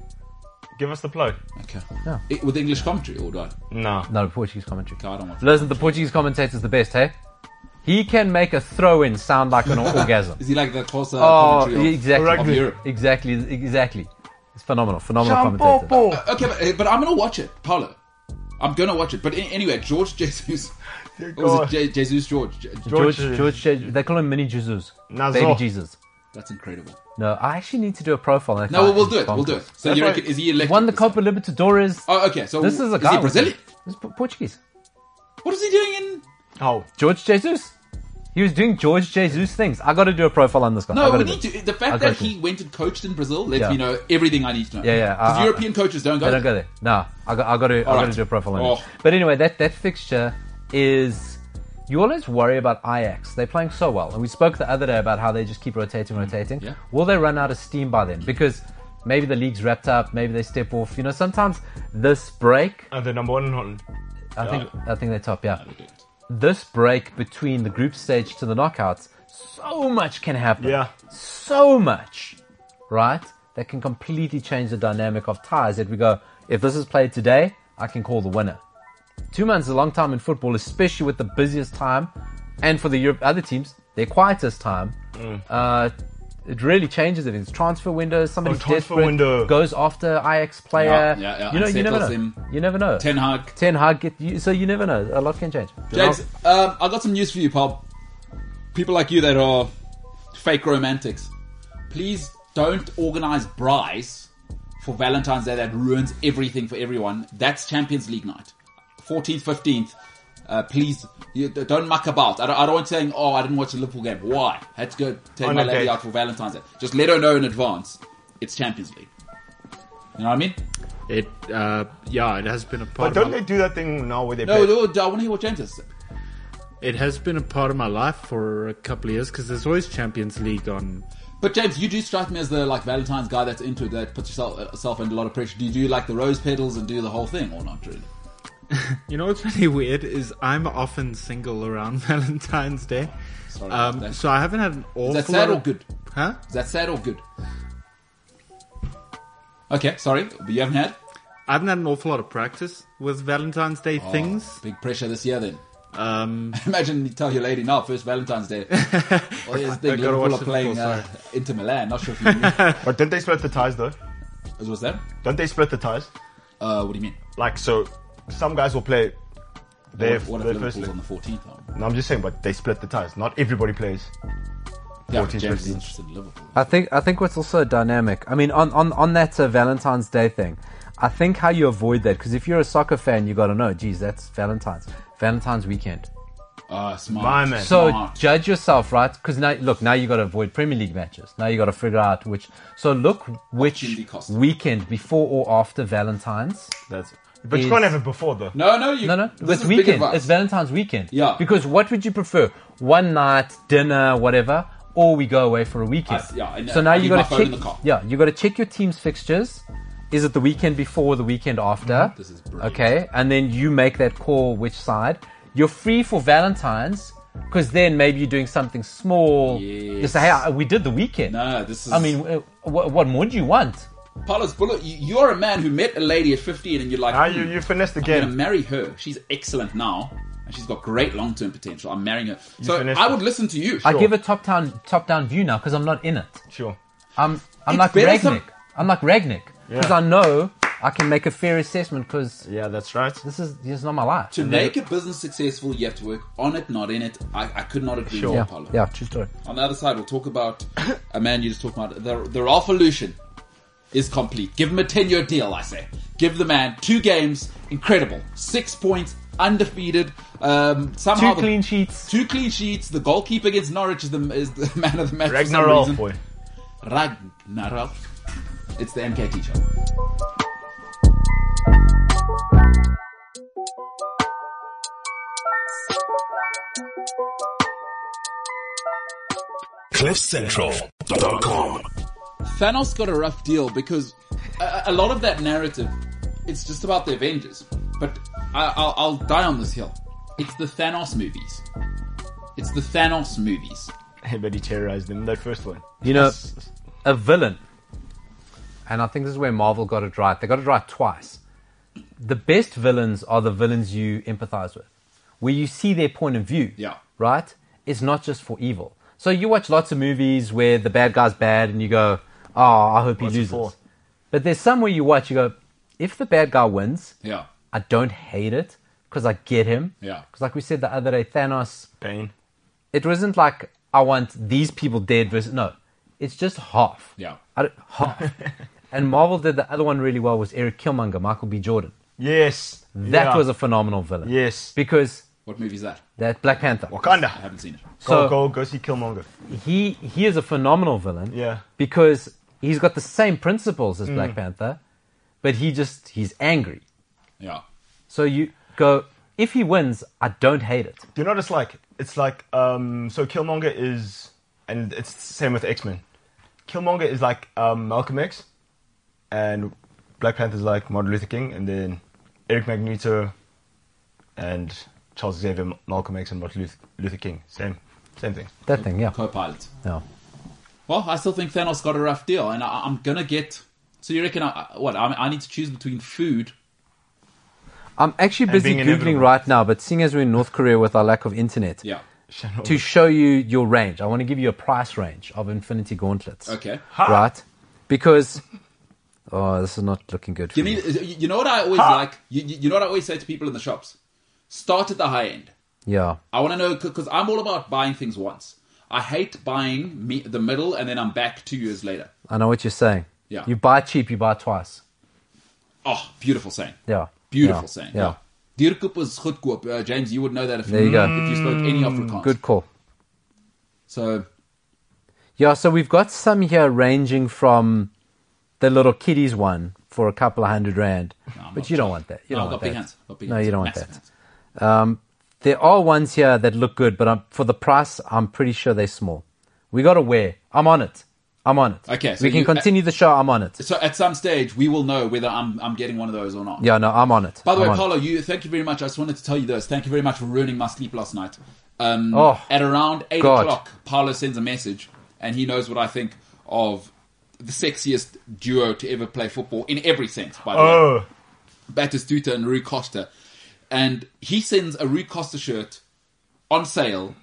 Give us the plug.
okay
Yeah.
I- with English commentary or do I?
No.
No the Portuguese commentary.
God, I don't want.
Listen, the Portuguese commentator's the best, hey? He can make a throw-in sound like an orgasm.
Is he like the Cosa
Oh,
commentary of-
exactly.
of
Rugby.
Europe?
Exactly, exactly. It's phenomenal, phenomenal commentator.
Champopo.
Okay, but, but I'm gonna watch it, Paulo. I'm gonna watch it. But a- anyway, George Jesus.
Dear
Or was
God.
it Je- Jesus George? Je- Je-
George,
George-
George, they call him Mini Jesus,
Nazo.
Baby Jesus.
That's incredible.
No, I actually need to do a profile. on that
No,
guy.
we'll, we'll
He's
do it. We'll do
bonkers.
it. So you
That's
reckon
right.
is he elected?
Won the
this time?
Copa Libertadores.
Oh, okay. So
This is a guy.
Is he Brazilian?
This is P- Portuguese.
What is he doing in?
Oh.
George Jesus. He was doing George Jesus things. I got to do a profile on this guy. I
No, we
gotta do
need
it.
to. The
I
fact
gotta
that he went and coached in Brazil lets
Yeah.
me know everything I need to know.
Yeah, yeah,
Because
I- I-
European coaches don't go.
I don't
there.
go there. No, I got, I got to. I got to
right.
do a profile on
Oh.
it. But anyway, that that fixture is. You always worry about Ajax. They're playing so well, and we spoke the other day about how they just keep rotating, rotating.
Mm, Yeah.
Will they run out of steam by then? Because maybe the league's wrapped up. Maybe they step off. You know, sometimes this break.
And the number one in Holland.
I think I think they're top. Yeah. this break between the group stage to the knockouts, so much can happen.
Yeah.
So much, right? That can completely change the dynamic of ties. That we go, if this is played today, I can call the winner. Two months is a long time in football, especially with the busiest time, and for the Europe, other teams, their quietest time.
Mm.
Uh, it really changes it. It's transfer windows. Somebody's
transfer
desperate,
window.
goes after IX player.
Oh, Yeah, yeah, yeah,
You know,
and
you never know.
settles him.
You never know.
Ten Hag.
Ten hard get you, so you never know. A lot can change.
James, um, I got some news for you, pal. People like you that are fake romantics, please don't organize brides for Valentine's Day. That ruins everything for everyone. That's Champions League night, 14th, 15th. Uh, please you, d- don't muck about. I don't, I don't want saying, "Oh, I didn't watch the Liverpool game." Why? Had to go take
On
my
a
lady
date.
out for Valentine's Day. Just let her know in advance. It's Champions League. You know what I mean?
It, uh, yeah, it has been a
But
part.
don't
Of
they
my,
do that thing now where they
No,
play?
no, I want to hear what James has. to say.
it has been a part of my life for a couple of years because there's always Champions League on.
But James, you do strike me as the like Valentine's guy that's into it, that puts yourself, yourself under a lot of pressure. Do you do like the rose petals and do the whole thing, or not really?
You know what's really weird is I'm often single around Valentine's Day,
Sorry, about
um,
that.
so I haven't had an awful.
is that sad
lot
or
of-
good?
Huh?
Is that sad or good? Okay, sorry, but you haven't had
I haven't had an awful lot of practice with Valentine's Day
Oh,
things.
big pressure this year. Then
Um,
imagine you tell your lady now, first Valentine's Day. Oh, here's the thing,
I gotta watch
Liverpool
the
are
football,
playing uh, Inter Milan. Not sure if you knew.
But don't they split the ties though?
As was that?
Don't they split the ties?
Uh, what do you mean?
Like so, some guys will play They
what, what if
they first.
Liverpool's on the Oh, 14th? Though?
No, I'm just saying, but they split the ties. Not everybody plays.
Yeah,
14th,
James is
15th.
interested in Liverpool.
I think I think what's also dynamic. I mean, on on on that uh, Valentine's Day thing, I think how you avoid that because if you're a soccer fan, you got to know. Geez, that's Valentine's Valentine's weekend.
Ah, smart.
My man.
So
Smart.
judge yourself, right? Because now look, now you got to avoid Premier League matches. Now you got to figure out which. So look
Opportunity
which
cost.
weekend before or after Valentine's.
That's. But
Is-
you can't have it before though.
No, no, you.
No, no,
this
it's
is big
weekend.
advice.
It's Valentine's weekend.
Yeah.
Because what would you prefer? One night dinner, whatever, or we go away for a weekend.
I- yeah, and
so
I
now you
leave
got
my
to
phone
check.
in the car.
Yeah, you got to check your team's fixtures. Is it the weekend before or the weekend after?
Mm-hmm. This is brilliant.
Okay, and then you make that call which side. You're free for Valentine's because then maybe you're doing something small. You say, hey,
Yes.
I- we did the weekend.
No, this is.
I mean, uh, wh- what more do you want?
Paulus Bullet, you, you're a man who met a lady at 15 and you're like,
Ah, you
"Hmm,
you finessed the
I'm going to
game.
marry her. She's excellent now and she's got great long term potential. I'm marrying her. So
finished
I
it.
would listen to you.
I give a top down top down view now because I'm not in it.
Sure.
I'm I'm
It's
like
better
Ragnick.
some-
I'm like Ragnick because
Yeah.
I know I can make a fair assessment because
Yeah, that's right.
this is this is not my life.
To make a business successful, you have to work on it, not in it. I, I could not agree
Sure.
more,
yeah,
Paolo.
yeah, true story.
On the other side, we'll talk about a man you just talked about. The, the Ralph Lucian is complete. Give him a 10 year deal, I say. Give the man two games, incredible. Six points, undefeated. Um, somehow
Two
the-
clean sheets.
Two clean sheets. The goalkeeper against Norwich is the, is the man of the match. for some
Ragnarok,
reason.
boy.
Ragnarok. It's the MKT show.
CliffCentral.com.
Thanos got a rough deal because a, a lot of that narrative, it's just about the Avengers. But I, I'll, I'll die on this hill. It's the Thanos movies. It's the Thanos movies.
But he terrorized them. That first one.
You know, a villain, and I think this is where Marvel got it right. They got it right twice. The best villains are the villains you empathize with, where you see their point of view.
Yeah.
right? It's not just for evil. So you watch lots of movies where the bad guy's bad, and you go, "Oh, I hope he
What's it
loses."
for?
But there's some where you watch, you go, "If the bad guy wins,
Yeah.
I don't hate it because I get him.
Yeah.
Because like we said the other day, Thanos.
Pain.
It wasn't like I want these people dead versus no. It's just half.
Yeah.
I don't, half. and Marvel did the other one really well was Eric Killmonger, Michael B. Jordan.
Yes.
That
Yeah.
was a phenomenal villain.
Yes.
Because
What movie is that?
that Black Panther.
I
Wakanda.
haven't seen it.
Go,
So
go, go see Killmonger.
he he is a phenomenal villain.
Yeah. Mm.
Because he's got the same principles as Black Panther, but he just he's angry.
Yeah.
So you go if he wins, I don't hate it.
Do you know what it's like? It's like um, so Killmonger is, and it's the same with X Men. Killmonger is like um, Malcolm X, and Black Panther is like Martin Luther King, and then Eric Magneto, and Charles Xavier, Malcolm X, and Martin Luther, Luther King. Same, same thing.
That thing, yeah.
Co pilot.
No.
Well, I still think Thanos got a rough deal, and I, I'm gonna get. So you reckon I, I- what? I, I need to choose between food.
I'm actually busy
being
googling
inevitable.
right now, but seeing as we're in North Korea with our lack of internet,
Yeah.
to show you your range, I want to give you a price range of Infinity Gauntlets.
Okay.
Right? Because oh, this is not looking good. For
Give
me.
me. You know what I always like. You, you you know what I always say to people in the shops. Start at the high end.
Yeah.
I want to know because I'm all about buying things once. I hate buying me, the middle and then I'm back two years later.
I know what you're saying.
Yeah.
You buy cheap, you buy twice.
Oh, beautiful saying.
Yeah.
Beautiful
Yeah.
saying.
Yeah.
Dierkup was goedkoop. Uh, James, you would know that if
There you go.
if you spoke any Afrikaans.
Good call.
So
Yeah, so we've got some here ranging from the little kiddies one for a couple of hundred rand.
I'm
but
not
you don't want that. You
No,
don't
I've
want
got big
that.
hands. I've got big
no,
hands.
you don't want
Massive
that.
hands.
Um, there are ones here that look good, but I'm, for the price, I'm pretty sure they're small. We got to wear. I'm on it. I'm on it.
Okay, so
we can
you- uh,
continue the show. I'm on it.
So at some stage we will know whether I'm I'm getting one of those or not.
Yeah, no, I'm on it.
By the
I'm
way,
on it.
Paolo, you thank you very much. I just wanted to tell you this. Thank you very much for ruining my sleep last night. Um,
Oh,
at around eight
God.
o'clock, Paolo sends a message, and he knows what I think of the sexiest duo to ever play football in every sense. By the way,
Oh,
Batistuta and Rui Costa, and he sends a Rui Costa shirt on sale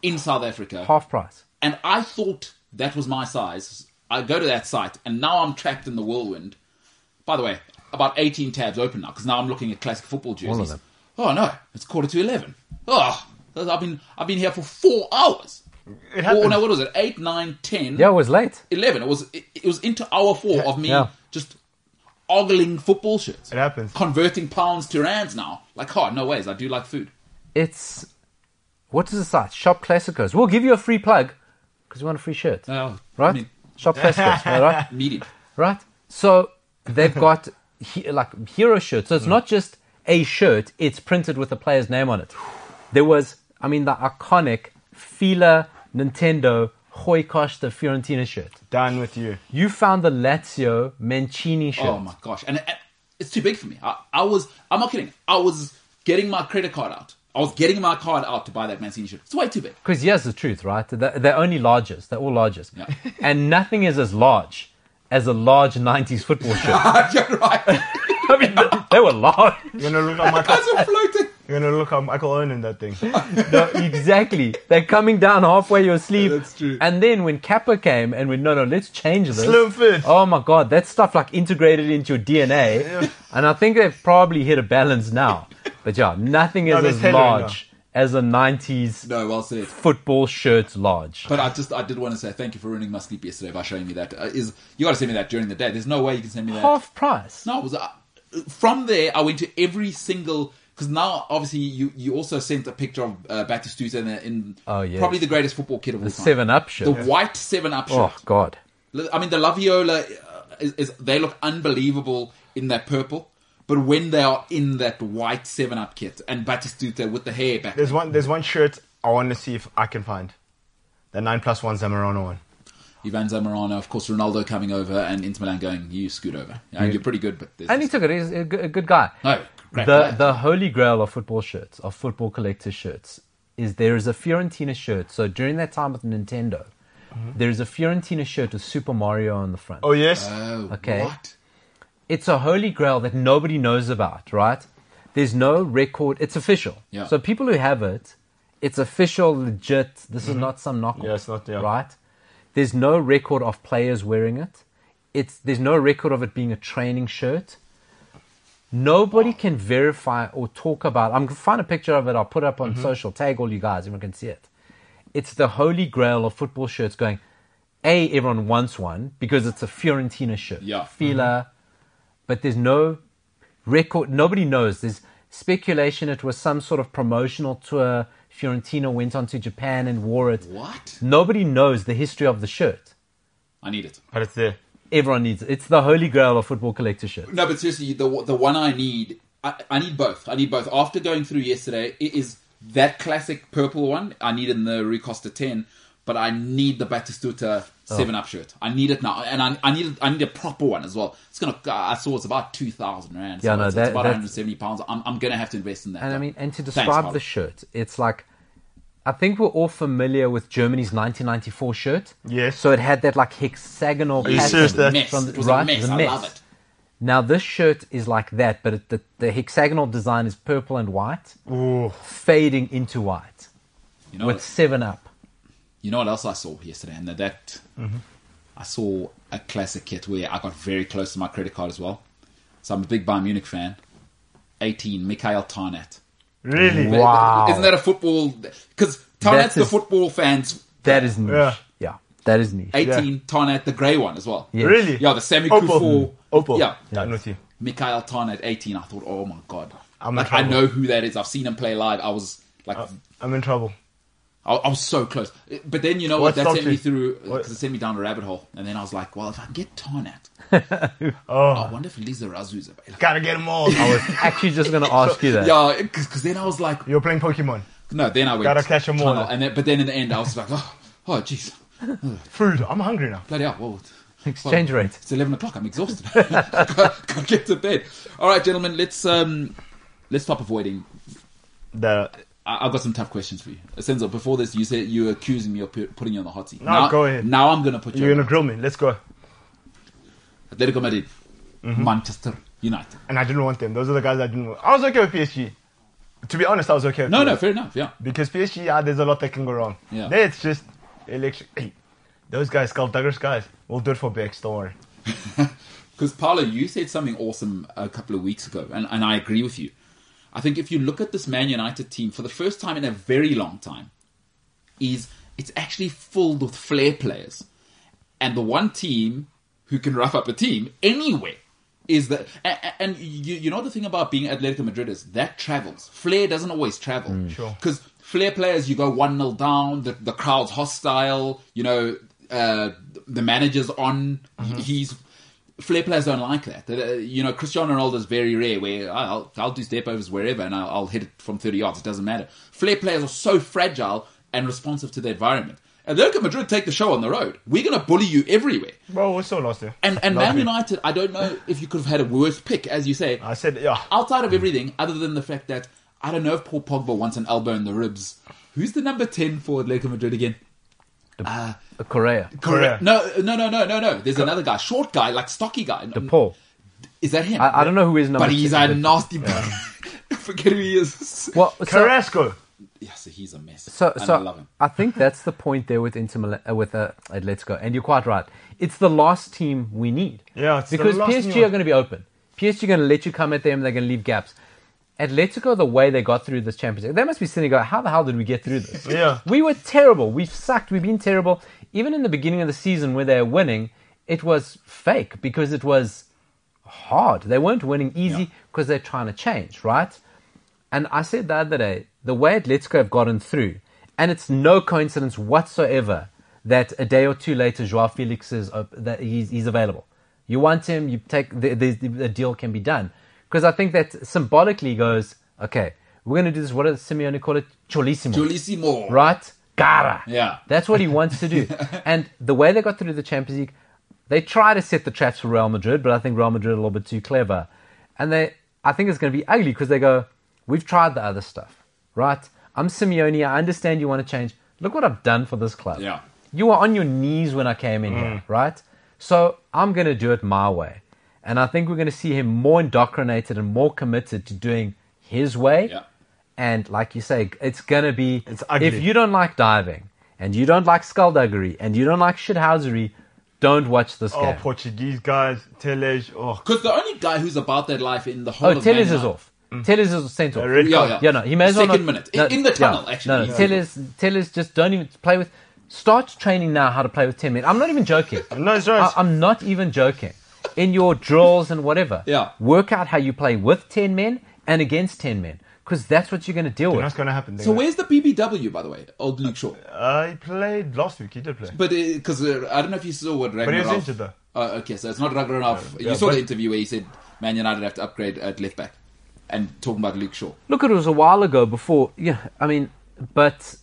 in South Africa,
half price.
and I thought that was my size. I go to that site, and now I'm trapped in the whirlwind. By the way, about 18 tabs open now because now I'm looking at classic football jerseys.
All of them.
Oh no, it's quarter to eleven. Oh, I've been I've been here for four hours.
It
Or
happens.
no, what was it? Eight, nine, ten,
Yeah, it was late.
11. It was it, it was into hour four of me
Yeah.
just ogling football shirts.
It happens.
Converting pounds to rands now. Like, oh, no ways. I do like food.
It's what is the site? Shop Classicos. We'll give you a free plug because you want a free shirt,
Oh,
right?
I mean,
Shop Classicos, all right?
medium.
Right. So they've got he, like hero shirts. So it's
Hmm.
not just a shirt; it's printed with the player's name on it. There was, I mean, the iconic Fila Nintendo Hoi Costa Fiorentina shirt.
Done with you.
You found the Lazio Mancini shirt.
Oh my gosh. And and it's too big for me. I, I was, I'm not kidding. I was getting my credit card out. I was getting my card out to buy that Mancini shirt. It's way too big.
Because here's the truth, right? They're, they're only larges. They're all larges.
Yeah.
And nothing is as large as a large 90s football shirt.
You're right.
I mean, th- they were large.
You're gonna look like Michael.
That's a floating.
You're gonna look like Michael Owen in that thing.
No, exactly. They're coming down halfway your sleeve.
That's true.
And then when Kappa came and went, no, no, let's change this.
Slim fit.
Oh my God, that stuff like integrated into your DNA. and I think they've probably hit a balance now. But yeah, nothing is
No, they're
as
tailoring
large as a 90s
No, well said.
football shirt large.
But I just, I did want to say thank you for ruining my sleep yesterday by showing me that. Uh, is you got to send me that during the day. There's no way you can send me that.
Half price.
No, it was uh, from there. I went to every single because now obviously you you also sent a picture of uh, Batistuta in, the- in
Oh, yes.
probably the greatest football kid of all time.
Seven up
the
shirt.
white seven up
Oh
shirt.
God.
I mean, the Laviola uh, is, is they look unbelievable in that purple. But when they are in that white seven up kit and Batistuta with the hair back,
There's one. There's one shirt I want to see if I can find. The nine plus one Zamorano one.
Ivan Zamorano, of course, Ronaldo coming over, and Inter Milan going, "You scoot over. Yeah, You're pretty good, but there's
And he took it. He's a g- a good guy.
No, great
the
player.
the holy grail of football shirts, of football collector shirts, is there is a Fiorentina shirt. So during that time with Nintendo, there is a Fiorentina shirt with Super Mario on the front.
Oh yes.
oh,
Okay.
what?
It's a holy grail that nobody knows about, right? There's no record. It's official.
Yeah.
So people who have it, it's official, legit. This is not some knockoff.
Mm-hmm. Yeah, it's not- yeah.
Right? There's no record of players wearing it. It's there's no record of it being a training shirt. Nobody can verify or talk about. I'm gonna find a picture of it. I'll put it up on social. Tag all you guys. Everyone can see it. It's the holy grail of football shirts. Going, a everyone wants one because it's a Fiorentina shirt.
Yeah.
Fila, but there's no record. Nobody knows. There's speculation. It was some sort of promotional tour. Fiorentina went on to Japan and wore it.
What?
Nobody knows the history of the shirt.
I need it.
But it's there.
Everyone needs it. It's the holy grail of football collector shirts.
No, but seriously, the the one I need, I, I need both. I need both. After going through yesterday, it is that classic purple one. I need in the Rui Costa ten, but I need the Batistuta
Oh.
seven up shirt. I need it now, and I, I need I need a proper one as well. It's gonna. I saw it's about two thousand rand.
Yeah,
so
no,
it's,
that-
it's about one
that's-
hundred seventy pounds. I'm I'm gonna have to invest in that.
And I
though.
mean, and to
Thanks,
describe
Mark.
the shirt, it's like I think we're all familiar with Germany's 1994 shirt.
Yes.
So it had that like hexagonal.
you
pattern
serious that-
Mess.
from the-
It was
right,
a mess.
the
I
mess.
love it.
Now this shirt is like that, but it, the, the hexagonal design is purple and white,
Ooh.
fading into white
You know,
with Seven Up.
You know what else I saw yesterday? And that, that
Mm-hmm.
I saw a classic kit where I got very close to my credit card as well. So I'm a big Bayern Munich fan. 18, Mikhail Tarnat.
Really?
Wow.
Isn't that a football? Because Tarnat's
That
the
is-
football fans.
That is niche. Yeah,
Yeah.
that is niche.
18, Tarnat, the grey one as well.
Yes.
Really?
Yeah, the Sammy
Opal.
Kufour.
Opal.
Yeah.
Done with you.
Mikhail Tarnat, 18. I thought, oh my God.
I'm in
like, I
trouble.
know who that is. I've seen him play live. I was like,
Uh,
I'm in trouble.
I, I was so close. But then, you know what?
What
That
stopped
sent me
you?
through,
What-
because it sent me down a rabbit hole. And then I was like, well, if I can get Tarnat,
Oh,
I wonder if Lisa Razu is available.
gotta get them all. I was.
Actually, just going to ask you that.
Yeah, because then I was like,
You're playing Pokemon.
no, then I went.
Gotta catch 'em all.
Tunnel, And then, but then in the end, I was like, oh, oh, jeez,
Food. I'm hungry now.
bloody hell. Well,
Exchange rate.
It's eleven o'clock. I'm exhausted. go, go get to bed. All right, gentlemen, let's um, let's stop avoiding.
The
I, I've got some tough questions for you, Senzo. Before this, you said you were accusing me of pu- putting you on the hot seat.
No, go ahead.
Now I'm gonna put you.
you're
on
gonna grill me. Let's go.
the- Atletico Madrid,
Mm-hmm.
Manchester United.
And I didn't want them. Those are the guys I didn't want. I was okay with PSG. To be honest, I was okay. With
No,
PSG.
no, fair enough. Yeah,
Because PSG, ah, there's a lot that can go wrong.
Yeah.
There it's just electric. Hey, those guys, Skullduggers guys, we'll do it for Bex. Don't worry.
Because Paolo, you said something awesome a couple of weeks ago, and, and I agree with you. I think if you look at this Man United team for the first time in a very long time, is it's actually filled with flair players. And the one team who can rough up a team anywhere is that. And, and you, you know the thing about being Atletico Madrid is that travels. Flair doesn't always travel. Sure. Because flair players, you go 1 0 down, the, the crowd's hostile, you know, uh, the manager's on, he's. Flair players don't like that. That, uh, You know, Cristiano Ronaldo is very rare where I'll, I'll do step overs wherever and I'll, I'll hit it from 30 yards. It doesn't matter. Flair players are so fragile and responsive to the environment. Atletico Madrid take the show on the road. We're going to bully you everywhere.
Well, we still lost there.
And, and
Last
Man
week.
United, I don't know if you could have had a worse pick, as you say.
I said, yeah.
Outside of everything, other than the fact that I don't know if Paul Pogba wants an elbow in the ribs. Who's the number 10 for Atletico Madrid again?
A Correa.
Correct.
No, no, no, no, no, no. There's another guy, short guy, like stocky guy.
DePaul.
Is that him?
I, I don't know who is number
But he's
two.
a nasty. Forget who he is.
Well, so-
Carrasco.
Yeah, so he's a mess.
So,
and
so
I love him.
I think that's the point there with Inter Mil- uh, with uh, Atletico, and you're quite right. It's the last team we need.
Yeah, it's the
because
last
PSG
team.
are going to be open. PSG are going to let you come at them. They're going to leave gaps. Atletico, the way they got through this Champions League, they must be sitting and going, "How the hell did we get through this?
Yeah.
we were terrible. We've sucked. We've been terrible. Even in the beginning of the season where they were winning, it was fake because it was hard. They weren't winning easy because they're trying to change, right? And I said the other day, the way Atletico have gotten through, and it's no coincidence whatsoever that a day or two later, Joao Felix is op- that he's, he's available. You want him, you take the, the, the deal can be done because I think that symbolically goes okay. We're going to do this. What does Simeone call it? Cholissimo
Jolissimo.
right? Gara.
Yeah.
That's what he wants to do. and the way they got through the Champions League, they try to set the traps for Real Madrid, but I think Real Madrid are a little bit too clever. And they, I think it's going to be ugly because they go, we've tried the other stuff, right? I'm Simeone. I understand you want to change. Look what I've done for this club.
Yeah.
You were on your knees when I came in here, right? So I'm going to do it my way. And I think we're going to see him more indoctrinated and more committed to doing his way.
Yeah.
And like you say, it's going to be.
It's ugly.
If you don't like diving, and you don't like skullduggery, and you don't like shithousery, don't watch this
Oh,
game.
Portuguese guys. Teles. Oh,
Because the only guy who's about that life in the whole
oh,
of Man
Tellers is
United-
off. Tellers is sent off.
a red
Yeah,
card.
yeah.
Yeah, no, he may as well.
Second
not-
minute.
no,
In, in the tunnel,
yeah,
actually.
No,
Yeah.
Tellers, Tellers just don't even play with. Start training now how to play with 10 men. I'm not even joking.
No, it's right.
I, I'm not even joking. In your drills and whatever,
Yeah.
work out how you play with 10 men and against 10 men because that's what you're going to deal
That's
with.
going to happen.
So
So
where's the PBW, by the way? Old Luke Shaw.
uh, he played last week. He did play.
But because uh, I don't know if you saw what Ragnarov.
he was injured, though.
Uh, okay, so it's not Ragnarov. you
yeah,
saw
but-
the interview where he said Man United have to upgrade at left back, and talking about Luke Shaw.
Look, it was a while ago before. Yeah, I mean, but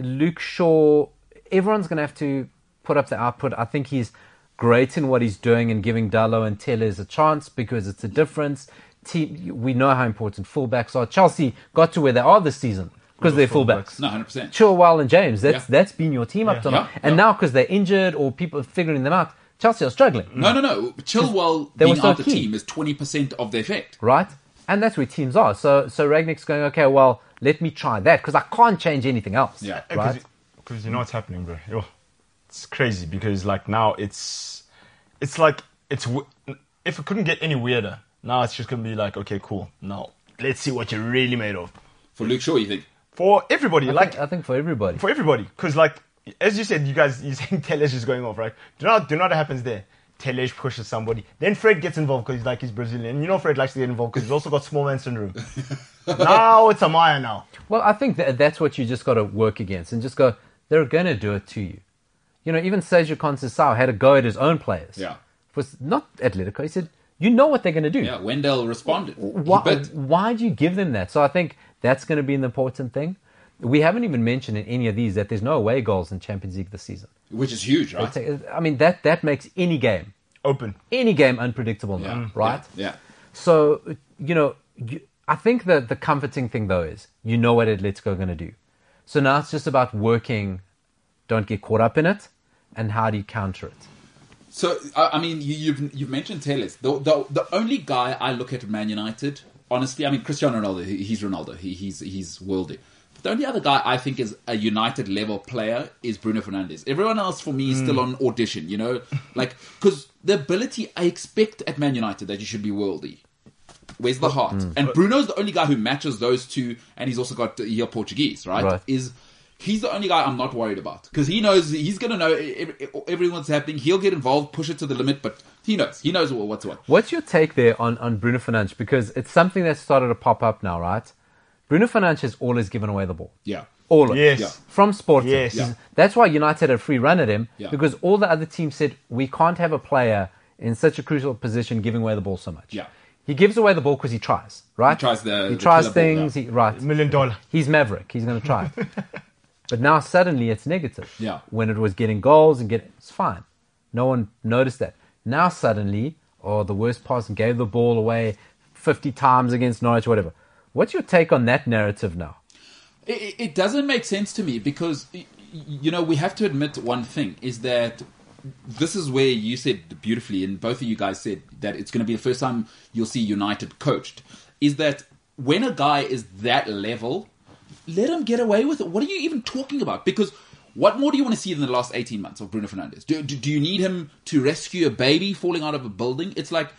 Luke Shaw, everyone's going to have to put up the output. I think he's great in what he's doing and giving Dallo and Tellers a chance because it's a difference. Team, we know how important fullbacks are. Chelsea got to where they are this season because they're fullbacks.
No, hundred percent.
Chilwell and James. That's
Yeah.
that's been your team up to now.
Yeah,
And
yeah.
now because they're injured or people are figuring them out, Chelsea are struggling,
No, no, no. Chilwell
They were
being
so
out the
key.
team is twenty percent of the effect.
right? And that's where teams are. So so Ragnick's going, okay, well, let me try that because I can't change anything else.
Yeah.
right.
Because you know what's happening, bro. Yo, it's crazy because like now it's, it's like it's w- if it couldn't get any weirder. Now it's just gonna be like, okay, cool. Now let's see what you're really made of
For Luke Shaw, you think?
for everybody.
I
like
think, uh, I think for everybody.
for everybody, because like as you said, you guys you saying Teles is going off, right? Do not do not what happens there. Teles pushes somebody, then Fred gets involved because like he's Brazilian. You know Fred likes to get involved because he's also got small man syndrome. now it's a Maya now.
well, I think that that's what you just got to work against and just go. They're going to do it to you. You know, even Sergio Conceição had a go at his own players.
Yeah.
Was not Atletico. He said, "You know what they're going to do.
Yeah, Wendell responded.
why,
He bit.
why do you give them that? So I think that's going to be an important thing. We haven't even mentioned in any of these that there's no away goals in Champions League this season.
which is huge, right?
I mean, that, that makes any game,
Open.
any game unpredictable now,
Yeah.
mm, right?
Yeah.
So, you know, you, I think that the comforting thing though is you know what Atletico are going to do. So now it's just about working, don't get caught up in it, and how do you counter it?
So I I mean, you, you've you've mentioned Telles. The, the the only guy I look at Man United, honestly, I mean Cristiano Ronaldo. he- He's Ronaldo. He, he's he's worldy. But the only other guy I think is a United level player is Bruno Fernandes. Everyone else for me is still on audition. You know, like because the ability I expect at Man United that you should be worldy. Where's the heart? And Bruno's the only guy who matches those two, and he's also got here Portuguese, right?
Right.
Is he's the only guy I'm not worried about because he knows he's gonna know e- e- everyone's happening. He'll get involved, push it to the limit, but he knows he knows what- what's what.
What's your take there on, on Bruno Fernandes? Because it's something that's started to pop up now, right? Bruno Fernandes has always given away the ball.
Yeah,
All of it.
Yes.
Yeah.
From Sporting.
Yes. Yeah.
That's why United had a free run at him
Yeah.
because all the other teams said, we can't have a player in such a crucial position giving away the ball so much.
Yeah.
He gives away the ball because he tries, right? He
tries the-
he
the
tries
killer ball,
things.
yeah.
He, right.
Million dollar.
He's Maverick. He's going to try. but now suddenly it's negative.
Yeah.
When it was getting goals and getting, it's fine. No one noticed that. Now suddenly, oh, the worst person gave the ball away 50 times against Norwich, whatever. What's your take on that narrative now?
It- it, it doesn't make sense to me because y- y- you know we have to admit one thing is that this is where you said beautifully and both of you guys said that it's going to be the first time you'll see united coached is that when a guy is that level let him get away with it what are you even talking about because what more do you want to see in the last 18 months of bruno fernandez do, do, do you need him to rescue a baby falling out of a building it's like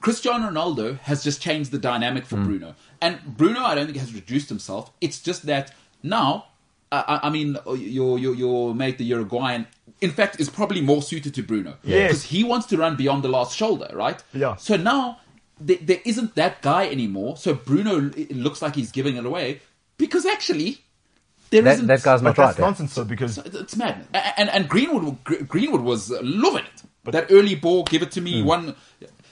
Cristiano Ronaldo has just changed the dynamic for Bruno. And Bruno, I don't think, has reduced himself. It's just that now, I, I- I mean, uh, your, your, your mate, the Uruguayan, in fact, is probably more suited to Bruno.
Yes.
Because he wants to run beyond the last shoulder, right?
Yeah.
So now, th- there isn't that guy anymore. So Bruno it looks like he's giving it away because actually, there
That,
isn't
that guy's
But
not right.
that's
there.
nonsense, though, because
it's- it's madness. A- And and Greenwood Gr- Greenwood was uh, loving it. that early ball, give it to
Hmm.
me. One.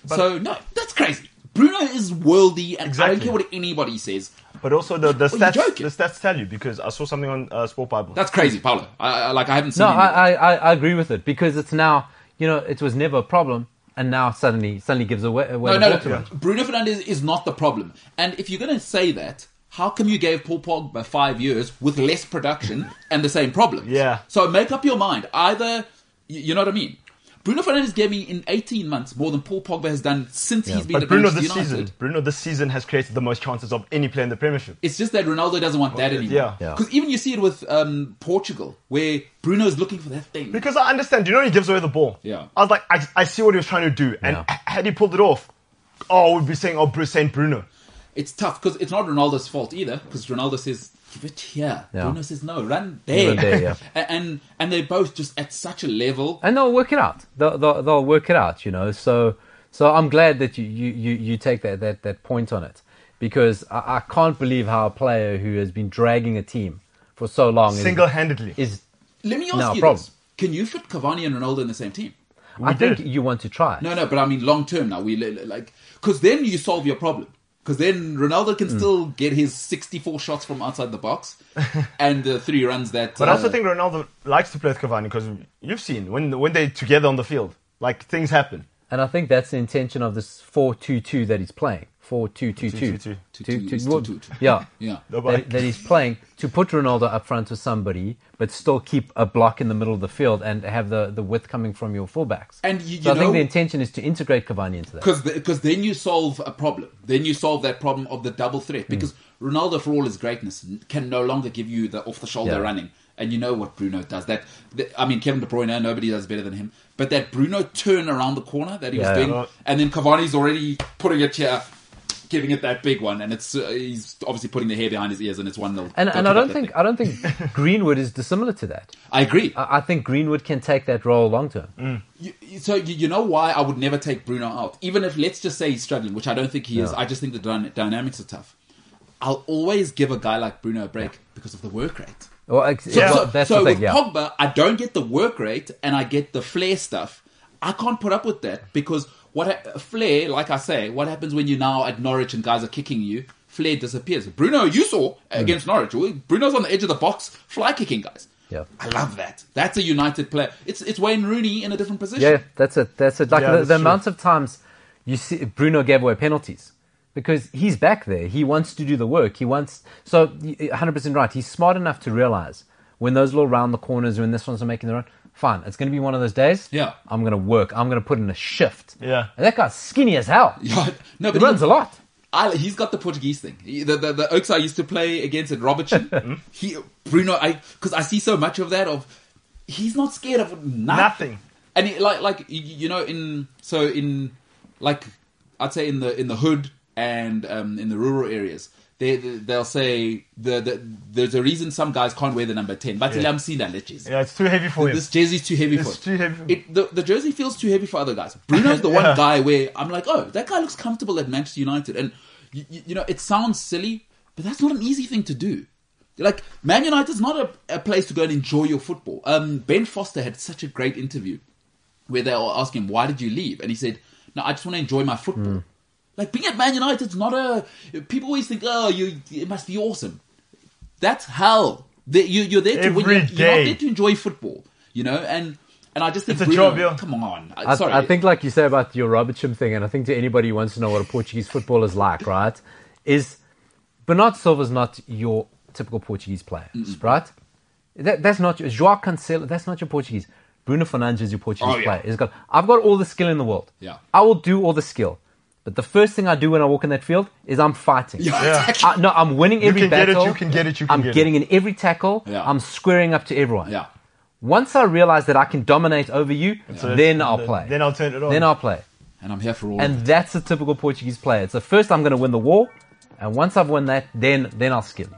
so no, that's crazy. Bruno is worldy, and I
Exactly.
don't care what anybody says.
but also the the
Are you
stats
joking?
the stats tell you because I saw something on uh, Sport Bible.
That's crazy, Paolo. I, I like I haven't seen.
No,
any-
I, I, I I agree with it because it's now, you know, it was never a problem and now suddenly suddenly gives away, away
no,
the
no,
ball
no.
to him.
Bruno Fernandez is not the problem. And if you're going to say that, how come you gave Paul Pogba five years with less production and the same problems?
Yeah.
So make up your mind. Either, you, you know what I mean. Bruno Fernandez gave me in 18 months more than Paul Pogba has done since he's been
but
at
Bruno
Manchester
this
United.
season, Bruno this season has created the most chances of any player in the Premiership.
It's just that Ronaldo doesn't want that anymore.
Oh, yeah.
Yeah.
Because even you see it with um, Portugal, where Bruno's looking for that thing.
Because I understand, you know, he gives away the ball.
Yeah.
I was like, I, I see what he was trying to do, and
Yeah.
h- had he pulled it off, oh, we'd be saying, oh, Bruce Saint Bruno.
It's tough because it's not Ronaldo's fault either. Because Ronaldo says, "Give it here."
Yeah.
Bruno says, "No, run there."
Run there, yeah. Uh,
A- and and they're both just at such a level.
and they'll work it out. They'll, they'll, they'll work it out, you know. So so I'm glad that you you, you, you take that, that that point on it because I, I can't believe how a player who has been dragging a team for so long is-
Single-handedly.
is.
Let me ask
No,
you
problem.
this: Can you fit Cavani and Ronaldo in the same team?
I think
did.
you want to try. it.
No, no, but I mean long term. Now we li- li- like because then you solve your problem. Because then Ronaldo
Mm.
can still get his 64 shots from outside the box and the three runs that.
But I also
uh,
think Ronaldo likes to play with Cavani because you've seen when when they're together on the field, like things happen.
And I think that's the intention of this 4-2-2 that he's playing. 4-2-2-2.
4-2-2-2.
Two-
Two-
two-
two- two.
Yeah.
Yeah.
That, that he's playing to put Ronaldo up front with somebody, but still keep a block in the middle of the field and have the, the width coming from your fullbacks.
And you- you
so I think
know-
the intention is to integrate Cavani into that.
because because then you solve a problem. Then you solve that problem of the double threat
Hmm.
because Ronaldo, for all his greatness, n- can no longer give you the off the shoulder
Yeah.
running. And you know what Bruno does? That, that- I mean, Kevin De Bruyne, nobody does better than him. But that Bruno turn around the corner that he
Yeah.
was doing,
Yeah.
and then Cavani's already putting it here, giving it that big one, and it's uh, he's obviously putting the hair behind his ears, and it's one nil.
And, and I don't think I don't think Greenwood is dissimilar to that.
I agree.
I, I think Greenwood can take that role long term.
You- you- so you, you know why I would never take Bruno out, even if let's just say he's struggling, which I don't think he is.
Yeah.
I just think the dyna- dynamics are tough. I'll always give a guy like Bruno a break because of the work rate.
Well, ex-
So,
well,
so-
that's
so
the
with
thing. Yeah,
Pogba, I don't get the work rate and I get the flair stuff. I can't put up with that because what ha- flair, like I say, what happens when you're now at Norwich and guys are kicking you? Flair disappears. Bruno, you saw
Mm.
against Norwich. Bruno's on the edge of the box, fly kicking guys.
Yeah.
I love that. That's a United player. It's it's Wayne Rooney in a different position.
yeah, that's it. That's it. Like
Yeah,
the,
that's
the
true.
amount of times you see Bruno gave away penalties because he's back there. He wants to do the work. He wants. So, 100 percent right. He's smart enough to realize when those little round the corners, when this one's not making the run. Fine, it's going to be one of those days.
Yeah.
I'm going to work. I'm going to put in a shift.
Yeah.
and that guy's skinny as hell.
Yeah, no,
he
but
runs
he,
a lot.
I, he's got the Portuguese thing. He- the, the the Oaks I used to play against at Robertson. he Bruno, I because I see so much of that. Of he's not scared of nothing.
Nothing.
And he, like like you, you know in so in like I'd say in the in the hood and um, in the rural areas. They, they'll say the, the, there's a reason some guys can't wear the number 10. But yeah. Lamsina leches.
Yeah, it's too heavy for him.
This jersey's too heavy
It's
for
too heavy for-
It, the, the jersey feels too heavy for other guys. Bruno's the one
Yeah.
guy where I'm like, oh, that guy looks comfortable at Manchester United. And, you, you know, it sounds silly, but that's not an easy thing to do. Like, Man United's not a, a place to go and enjoy your football. Um, ben Foster had such a great interview where they were asking him, why did you leave? And he said, no, I just want to enjoy my football.
Hmm.
Like, being at Man United's not a... People always think, oh, you it must be awesome. That's hell. They, you, you're there to win.
Every
You're, you're not
day.
there to enjoy football, you know. And and I just think
It's a
Bruno,
job, yeah.
Come on, I,
I,
sorry.
I think, like you say about your Robertson thing, and I think to anybody who wants to know what a Portuguese football is like, right, is Bernardo Silva's not your typical Portuguese player, right? That, that's not your João Cancelo. That's not your Portuguese. Bruno Fernandes is your Portuguese
Oh, yeah.
player. He's got. I've got all the skill in the world.
Yeah.
I will do all the skill, but the first thing I do when I walk in that field is I'm fighting.
Yeah, exactly.
I, no, I'm winning every
can get it,
battle.
you can get it, you can
I'm
get it.
getting in every tackle.
Yeah.
I'm squaring up to everyone.
yeah.
Once I realize that I can dominate over you, then I'll play.
Then I'll turn it on.
Then I'll play.
And I'm here for all.
And that's a typical Portuguese player. So first I'm going to win the war, and once I've won that, then then I'll skill.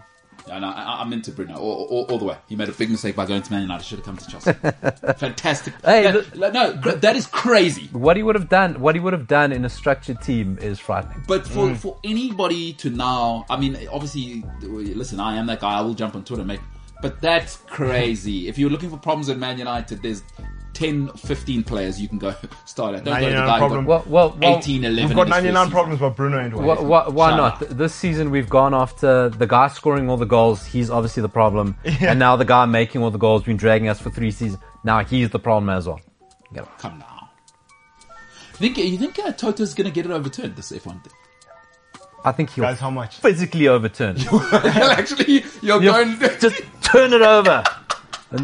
and I, I, I'm into Bruno all, all, all the way. He made a big mistake by going to Man United. Should have come to Chelsea. Fantastic.
Hey,
That- no, cr- that is crazy.
What he would have done, what he would have done in a structured team is frightening.
But for,
Mm.
for anybody to now, I mean, obviously, listen, I am that guy. I will jump on Twitter, mate. But that's crazy. if you're looking for problems at Man United, there's 10, 15 players you can go start at. Don't go to the
99
guy who
problem.
got
Well, well, well
18, 11.
We've
in
got
his first
99
season.
problems with Bruno and
wh-
Wayne.
wh- why
Shut
not?
up.
Th- This season we've gone after the guy scoring all the goals. He's obviously the problem, and now the guy making all the goals been dragging us for three seasons. Now he's the problem as well. Get it.
Come now. You think you think uh, Toto's gonna get it overturned this F1 thing?
I think he'll
Guys, how much?
physically overturn.
Actually, you're going.
Just turn it over.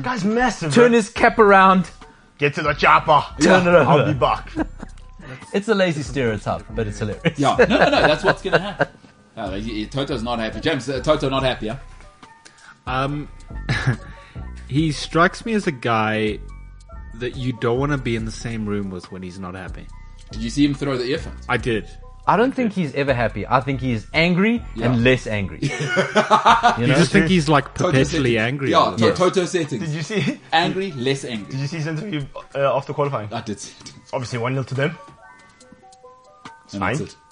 Guy's massive.
Turn
man.
his cap around.
Get to the chopper.
Turn it over.
I'll be back.
It's a lazy stereotype, but it's hilarious.
yeah, no, no, no. That's what's gonna happen. Uh, y- y- Toto's not happy. James, uh, Toto not happy. Huh?
Um, he strikes me as a guy that you don't want to be in the same room with when he's not happy.
Did you see him throw the earphones?
I did.
I don't think he's ever happy. I think he is angry
Yeah.
and less angry. you
I
know?
just think he's like
Toto said-
perpetually angry.
Yeah,
all the
to-
time.
Toto settings.
Did you see? Did
angry, less angry.
you see his interview uh, after qualifying?
I did. see it.
Obviously, one 0 to them.
And
fine.
that's it.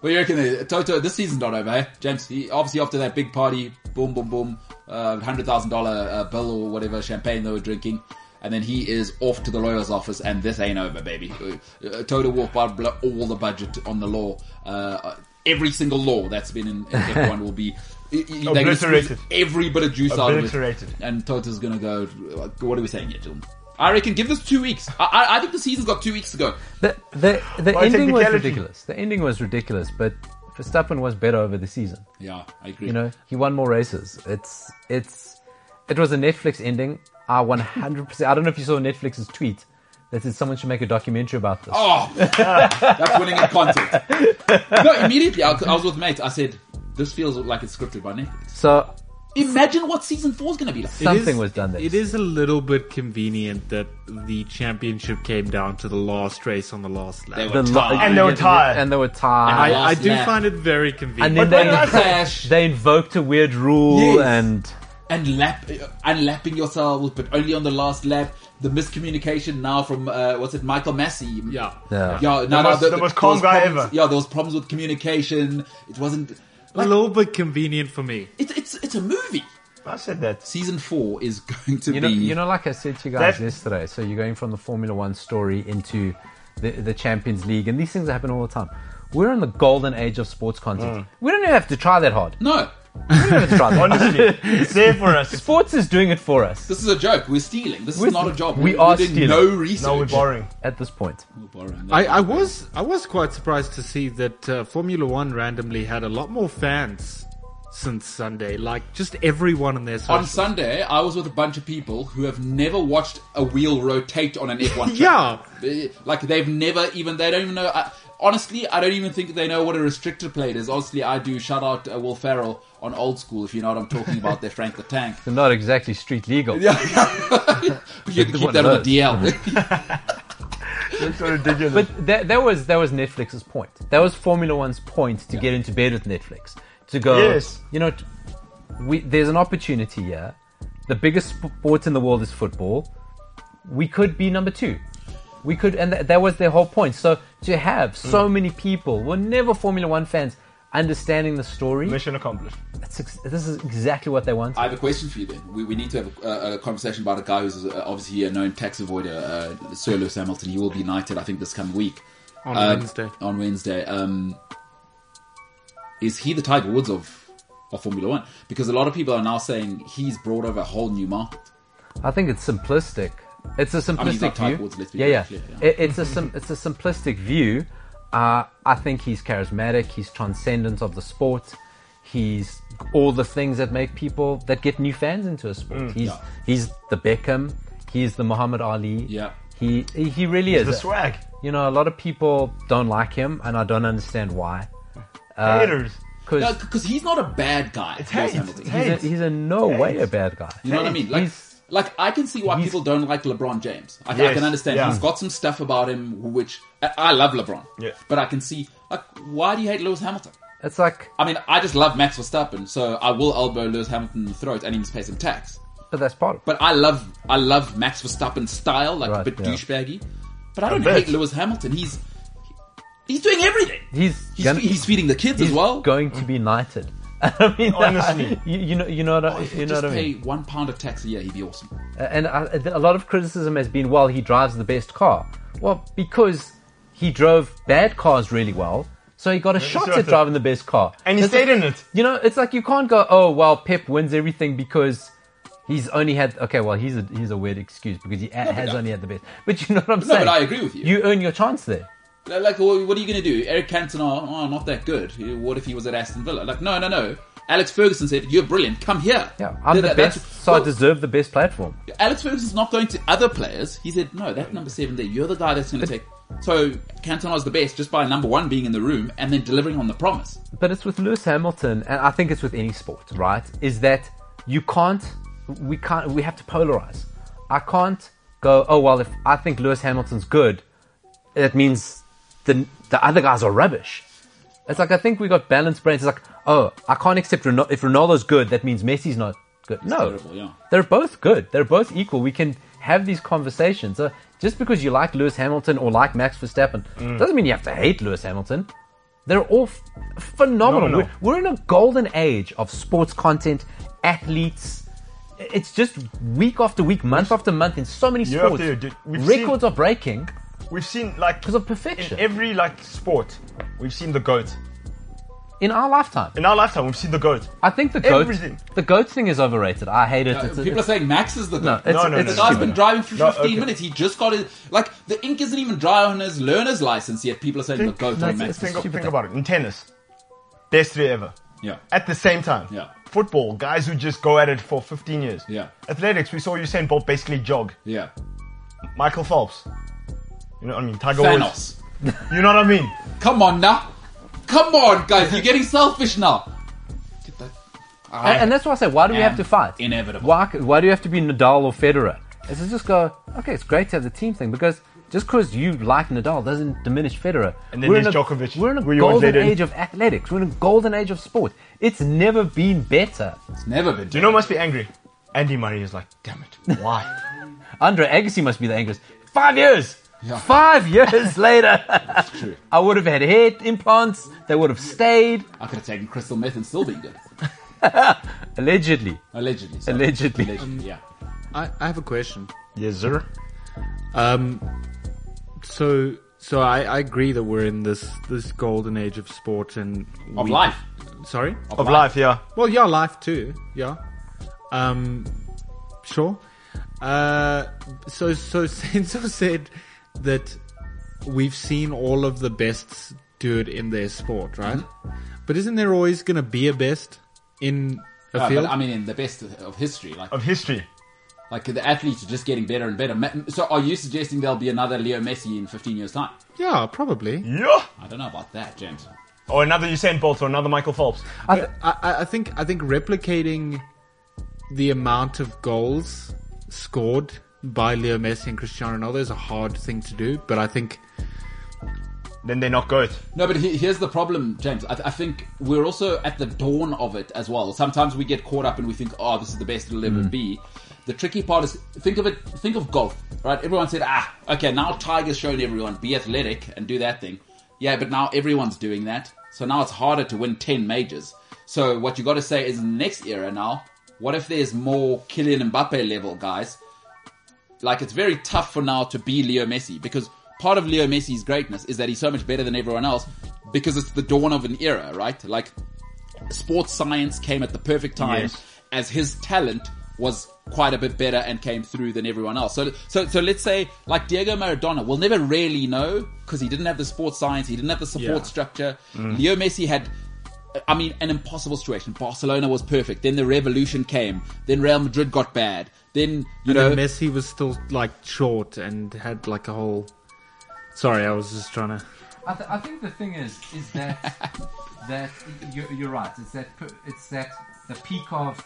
What do you reckon? uh, Toto, this season's not over, eh? James, he, obviously after that big party, boom, boom, boom, uh, $100,000 uh, bill or whatever champagne they were drinking. And then he is off to the lawyer's office and this ain't over, baby. Uh, uh, Toto walked by blo- all the budget on the law. Uh, uh, every single law that's been in, in F1 will be... y- y- they're gonna squeeze
Obliterated.
Every bit of juice out of it.
Obliterated.
And Toto's gonna go, uh, what are we saying here, gentlemen? I reckon give this two weeks. I, I, I think the season's got two weeks to go.
The, the, the
Well,
ending was
technicality.
ridiculous. The ending was ridiculous, but Verstappen was better over the season.
Yeah, I agree.
You know, he won more races. It's it's it was a Netflix ending. I 100%. I don't know if you saw Netflix's tweet that said someone should make a documentary about this.
Oh, that's winning in content. No, immediately I, I was with mates. I said, "This feels like it's scripted by Netflix."
So
Imagine what season four's going to be like.
It
something
is-
was done there.
It is a little bit convenient that the championship came down to the last race on the last
They
lap.
were tired.
And they were tired.
And they were
I,
tired.
I
Last
do
lap.
find it very
And
convenient.
then
But when I
they,
crash
they invoked a weird rule
Yes.
and
and lap, and lapping yourselves, but only on the last lap. The miscommunication now from uh, what's it, Michael Massey?
yeah.
Yeah.
yeah. No, no,
most- the
there
most calm
was
guy
problems-
ever.
Yeah, there was problems with communication. It wasn't.
A little bit convenient for me.
It's it's it's a movie.
I said that.
Season four is going to
You know,
be.
you know, like I said to you guys
That-
yesterday. So you're going from the Formula One story into the, the Champions League, and these things happen all the time. We're in the golden age of sports content. We don't even have to try that hard.
no,
We don't have to try that hard.
Honestly, it's there for us.
Sports is doing it for us
this is a joke. We're stealing. This
We're-
is not a job.
we
We're
are
doing
stealing.
No research.
No, we're borrowing.
at this point.
We're borrowing.
I, I was I was quite surprised to see that uh, Formula One randomly had a lot more fans since Sunday. Like just everyone in their
On
socials.
Sunday, I was with a bunch of people who have never watched a wheel rotate on an F1 track.
Yeah,
Yeah. Like, they've never even, they don't even know. I, honestly, I don't even think they know what a restrictor plate is. Honestly, I do. Shout out uh, Will Ferrell on Old School, if you know what I'm talking about, there, Frank the Tank.
They're not exactly street legal.
Yeah. but you have to keep
One
that
of
on the DL.
That's so ridiculous.
But that, that was that was Netflix's point. That was Formula One's point to get into bed with Netflix. To go,
Yes.
you know, t- we, there's an opportunity here. The biggest sport in the world is football. We could be number two. We could, and th- that was their whole point. So to have so many people, were never Formula One fans, understanding the story.
Mission accomplished.
That's ex- this is exactly what they want.
I have a question for you then. We, we need to have a, a conversation about a guy who's uh, obviously a known tax avoider, uh, Sir Lewis Hamilton. He will be knighted, I think, this coming week.
on
Um,
Wednesday.
On Wednesday. Um, is he the Tiger Woods of, of Formula One? Because a lot of people are now saying he's brought over a whole new market.
I think it's simplistic. It's a
mean, he's
simplistic
not Tiger
view.
Woods, let's be
yeah, yeah.
very clear, yeah.
It, it's a sim- it's a simplistic view. Uh, I think he's charismatic. He's transcendent of the sport. He's all the things that make people that get new fans into a sport. he's
Mm. yeah.
he's the Beckham. He's the Muhammad Ali.
Yeah.
He he he really is.
The swag.
You know, a lot of people don't like him, and I don't understand why. Uh,
Haters.
Because
Because he's not a bad guy, Lewis
hate.
Hamilton.
It's
he's,
hate.
a- he's in no
Hey,
way a
he's-
bad guy.
You know what I mean? Like,
He's-
like I can see why people don't like LeBron James. I, I
Yes,
can understand.
yeah.
He's got some stuff about him which I, I love LeBron.
Yeah.
But I can see like why do you hate Lewis Hamilton?
It's like,
I mean, I just love Max Verstappen, so I will elbow Lewis Hamilton in the throat and even pay some tax.
but that's part of. it.
But I love I love Max Verstappen's style, like a
Right,
bit
yeah.
douchebaggy. But I don't
bit.
hate Lewis Hamilton. He's he's doing everything.
He's
He's,
gonna-
he's feeding the kids as
He's
well.
going to be knighted. I mean,
Honestly.
you, you know, you know what, I-
if
you
Oh, you
know
just
what I
pay
mean.
one pound of tax a year, he'd be awesome.
And I, a lot of criticism has been, well, he drives the best car. Well, because he drove bad cars really well, so he got a shot
sure,
at
sure.
driving the best car.
And he
It's
stayed
like-
in it.
You know, it's like you can't go, oh, well, Pep wins everything because. He's only had okay. Well, he's a he's a weird excuse because he a- has
I-
only had the best. But you know what I'm
No,
saying?
but I agree with you.
You earn your chance there.
Like, like, what what are you going to do? Eric Cantona, oh, not that good. What if he was at Aston Villa? Like, no, no, no. Alex Ferguson said, "You're brilliant. Come here."
Yeah, I'm
Th-
the
that-
best,
that's-
so I
well,
deserve the best platform.
Alex Ferguson's not going to other players. He said, "No, that number seven there. You're the guy that's going to take." So Cantona's the best just by number one being in the room and then delivering on the promise.
But it's with Lewis Hamilton, and I think it's with any sport, right? Is that you can't, we can't, we have to polarize. I can't go, oh, well, if I think Lewis Hamilton's good, that means the, the other guys are rubbish. It's like, I think we got balanced brains. It's like, oh, I can't accept Ronaldo. If Ronaldo's good, that means Messi's not good. No.
terrible, yeah.
They're both good. They're both equal. We can have these conversations. So just because you like Lewis Hamilton or like Max Verstappen
Mm.
doesn't mean you have to hate Lewis Hamilton. They're all f- phenomenal.
Phenomenal.
We're, we're in a golden age of sports content, athletes. It's just week after week, month after month in so many
Year after
sports.
year, dude. We've
Records are breaking.
We've seen like
'Cause of perfection.
in every like sport. We've seen the goat
In our lifetime,
in our lifetime. We've seen the goat.
I think the goat,
Everything.
the goat thing is overrated. I hate it.
Uh,
It's a-
people are saying Max is the
no, it's,
No, no,
it's
The guy's
stupid.
been driving for 15
No, okay.
minutes. He just got his like the ink isn't even dry on his learner's license yet. People are saying the
Think,
goat on
that's-
Max.
it's-
think,
a stupid
think
thing.
about it. In tennis, best three ever.
Yeah,
At the same time.
Yeah.
Football, guys who just go at it for 15 years.
Yeah.
Athletics, we saw Usain Bolt basically jog.
yeah.
Michael Phelps. You know what I mean? Tiger Woods.
Thanos.
You know what I mean?
Come on now. Come on, guys. You're getting selfish now. Get that- I-
And, and that's why I say, why do we
am
have to fight?
inevitable.
Why, c- why do you have to be Nadal or Federer? It's to just go, okay, it's great to have the team thing because just because you like Nadal doesn't diminish Federer.
And then
in
there's
a,
Djokovic,
We're in a
who you want
golden
later.
age of athletics. We're in a golden age of sport. It's never been better.
it's never been.
Do you know who must be angry? Andy Murray is like, damn it, why?
Andre Agassi must be the angriest. Five years!
Yeah.
Five years later,
true.
I would have had hair implants. They would have stayed,
I could have taken crystal meth and still been good.
allegedly.
Allegedly. sorry.
Allegedly.
Allegedly, yeah.
I, I have a question.
yes, sir.
Um, so so I, I agree that we're in this this golden age of sport and
Of
we-
life.
Sorry.
Of life, yeah.
Well, yeah, life too. Yeah. Um, sure. Uh, so so Senzo said that we've seen all of the bests do it in their sport, right?
Mm-hmm.
But isn't there always going to be a best in a
No,
field?
Uh, but I mean, in the best of history, like
Of history.
like the athletes are just getting better and better. Ma- So, are you suggesting there'll be another Leo Messi in 15 years' time?
yeah,
Mm-hmm.
probably.
Yeah. Oh,
I don't know about that, James.
Or another Usain Bolt or another Michael Phelps.
I th-
I, I- I think I think replicating the amount of goals scored by Leo Messi and Cristiano Ronaldo is a hard thing to do, but I think
Then they're not good.
No, but he- here's the problem, James. I, I think we're also at the dawn of it as well. Sometimes we get caught up and we think, "Oh, this is the best it'll ever be." The tricky part is think of it. Think of golf, right? Everyone said, "Ah, okay, now Tiger's shown everyone be athletic and do that thing." Yeah, but now everyone's doing that, so now it's harder to win ten majors. So what you got to say is, in the next era now, what if there's more Kylian Mbappe level guys like it's very tough for now to be Leo Messi because part of Leo Messi's greatness is that he's so much better than everyone else because it's the dawn of an era, right? Like sports science came at the perfect time
Yes.
as his talent was quite a bit better and came through than everyone else. So, so, so let's say like Diego Maradona, we'll never really know because he didn't have the sports science, he didn't have the support
Yeah.
structure. Leo Messi had I mean, an impossible situation. Barcelona was perfect. Then the revolution came. Then Real Madrid got bad. Then you
you
know
know Messi was still like short and had like a whole. Sorry, I was just trying to.
I, th- I think the thing is, is that that you're, you're right. It's that per- it's that the peak of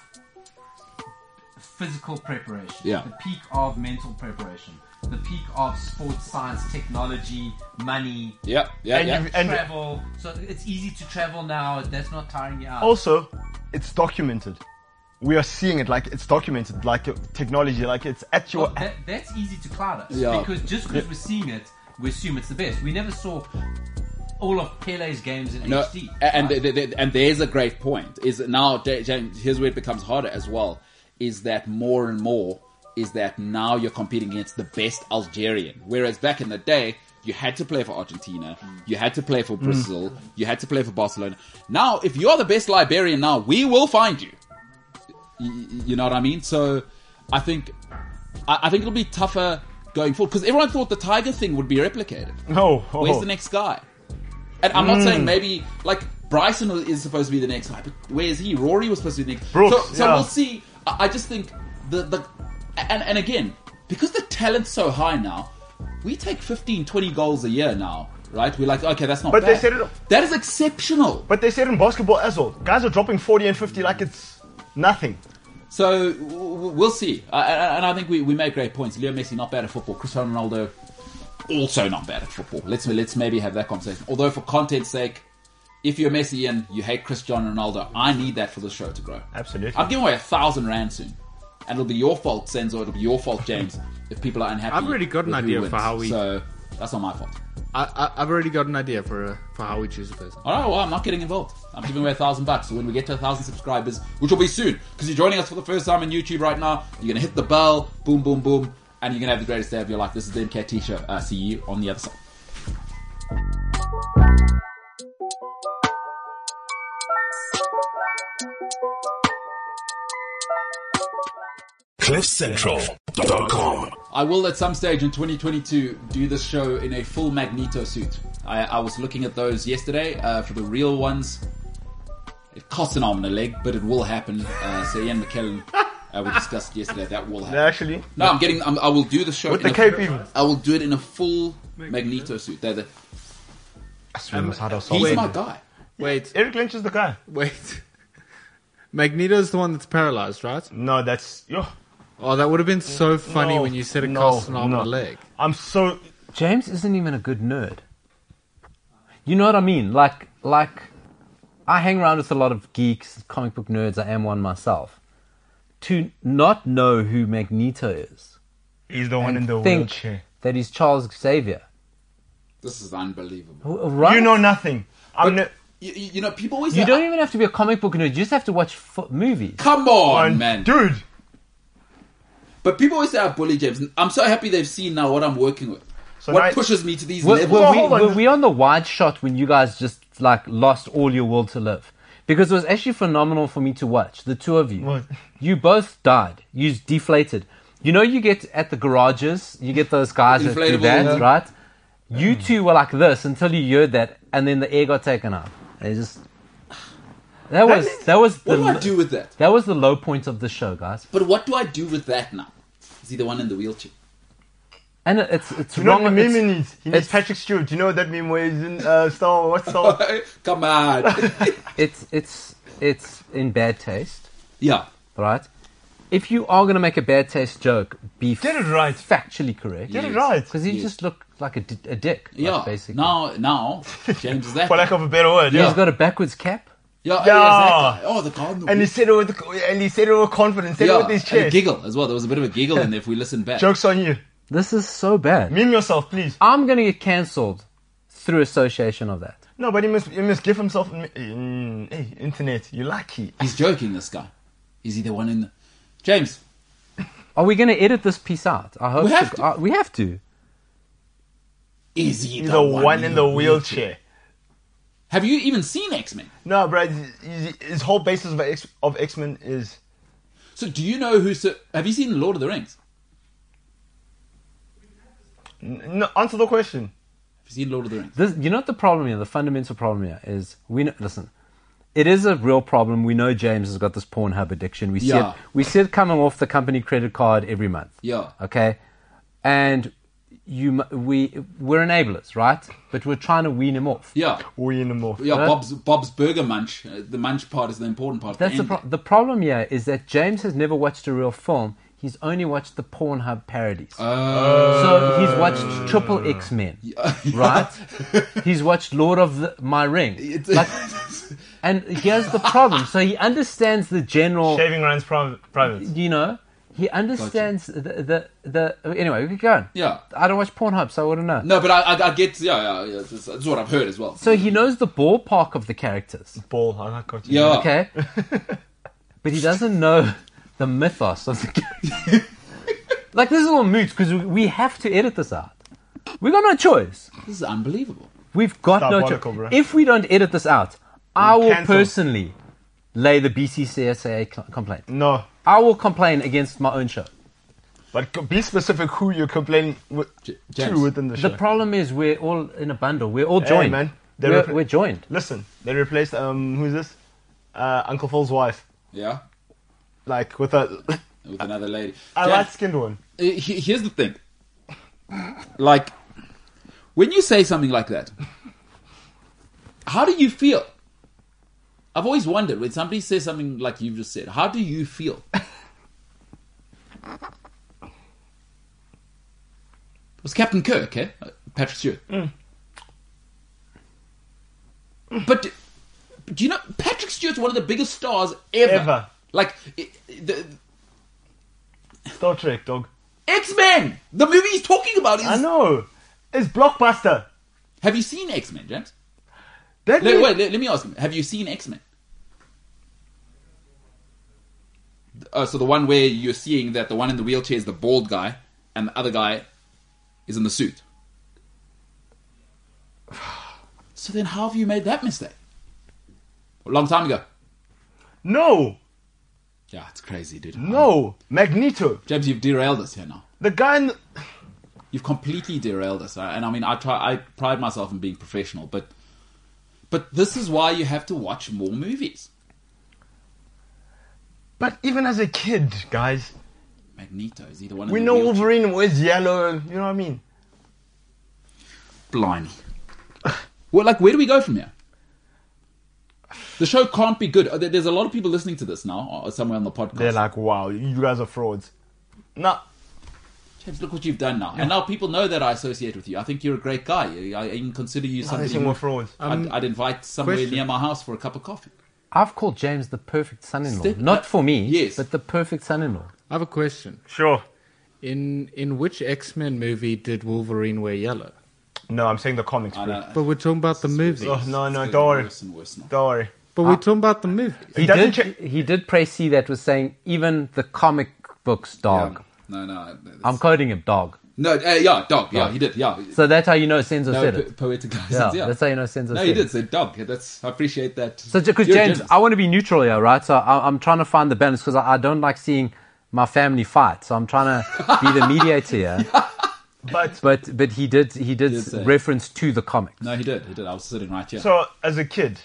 physical preparation,
Yeah.
the peak of mental preparation, the peak of sports science, technology, money,
Yeah, yeah,
And
yeah.
you've- and
travel. So it's easy to travel now. That's not tiring you out.
also, it's documented. We are seeing it like it's documented, like uh, technology, like it's at your.
Well,
Oh,
that, that's easy to cloud us
Yeah.
because just because we're seeing it, we assume it's the best. We never saw all of Pele's games in
no,
HD.
and
right?
th- th- and there's a great point. Is that now, Ja- James, here's where it becomes harder as well. Is that more and more is that now you're competing against the best Algerian, whereas back in the day you had to play for Argentina, you had to play for Brazil, you had to play for Barcelona. Now, if you're the best Liberian now, we will find you. Y- y- You know what I mean? So, I think, I, I think it'll be tougher going forward because everyone thought the Tiger thing would be replicated.
no, oh, Hmm.
Where's the next guy? And I'm not saying maybe like Bryson is supposed to be the next guy, but where is he? Rory was supposed to be the next.
Brooks,
so, so
yeah.
we'll see. I I just think the the and and again because the talent's so high now, we take 15, 20 goals a year now, right? We're like, okay, that's not.
But they
bad.
said it-
That is exceptional.
But they said in basketball as well, guys are dropping 40 and 50 like it's nothing.
So w- w- we'll see. Uh, and I think we, we made great points. Leo Messi not bad at football. Cristiano Ronaldo also not bad at football. Let's let's maybe have that conversation. Although for content's sake, if you're Messi and you hate Cristiano Ronaldo, I need that for the show to grow.
Absolutely.
I'm giving away a thousand rand soon, and it'll be your fault, Senzo. It'll be your fault, James. if people are unhappy,
I've already got an
with who
idea
wins.
for how we-
So that's not my fault.
I, I, I've already got an idea for uh, for how we choose a person.
All right, well, I'm not getting involved. I'm giving away a thousand bucks. So when we get to a thousand subscribers, which will be soon, because you're joining us for the first time on YouTube right now, you're gonna hit the bell, boom, boom, boom, and you're gonna have the greatest day of your life. This is the MKT show. Uh, see you on the other side.
CliffCentral.com.
I will at some stage in 2022 do this show in a full Magneto suit. I, I was looking at those yesterday uh, for the real ones. It costs an arm and a leg, but it will happen. Uh, so Ian McKellen, uh, we discussed yesterday, that will happen.
Actually,
No, I'm getting. I'm, I will do the show
With
in
the
a-
cape even.
I will do it in a full Magneto suit. They're the,
I swear that's how they'll solve
he's
it.
my guy.
Wait,
Eric Lynch is the guy.
wait. Magneto's the one that's paralyzed, right?
No, that's. Yo,
Oh, that would have been so funny
No,
when you said it
no,
costs an arm
no.
and a leg.
I'm so.
James isn't even a good nerd. You know what I mean? Like, like, I hang around with a lot of geeks, comic book nerds. I am one myself. To not know who Magneto is
He's the one in
and
the
think
wheelchair.
that he's Charles Xavier,
This is unbelievable.
W- right?
You know nothing. I'm ne-
You, you you know, people always
You
say, "Ah,
don't even have to be a comic book nerd. You just have to watch f- movies.
"Come on,
I'm-
man!"
Dude,
But people always say I bully James. I'm so happy they've seen now what I'm working with.
So
what
now-
pushes me to these
Were,
levels?
were
Well,
we,
hold on.
were we on the wide shot when you guys just like lost all your will to live? Because it was actually phenomenal for me to watch the two of you.
What?
You both died. You deflated. You know, you get at the garages. You get those guys that do
Inflatable,
that,
yeah.
right? You two were like this until you heard that, and then the air got taken out. They just that was that was
what
the
do I do with that?
that was the low point of the show, guys.
But what do I do with that now? Is he the one in the wheelchair?
And it- it's it's
you know
wrong.
what the meme
it's-
he needs? He needs
it's-
Patrick Stewart. You know that meme where he's in uh, Star Wars? What's Star Wars?
Come on.
it's it's it's in bad taste.
yeah.
right? if you are going to make a bad taste joke, be
Get it right.
factually correct.
Get it right.
Because he
Yes.
just looked like a, di- a dick. like,
Yeah.
basically.
Now, now, James is that.
For lack of a better word,
He's
yeah.
got a backwards cap.
yeah, yeah.
Yeah.
that guy. Oh, the guy in the
And he said it with and he said it with confidence. Said
yeah,
it with his
and a
chest.
giggle as well. There was a bit of a giggle in there. If we listen back,
Jokes on you.
This is so bad.
Meme yourself, please.
I'm going to get cancelled through association of that.
No, but he must he must give himself. Mm, hey, internet, you lucky.
he's joking. This guy, is he the one in the James?
Are we going to edit this piece out? I hope
We have
to-
to.
uh, we have to.
Is he
He's the one in the wheelchair.
Have you even seen X Men?
No, bro. His, his whole basis of X of X Men is
So do you know who? Sir, have you seen Lord of the Rings?
n- no, answer the question.
Have you seen Lord of the Rings?
This, you know what the problem here, the fundamental problem here is we know, listen. It is a real problem. We know James has got this Pornhub addiction. We see
Yeah.
it. We see it coming off the company credit card every month.
Yeah.
Okay. And you, mu- we, we're enablers, right? But we're trying to wean him off.
Yeah,
We in the morph.
yeah.
Huh?
Bob's Bob's Burger Munch. Uh, the Munch part is the important part.
That's the,
end.
pro- the problem here is that James has never watched a real film. He's only watched the Pornhub parodies.
Oh. Uh,
so he's watched Triple X Men, right? he's watched Lord of the, My Ring.
It's-
Like, and here's the problem. So he understands the general,
Shaving Ryan's private. private.
you know, he understands the, the, the. Anyway, we can go on.
Yeah.
I don't watch Pornhub, so I wouldn't know.
No, but I, I, I get. Yeah, yeah, yeah that's, that's what I've heard as well.
So he knows the ballpark of the characters,
Ball. I got you.
yeah,
okay? but he doesn't know the mythos of the characters. like, this is all moot because we have to edit this out. we got no choice.
this is unbelievable.
We've got
Diabolical,
no
bro.
choice. If we don't edit this out, I will
cancel.
personally lay the BCCSA cl- complaint.
No,
I will complain against my own show.
but c- be specific who you're complaining with,
J- James.
to within the show.
The problem is we're all in a bundle. We're all
Hey,
joined.
man. They
We're,
repre-
we're joined.
Listen, they replaced um who's this? Uh, Uncle Phil's wife,
Yeah,
like with a
with another lady.
a
James,
light skinned one.
uh, he- here's the thing. Like, when you say something like that, how do you feel? I've always wondered when somebody says something like you've just said. How do you feel? It was Captain Kirk, eh? Uh, Patrick Stewart.
Mm.
But do- do you know Patrick Stewart's one of the biggest stars ever?
Ever.
Like it, the,
Star Trek dog.
X Men. The movie he's talking about
I
is.
know. It's blockbuster.
Have you seen X Men, James?
That
Le-
is-
wait, le- let me ask him. Have you seen X Men? Uh, so the one where you're seeing that the one in the wheelchair is the bald guy, and the other guy is in the suit. So then, how have you made that mistake? A long time ago.
No,
Yeah, it's crazy, dude.
no. Magneto,
James, you've derailed us here now.
the guy in. The,
You've completely derailed us, right? and I mean, I try, I pride myself in being professional, but but this is why you have to watch more movies.
but even as a kid, guys,
Magneto is he the one? in
we
the
know
wheelchair?
Wolverine wears yellow. You know what I mean?
Blimey. well, like, where do we go from here? The show can't be good. Uh, there- There's a lot of people listening to this now, or somewhere on the podcast.
They're like, wow, you guys are frauds. No,
James, look what you've done now. And now people know that I associate with you. I think you're a great guy. I I even consider you
they're
somebody.
saying we're frauds.
Um,
I'd, I'd invite somewhere
question.
near my house for a cup of coffee.
I've called James the perfect son-in-law.
Step-
Not for me,
Yes.
but the perfect son-in-law.
I have a question.
Sure.
In in which X Men movie did Wolverine wear yellow?
No, I'm saying the comics.
I
bro.
know.
But we're talking about the movie.
Oh no, no,
It's
don't
getting
worry,
Worse and worse now.
don't worry.
But we're talking about the movie.
He
doesn't
did.
check-
he did pray C that was saying even the comic books dog.
Um, No, no. that's-
I'm quoting him dog.
no, uh, yeah, dog. Yeah,
Dog.
he did. Yeah.
So that's how you know Senzo
no,
said
po-
it.
poetic license.
Yeah,
Yeah,
that's how you know Senzo
No,
said
he
it.
did say dog. Yeah, That's I appreciate that.
So because
You're a
James,
gentleman.
I want to be neutral here, right? So I, I'm trying to find the balance because I, I don't like seeing my family fight. So I'm trying to be the mediator here.
But
But but he did he did
did say.
reference to the comics.
no, he did. He did. I was sitting right here.
so as a kid,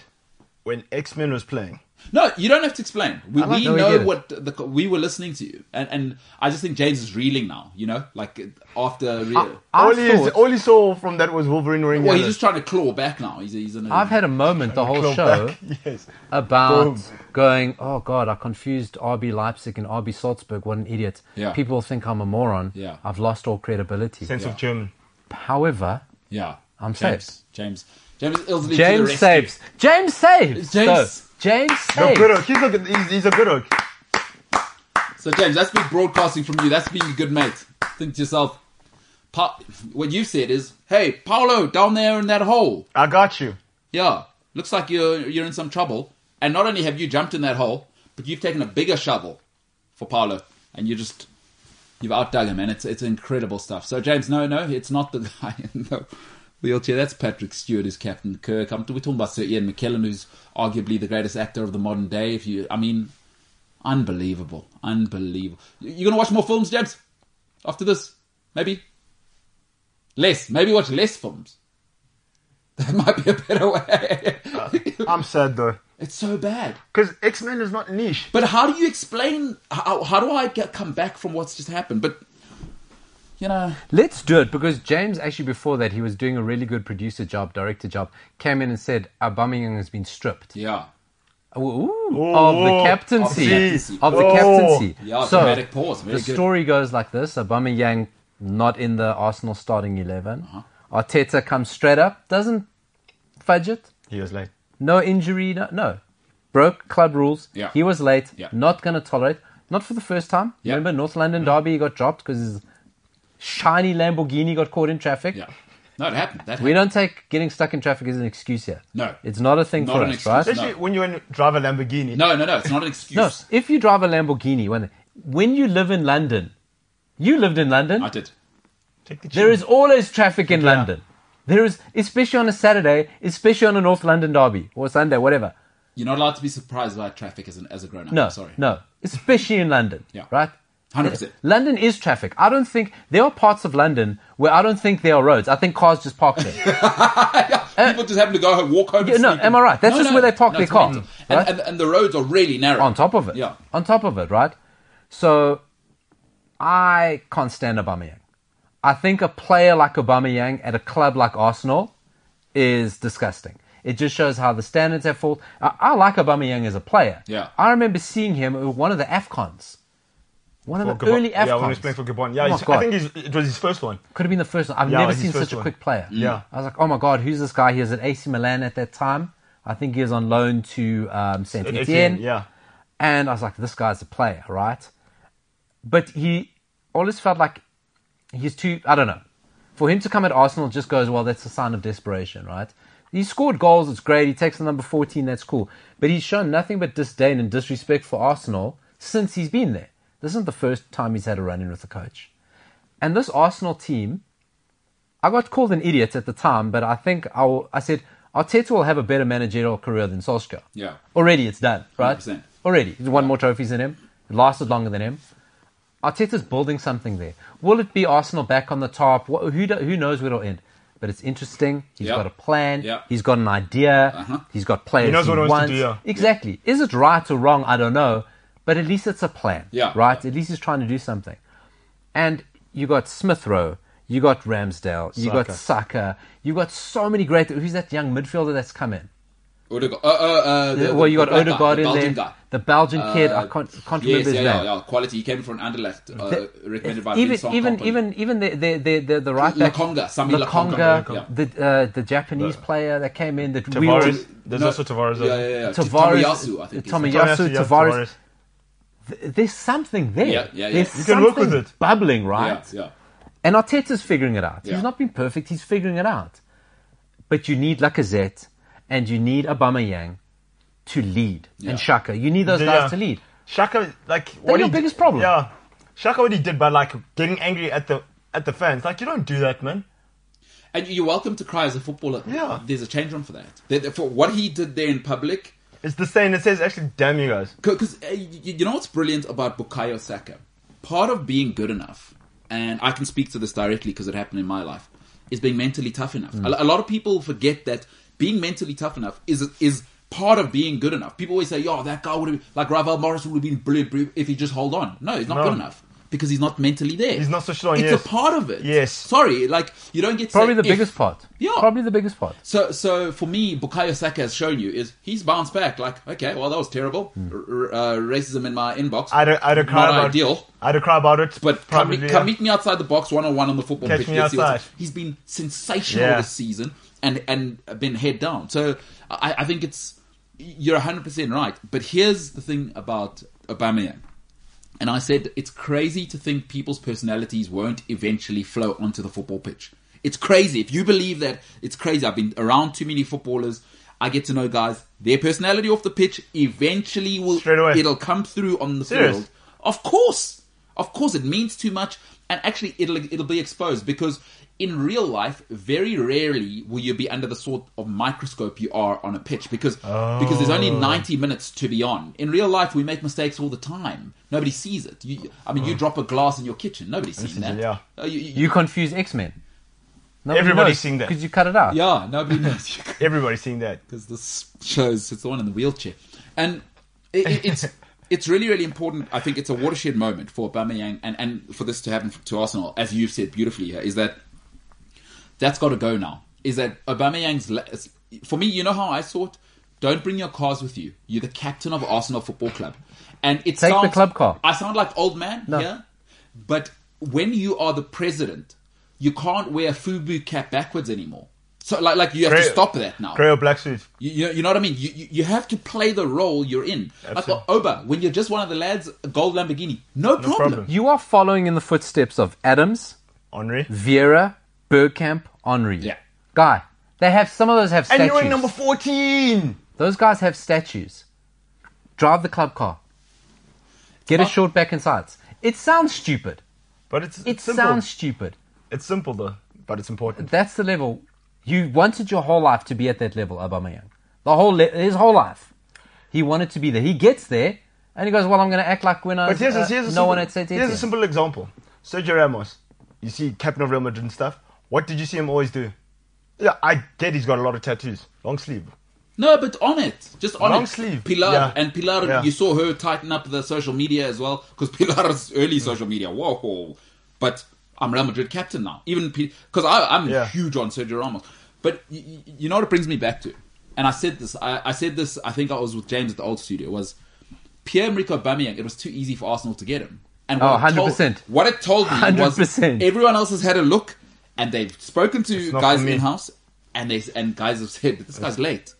when X Men was playing.
No, you don't have to explain. We, we
no, we
know
get it.
what the, we were listening to, you. and and I just think James is reeling now. You know, like after re-
I
all, he is,
thought-
all he saw from that was Wolverine wearing
well, he's
yellow.
just trying to claw back now. He's, he's in a,
I've had a moment the whole
Claw
show
back. Yes.
about
Boom.
going, oh God, I confused RB Leipzig and RB Salzburg. What an idiot.
Yeah.
People think I'm a moron.
Yeah.
I've lost all credibility.
Sense of German.
However,
yeah.
I'm
James,
safe.
James, James, Ilsley to the rescue.
James saves. James saves.
James-
So, James
A
saves.
good hook. He's a good, he's, he's a good hook.
So James, that's big broadcasting from you. That's being a good mate. Think to yourself, pa- what you said is, "Hey, Paolo, down there in that hole,
I got you.
yeah, looks like you're you're in some trouble." And not only have you jumped in that hole, but you've taken a bigger shovel for Paolo, and you just you've outdug him, and it's it's incredible stuff. So James, no, no, it's not the guy in the wheelchair. That's Patrick Stewart who's Captain Kirk. I'm, we're talking about Sir Ian McKellen, who's arguably the greatest actor of the modern day. If you, I mean, Unbelievable. Unbelievable. You're going to watch more films, James? After this? Maybe? Less. Maybe watch less films. That might be a better way.
I'm sad though.
it's so bad.
Because X Men is not niche.
But how do you explain? How, how do I get, come back from what's just happened? But, you know.
Let's do it because James, actually, before that, he was doing a really good producer job, director job, came in and said, Aubameyang has been stripped
Yeah.
Ooh, of the
oh,
captaincy.
of the-
Of the
oh.
captaincy.
Yeah,
so,
dramatic pause. Very
the
good.
story goes like this Aubameyang not in the Arsenal starting 11.
Uh-huh.
Arteta comes straight up, doesn't fudge it,
He was late.
no injury, no. no. Broke club rules.
Yeah.
He was late.
Yeah.
Not going to tolerate. Not for the first time.
Yeah.
Remember, North London Derby, he got dropped because his shiny Lamborghini got caught in traffic.
Yeah. No, it happened. That happened.
We don't take getting stuck in traffic as an excuse here.
No.
It's not a thing
Not
for
an
us,
excuse.
right?
Especially when you drive a Lamborghini.
No, no, no. It's not an
No,
excuse.
if you drive a Lamborghini, when, when you live in London, you lived in London,
I did.
Take the
there
cheese.
is always traffic in London. There is, especially on a Saturday, especially on a North London derby or Sunday, whatever.
You're not allowed to be surprised by traffic as, an, as a grown up.
No,
Sorry.
no, especially in London,
Yeah.
right?
100%.
London is traffic. I don't think there are parts of London where I don't think there are roads. I think cars just park there.
People just happen to go home, walk home.
Uh, Yeah,
and
no,
sleep
am
in.
I right? That's just where they park their
it's not.
car,
And,
right?
and, and the roads are really narrow.
on top of it.
Yeah.
On top of it, right? So I can't stand Aubameyang. I think a player like Aubameyang at a club like Arsenal is disgusting. It just shows how the standards have fallen. I, I like Aubameyang as a player.
Yeah.
I remember seeing him at one of the Afcons. One of the
Oh, Gabon.
early Afcons.
Yeah, when he was playing for Gabon. Yeah,
Oh my
he's- I
God.
think he's, it was his first one.
Could have been the first one. I've
Yeah,
never
his
seen
first
such a
one.
quick player.
Yeah.
I was like, oh my God, who's this guy? He was at AC Milan at that time. I think he was on loan to um, Saint
Etienne,
Etienne.
yeah.
And I was like, this guy's a player, right? But he always felt like he's too, I don't know. For him to come at Arsenal just goes, well, that's a sign of desperation, right? He scored goals, it's great. He takes the number 14, that's cool. But he's shown nothing but disdain and disrespect for Arsenal since he's been there. This isn't the first time he's had a run in with the coach. And this Arsenal team, I got called an idiot at the time, but I think I, will, I said Arteta will have a better managerial career than Solskjaer.
Yeah.
Already it's done, right?
100%.
Already. He's won more trophies than him. It lasted longer than him. Arteta's building something there. Will it be Arsenal back on the top? Wha- Who, do- who knows where it'll end? But it's interesting. He's
Yeah.
got a plan.
Yeah.
He's got an idea.
Uh-huh.
He's got players.
knows what he wants to do, yeah.
Exactly. Is it right or wrong? I don't know. But at least it's a plan.
Yeah.
Right? At least he's trying to do something. And you got Smith Rowe, you got Ramsdale, you got
Saka.
Saka, you got so many great. Who's that young midfielder that's come in?
Odegaard. Uh, uh, uh, the,
well, you
the
got
black guy,
Odegaard
the
in there,
Belgian Guy.
the Belgian kid. I
Uh,
can't, can't
yes,
remember his
yeah,
name.
Yeah, yeah, quality. He came from Anderlecht, uh, recommended by
even
Vincent
even
Kompany.
even even the the the, the, the right back
Lokonga, Sami Lokonga, yeah.
the uh, the Japanese player that came in that
Tavares.
wheeled-
There's
No,
also Tavares.
Yeah, yeah, yeah.
Tavares
Tomiyasu, I think.
uh,
his name.
Tomiyasu,
Tomiyasu, yeah,
Tavares.
Tavares.
Th- There's something there.
Yeah, yeah, yeah.
There's
You
can work with
something
it.
Bubbling, right?
Yeah, yeah.
And Arteta's figuring it out.
Yeah.
He's not been perfect. He's figuring it out. But you need Lacazette and you need Aubameyang to lead,
Yeah.
and Shaka. You need those
Yeah.
guys to lead.
Shaka, like what
your
he
biggest
did-
problem.
Yeah, Shaka, what he did by like getting angry at the at the fans, like you don't do that, man.
And you're welcome to cry as a footballer.
Yeah.
There's a change on for that. There- For what he did there in public,
It's the saying that says, actually, damn you guys.
Because uh, you, you know what's brilliant about Bukayo Saka? Part of being good enough, and I can speak to this directly because it happened in my life,
Mm.
is being mentally tough enough. A, a lot of people forget that being mentally tough enough is is part of being good enough. People always say, "Yo, that guy would have like Ravel Morris would have been brilliant if he just hold on." No, he's not
No.
good enough because he's not mentally there.
He's not social,
It's
yes.
a part of it.
Yes.
Sorry, like you don't get to
Probably
say
the
if.
biggest part.
Yeah.
Probably the biggest part.
So, so for me, Bukayo Saka has shown you is he's bounced back. Like, okay, well that was terrible. R- uh, racism in my inbox.
Hmm. I don't, I don't cry
Not
about
ideal.
it. I don't cry about it.
But come,
probably,
meet,
yeah.
come meet me outside the box, one on one on the football
Catch
pitch.
me
Let's see what's-
outside.
He's been sensational
Yeah.
this season and and been head down. So I, I think it's you're 100 percent right. But here's the thing about Aubameyang, and I said it's crazy to think people's personalities won't eventually flow onto the football pitch. It's crazy if you believe that. It's crazy. I've been around too many footballers. I get to know guys. Their personality off the pitch eventually will
Straight away.
it'll come through on the
Serious?
field. Of course, of course, it means too much, and actually, it'll it'll be exposed because in real life, very rarely will you be under the sort of microscope you are on a pitch because because there's
Oh.
only ninety minutes to be on. In real life, we make mistakes all the time. Nobody sees it. You, I mean, you drop a glass in your kitchen. Nobody's seen
sees
that.
Oh. it, yeah.
Uh, you- you-
You confuse X Men.
Everybody's seeing that.
Because you cut it out.
yeah, nobody knows
Everybody's seeing that.
because this shows it's the one in the wheelchair, and it, it, it's it's really really important. I think it's a watershed moment for Aubameyang and and for this to happen to Arsenal, as you've said beautifully here, is that that's got to go now. Is that Aubameyang's? la- is- For me, you know how I saw it. Don't bring your cars with you. You're the captain of Arsenal Football Club, and it
Take the
sounds,
club car.
I sound like old man
No.
here, but when you are the president, you can't wear a FUBU cap backwards anymore. So like like you have to
Great.
stop that now.
Grey or black suit.
You, you, you know what I mean? You, you, you have to play the role you're in. Like,
Absolutely.
o- Oba, when you're just one of the lads, a gold Lamborghini, no problem.
problem.
You are following in the footsteps of Adams,
Henri.
Vieira, Bergkamp, Henri.
Yeah.
Guy. They have some of those have statues.
And you're in number 14.
Those guys have statues. Drive the club car. Get a short back and sides. It sounds stupid.
But it's,
It
it's simple.
sounds stupid.
It's simple though, but it's important.
That's the level. You wanted your whole life to be at that level, Aubameyang. The whole le- his whole life, he wanted to be there. He gets there, and he goes, "Well, I'm going to act like when I
But here's,
uh,
a, here's, a,
no
simple,
one had said
here's a
anything."
simple example. Sergio Ramos. You see, captain of Real Madrid and stuff. What did you see him always do? Yeah, I get he's got a lot of tattoos. Long sleeve.
No, but on it. Just on
Long
it.
sleeve.
Pilar.
Yeah.
And Pilar,
Yeah.
you saw her tighten up the social media as well, because Pilar's early
Mm.
social media, whoa. But I'm Real Madrid captain now. Even Because I'm
Yeah.
huge on Sergio Ramos. But y- y- you know what it brings me back to? And I said this, I, I said this, I think I was with James at the old studio, was Pierre-Emerick Aubameyang, it was too easy for Arsenal to get him. And
Oh,
what it told-
100%.
What it told me was
100%.
everyone else has had a look and they've spoken to
not
guys
for me.
in house and they and guys have said this guy's late.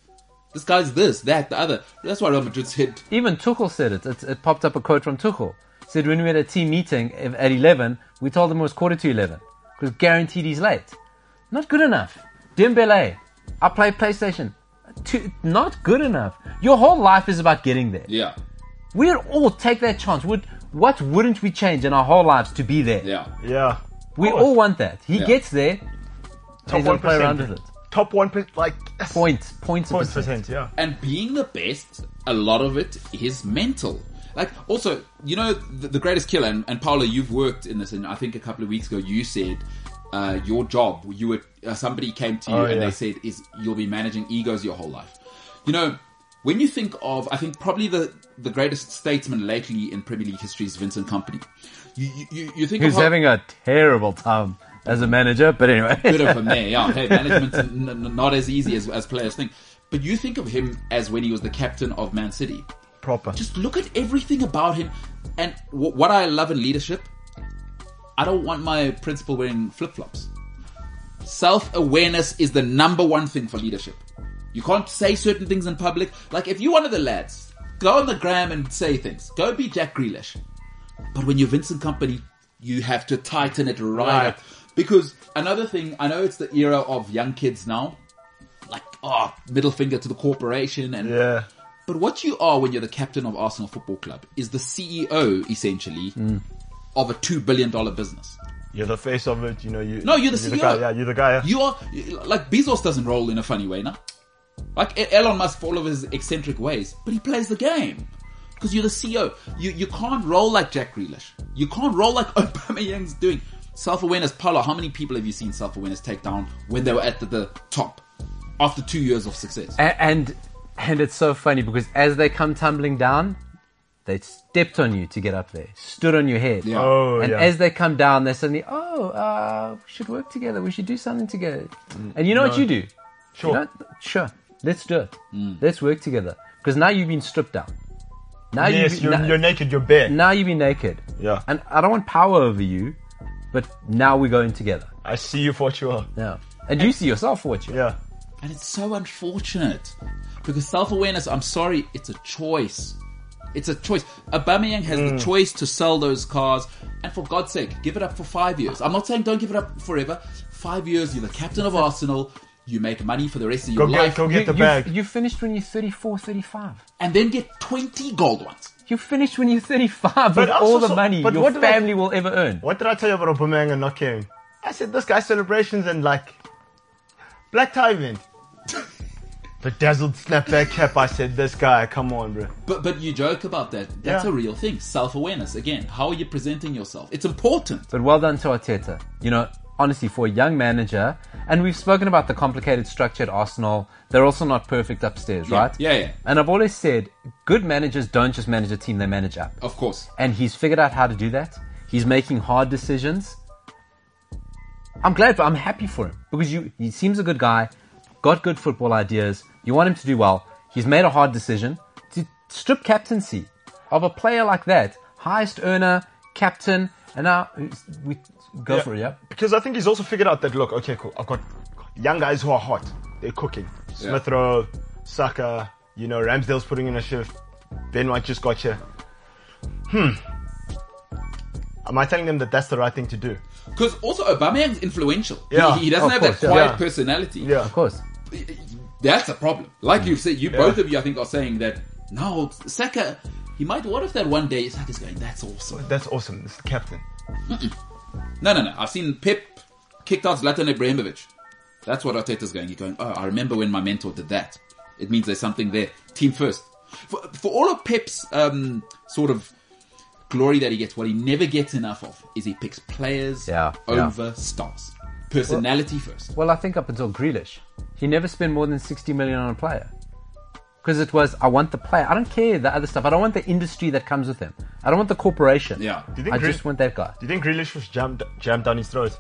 This guy's this, that, the other. That's why Real Madrid said
Even Tuchel said it. it. It popped up a quote from Tuchel. Said when we had a team meeting if- at 11, we told them it was quarter to 11 because guaranteed he's late. Not good enough. Dembele, I play PlayStation. Too, not good enough. Your whole life is about getting there.
Yeah.
We'd all take that chance. Would what wouldn't we change in our whole lives to be there?
Yeah.
Yeah.
We
Of course.
all want that. He
Yeah.
gets there.
Top
he's gonna play
1%.
around with it.
Top 1%. Like, yes.
Points, points, of
Point
percent.
percent, yeah.
And being the best, a lot of it is mental. Like also, you know, the, the greatest killer and, and Paula, you've worked in this and I think a couple of weeks ago you said uh, your job, you were uh, somebody came to you
Oh,
and
yeah.
they said is you'll be managing egos your whole life. You know, when you think of, I think probably the, the greatest statesman lately in Premier League history is Vincent Company. You you- you, you think
Who's
of how-
having a terrible time as a manager, but anyway.
bit of a mayor. Yeah, hey, management's n- n- not as easy as, as players think. But you think of him as when he was the captain of Man City.
Proper.
Just look at everything about him. And w- what I love in leadership, I don't want my principal wearing flip flops. Self awareness is the number one thing for leadership. You can't say certain things in public. Like if you're one of the lads, go on the gram and say things. Go be Jack Grealish. But when you're Vincent Company, you have to tighten it right,
Right.
up. Because another thing, I know it's the era of young kids now, like, oh, middle finger to the corporation and
yeah.
but what you are when you're the captain of Arsenal Football Club is the CEO, essentially, of a $2 billion business.
You're the face of it, you know. You,
No, you're the
E
CEO.
guy, yeah, you're the guy. Yeah.
You are, like, Bezos doesn't roll in a funny way, no? Like, E- Elon Musk, for all of his eccentric ways, but he plays the game. Because you're the CEO. You, you can't roll like Jack Grealish. You can't roll like Obama Yang's doing. Self-awareness, Paulo, how many people have you seen self-awareness take down when they were at the, the top after two years of success?
A- and And it's so funny because as they come tumbling down, they stepped on you to get up there, stood on your head.
Yeah.
Oh,
and
yeah.
as they come down, they suddenly, oh, uh, we should work together. We should do something together. And you know what you do?
Sure.
You know, sure. Let's do it. Let's work together. Because now you've been stripped down. Now
yes,
you've
you're,
been,
you're
now,
naked, you're bare.
now you've been naked.
Yeah.
And I don't want power over you, but now we're going together.
I see you for what you are.
Yeah. And you see yourself for what you
Yeah.
And it's so unfortunate because self awareness, I'm sorry, it's a choice. It's a choice. Aubameyang has
Mm.
the choice to sell those cars, and for God's sake, give it up for five years. I'm not saying don't give it up forever. Five years, you're the captain of Arsenal. You make money for the rest of your
Go
life,
get, go
You-
get the
you-
bag.
You finished when you're 34, 35.
and then get 20 gold ones.
You finished when you're 35 with
also
all the
so-
money
but
your
what did I-
family will ever earn.
What did I tell you about Aubameyang and not caring? I said this guy's celebrations and like black tie event. Bedazzled snapback cap. I said this guy. Come on, bro.
But but you joke about that. That's
Yeah.
a real thing. Self awareness. Again, how are you presenting yourself? It's important.
But well done to Arteta. You know, honestly, for a young manager, and we've spoken about the complicated structure at Arsenal, they're also not perfect upstairs,
Yeah,
right?
yeah, yeah.
And I've always said good managers don't just manage a team, they manage up.
Of course.
And he's figured out how to do that. He's making hard decisions. I'm glad, but I'm happy for him because you, he seems a good guy, got good football ideas. You want him to do well. He's made a hard decision to strip captaincy of a player like that, highest earner, captain, and now we go for it. Yeah,
Because I think he's also figured out that look. Okay, cool. I've got young guys who are hot. They're cooking. Smith Rowe, Saka. You know, Ramsdale's putting in a shift. Ben White just got here. Hmm. Am I telling them that that's the right thing to do?
Because also, Aubameyang's influential. He-
Yeah,
he, doesn't
of
have that
course, yeah.
quiet
Yeah.
personality.
Yeah.
of course.
That's a problem.
Hmm.
Like you've said, you both of you, I think, are saying that no, Saka. He might. What if that one day Saka's going? That's awesome.
That's awesome. This is the captain.
No, no, no. I've seen Pep kicked out Zlatan Ibrahimovic. That's what Arteta's going. He's going. Oh, I remember when my mentor did that. It means there's something there. Team first. For, for all of Pep's um, sort of glory that he gets, what he never gets enough of is he picks players
Yeah, yeah.
over stars. Personality first.
Well, I think up until Grealish, he never spent more than 60 million on a player. Because it was, I want the player. I don't care the other stuff. I don't want the industry that comes with him. I don't want the corporation.
Yeah.
Do you think
I
Greal-
just want that guy.
Do you think Grealish was jammed jammed down his throat?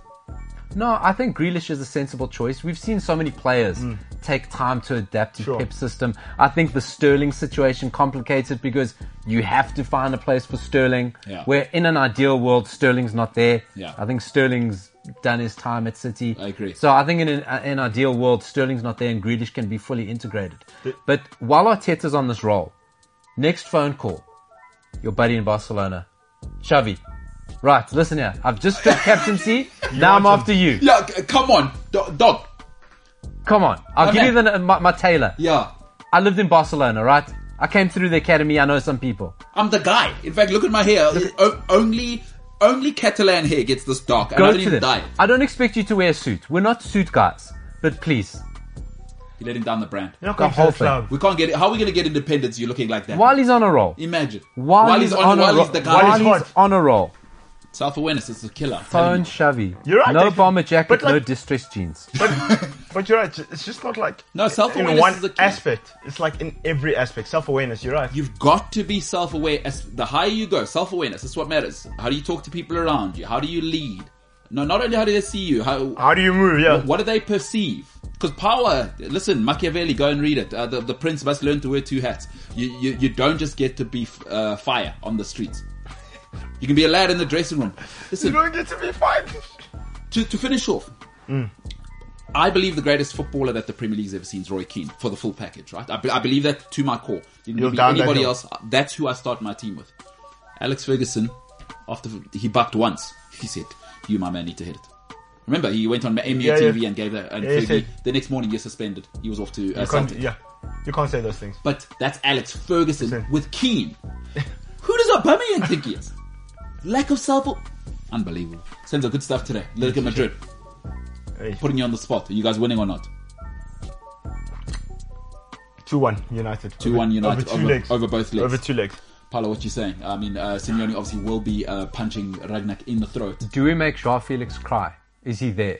No, I think Grealish is a sensible choice. We've seen so many players
Mm.
take time to adapt to
Sure.
Pep's system. I think the Sterling situation complicates it because you have to find a place for Sterling.
Yeah.
Where in an ideal world, Sterling's not there.
Yeah.
I think Sterling's done his time at City.
I agree.
So I think in an, uh, an ideal world, Sterling's not there and Grealish can be fully integrated. But while Arteta's on this role, next phone call, your buddy in Barcelona, Xavi. Right, listen here. I've just stripped captaincy. now I'm
want him.
after you.
Yeah, c- come on, do- dog.
Come on. I'll
Okay.
give you the, my, my tailor.
Yeah,
I lived in Barcelona, right? I came through the academy. I know some people.
I'm the guy. In fact, look at my hair. O- only, only Catalan hair gets this dark. and I
Go
don't
to
even
them.
dye it.
I don't expect you to wear a suit. We're not suit guys. But please,
You're letting down the brand.
You're not
The
going to
whole
the club.
We can't get it. How are we going to get independence? You're looking like that.
while he's on a roll,
Imagine.
while, he's, on,
while
a roll,
he's the guy.
while he's
he's hot.
on a roll,
Self awareness is a killer. I'm telling
phone
you.
Chevy.
You're right,
No
Jason.
bomber jacket,
But like-
no distressed jeans.
But you're right. It's just not like
No, self-awareness
in one
is a key.
aspect. It's like in every aspect. Self-awareness. You're right.
You've got to be self aware. As the higher you go, self awareness. That's what matters. How do you talk to people around you? How do you lead? No, not only how do they see you. How
How do you move? Yeah.
what do they perceive? Because power, listen, Machiavelli, go and read it. Uh, the, the prince must learn to wear two hats. You, you, you don't just get to be uh, fire on the streets. You can be a lad in the dressing room.
You
Listen,
don't get to be fine.
to, to finish off,
Mm.
I believe the greatest footballer that the Premier League's ever seen is Roy Keane for the full package, right? I, be- I believe that to my core. Didn't
You're
believe
down that
anybody
hill.
else. That's who I start my team with. Alex Ferguson, after he bucked once, he said, "You, my man, need to hit it." Remember, he went on MU
Yeah,
TV
yeah.
and gave that. And
Yeah, he
Fergie-
said-
the next morning, you're suspended. He was off to uh,
You can't,
Celtic.
yeah. You can't say those things.
But that's Alex Ferguson
Listen.
with Keane. Who does Aubameyang think he is? Lack of self. Unbelievable. Sends a good stuff today. Look at Madrid
Hey,
putting you on the spot. Are you guys winning or not?
two-one United.
Two one United
over two
over,
legs.
over both legs.
Over two legs.
Paolo, what you saying? I mean, uh, Simeone obviously will be uh, punching Ragnak in the throat.
Do we make Jean Felix cry? Is he there?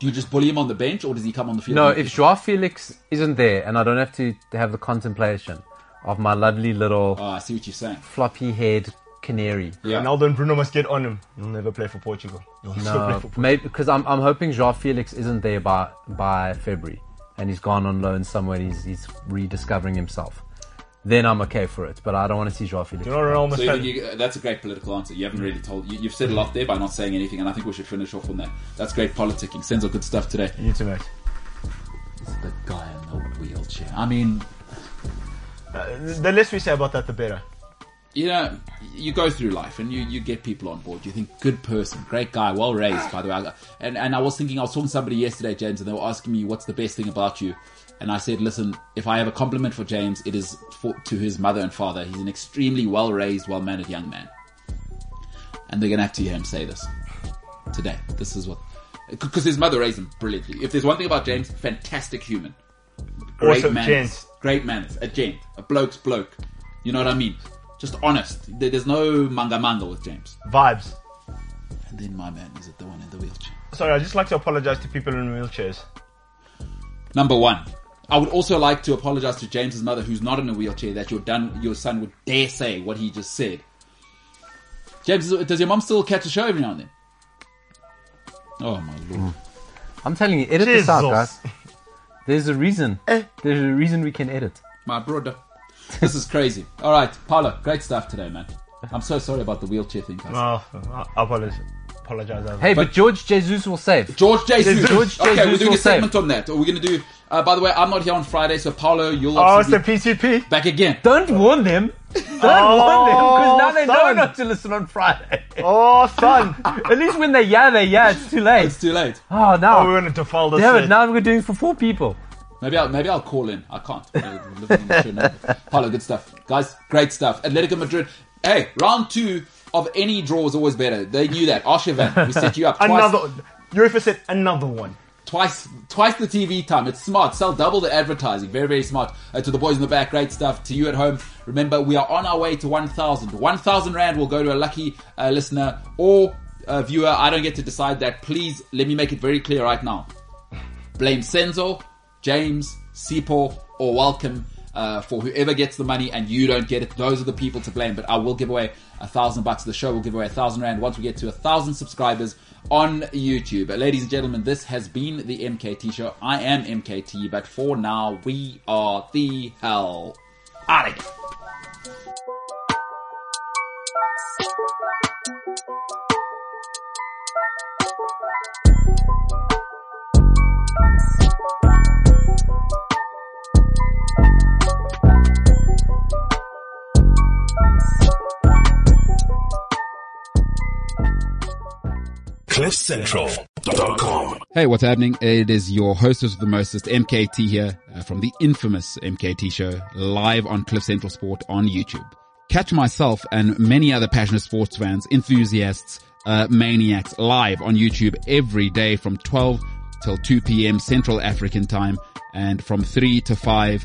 Do you just bully him on the bench or does he come on the field?
No, if Joao Felix isn't there and I don't have to have the contemplation of my lovely little
Oh, I see what you're saying.
floppy haired canary.
Yeah.
Ronaldo and Bruno must get on him. He'll never play for Portugal. He'll never play for
No,
Portugal.
maybe because I'm, I'm hoping Joao Felix isn't there by by February and he's gone on loan somewhere. He's he's rediscovering himself. Then I'm okay for it, but I don't want to see Joao Felix.
You know Ronaldo must
So you
have-
think you, uh, that's a great political answer. You haven't really told. You, you've said a lot there by not saying anything, and I think we should finish off on that. That's great politicking. Senzo, good stuff today.
You too, mate.
It's the guy in the wheelchair. I mean,
Uh, the less we say about that, the better.
you know, you go through life and you, you get people on board. You think, good person, great guy, well raised, by the way. I- And, and I was thinking, I was talking to somebody yesterday, James, and they were asking me, what's the best thing about you? And I said, listen, if I have a compliment for James, it is for, to his mother and father. He's an extremely well raised, well mannered young man. And they're going to have to hear him say this today. This is what, because his mother raised him brilliantly. If there's one thing about James, fantastic human. Great
Also,
manners.
gents.
Great manners. A gent. A bloke's bloke. You know what I mean? Just honest. There- There's no manga manga with James.
Vibes.
And then my man is it the one in the wheelchair.
Sorry, I'd just like to apologize to people in wheelchairs.
Number one. I would also like to apologize to James's mother, who's not in a wheelchair, that your done your son would dare say what he just said. James, does your mom still catch a show every now and then? Oh my lord!
I'm telling you, edit this out, guys.
Jesus. Eh.
There's a reason. There's a reason we can edit.
My brother. This is crazy. All right, Paolo, great stuff today, man. I'm so sorry about the wheelchair thing, guys.
Oh, I apologize. apologize.
Hey, but,
But-
George Jesus will save.
George Jesus.
George
okay,
Jesus
we're doing
will
a segment
save.
on that. Are we going to do? Uh, by the way, I'm not here on Friday, so Paolo, you'll
oh, it's
obviously
the PCP.
be back again.
Don't warn them. Don't warn them because now they know not to listen on Friday.
Oh, son.
At least when they yeah, they yeah, it's too late.
It's too late.
Oh,
oh, we're
now.
going to defile this.
Damn it,
set.
now we're doing it for four people.
Maybe I'll maybe I'll call in. I can't. We're living in a show now. Paolo, good stuff, guys. Great stuff. Atletico Madrid. Hey, round two of any draw is always better. They knew that. Arshavan, we set you up twice.
Another. UEFA said another one.
twice twice the TV time. It's smart. Sell double the advertising. Very, very smart. Uh, to the boys in the back, great stuff. To you at home, remember, we are on our way to 1,000. 1,000 Rand will go to a lucky uh, listener or uh, viewer. I don't get to decide that. Please, let me make it very clear right now. Blame Senzo, James, Sipo, or Welcome. Uh, for whoever gets the money and you don't get it, those are the people to blame. But I will give away a thousand bucks. The show will give away a thousand rand once we get to a thousand subscribers on YouTube. But ladies and gentlemen, this has been the MKT show. I am MKT, but for now we are the hell out again.
CliffCentral.com.
Hey, what's happening? It is your hostess of the mostest, MKT here uh, from the infamous MKT show live on Cliff Central Sport on YouTube. Catch myself and many other passionate sports fans, enthusiasts, uh, maniacs live on YouTube every day from 12 till 2 p.m. Central African time and from 3 to 5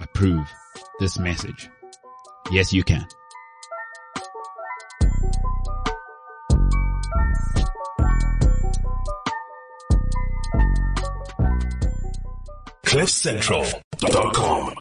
approve this message. Yes, you can.
CliffCentral.com.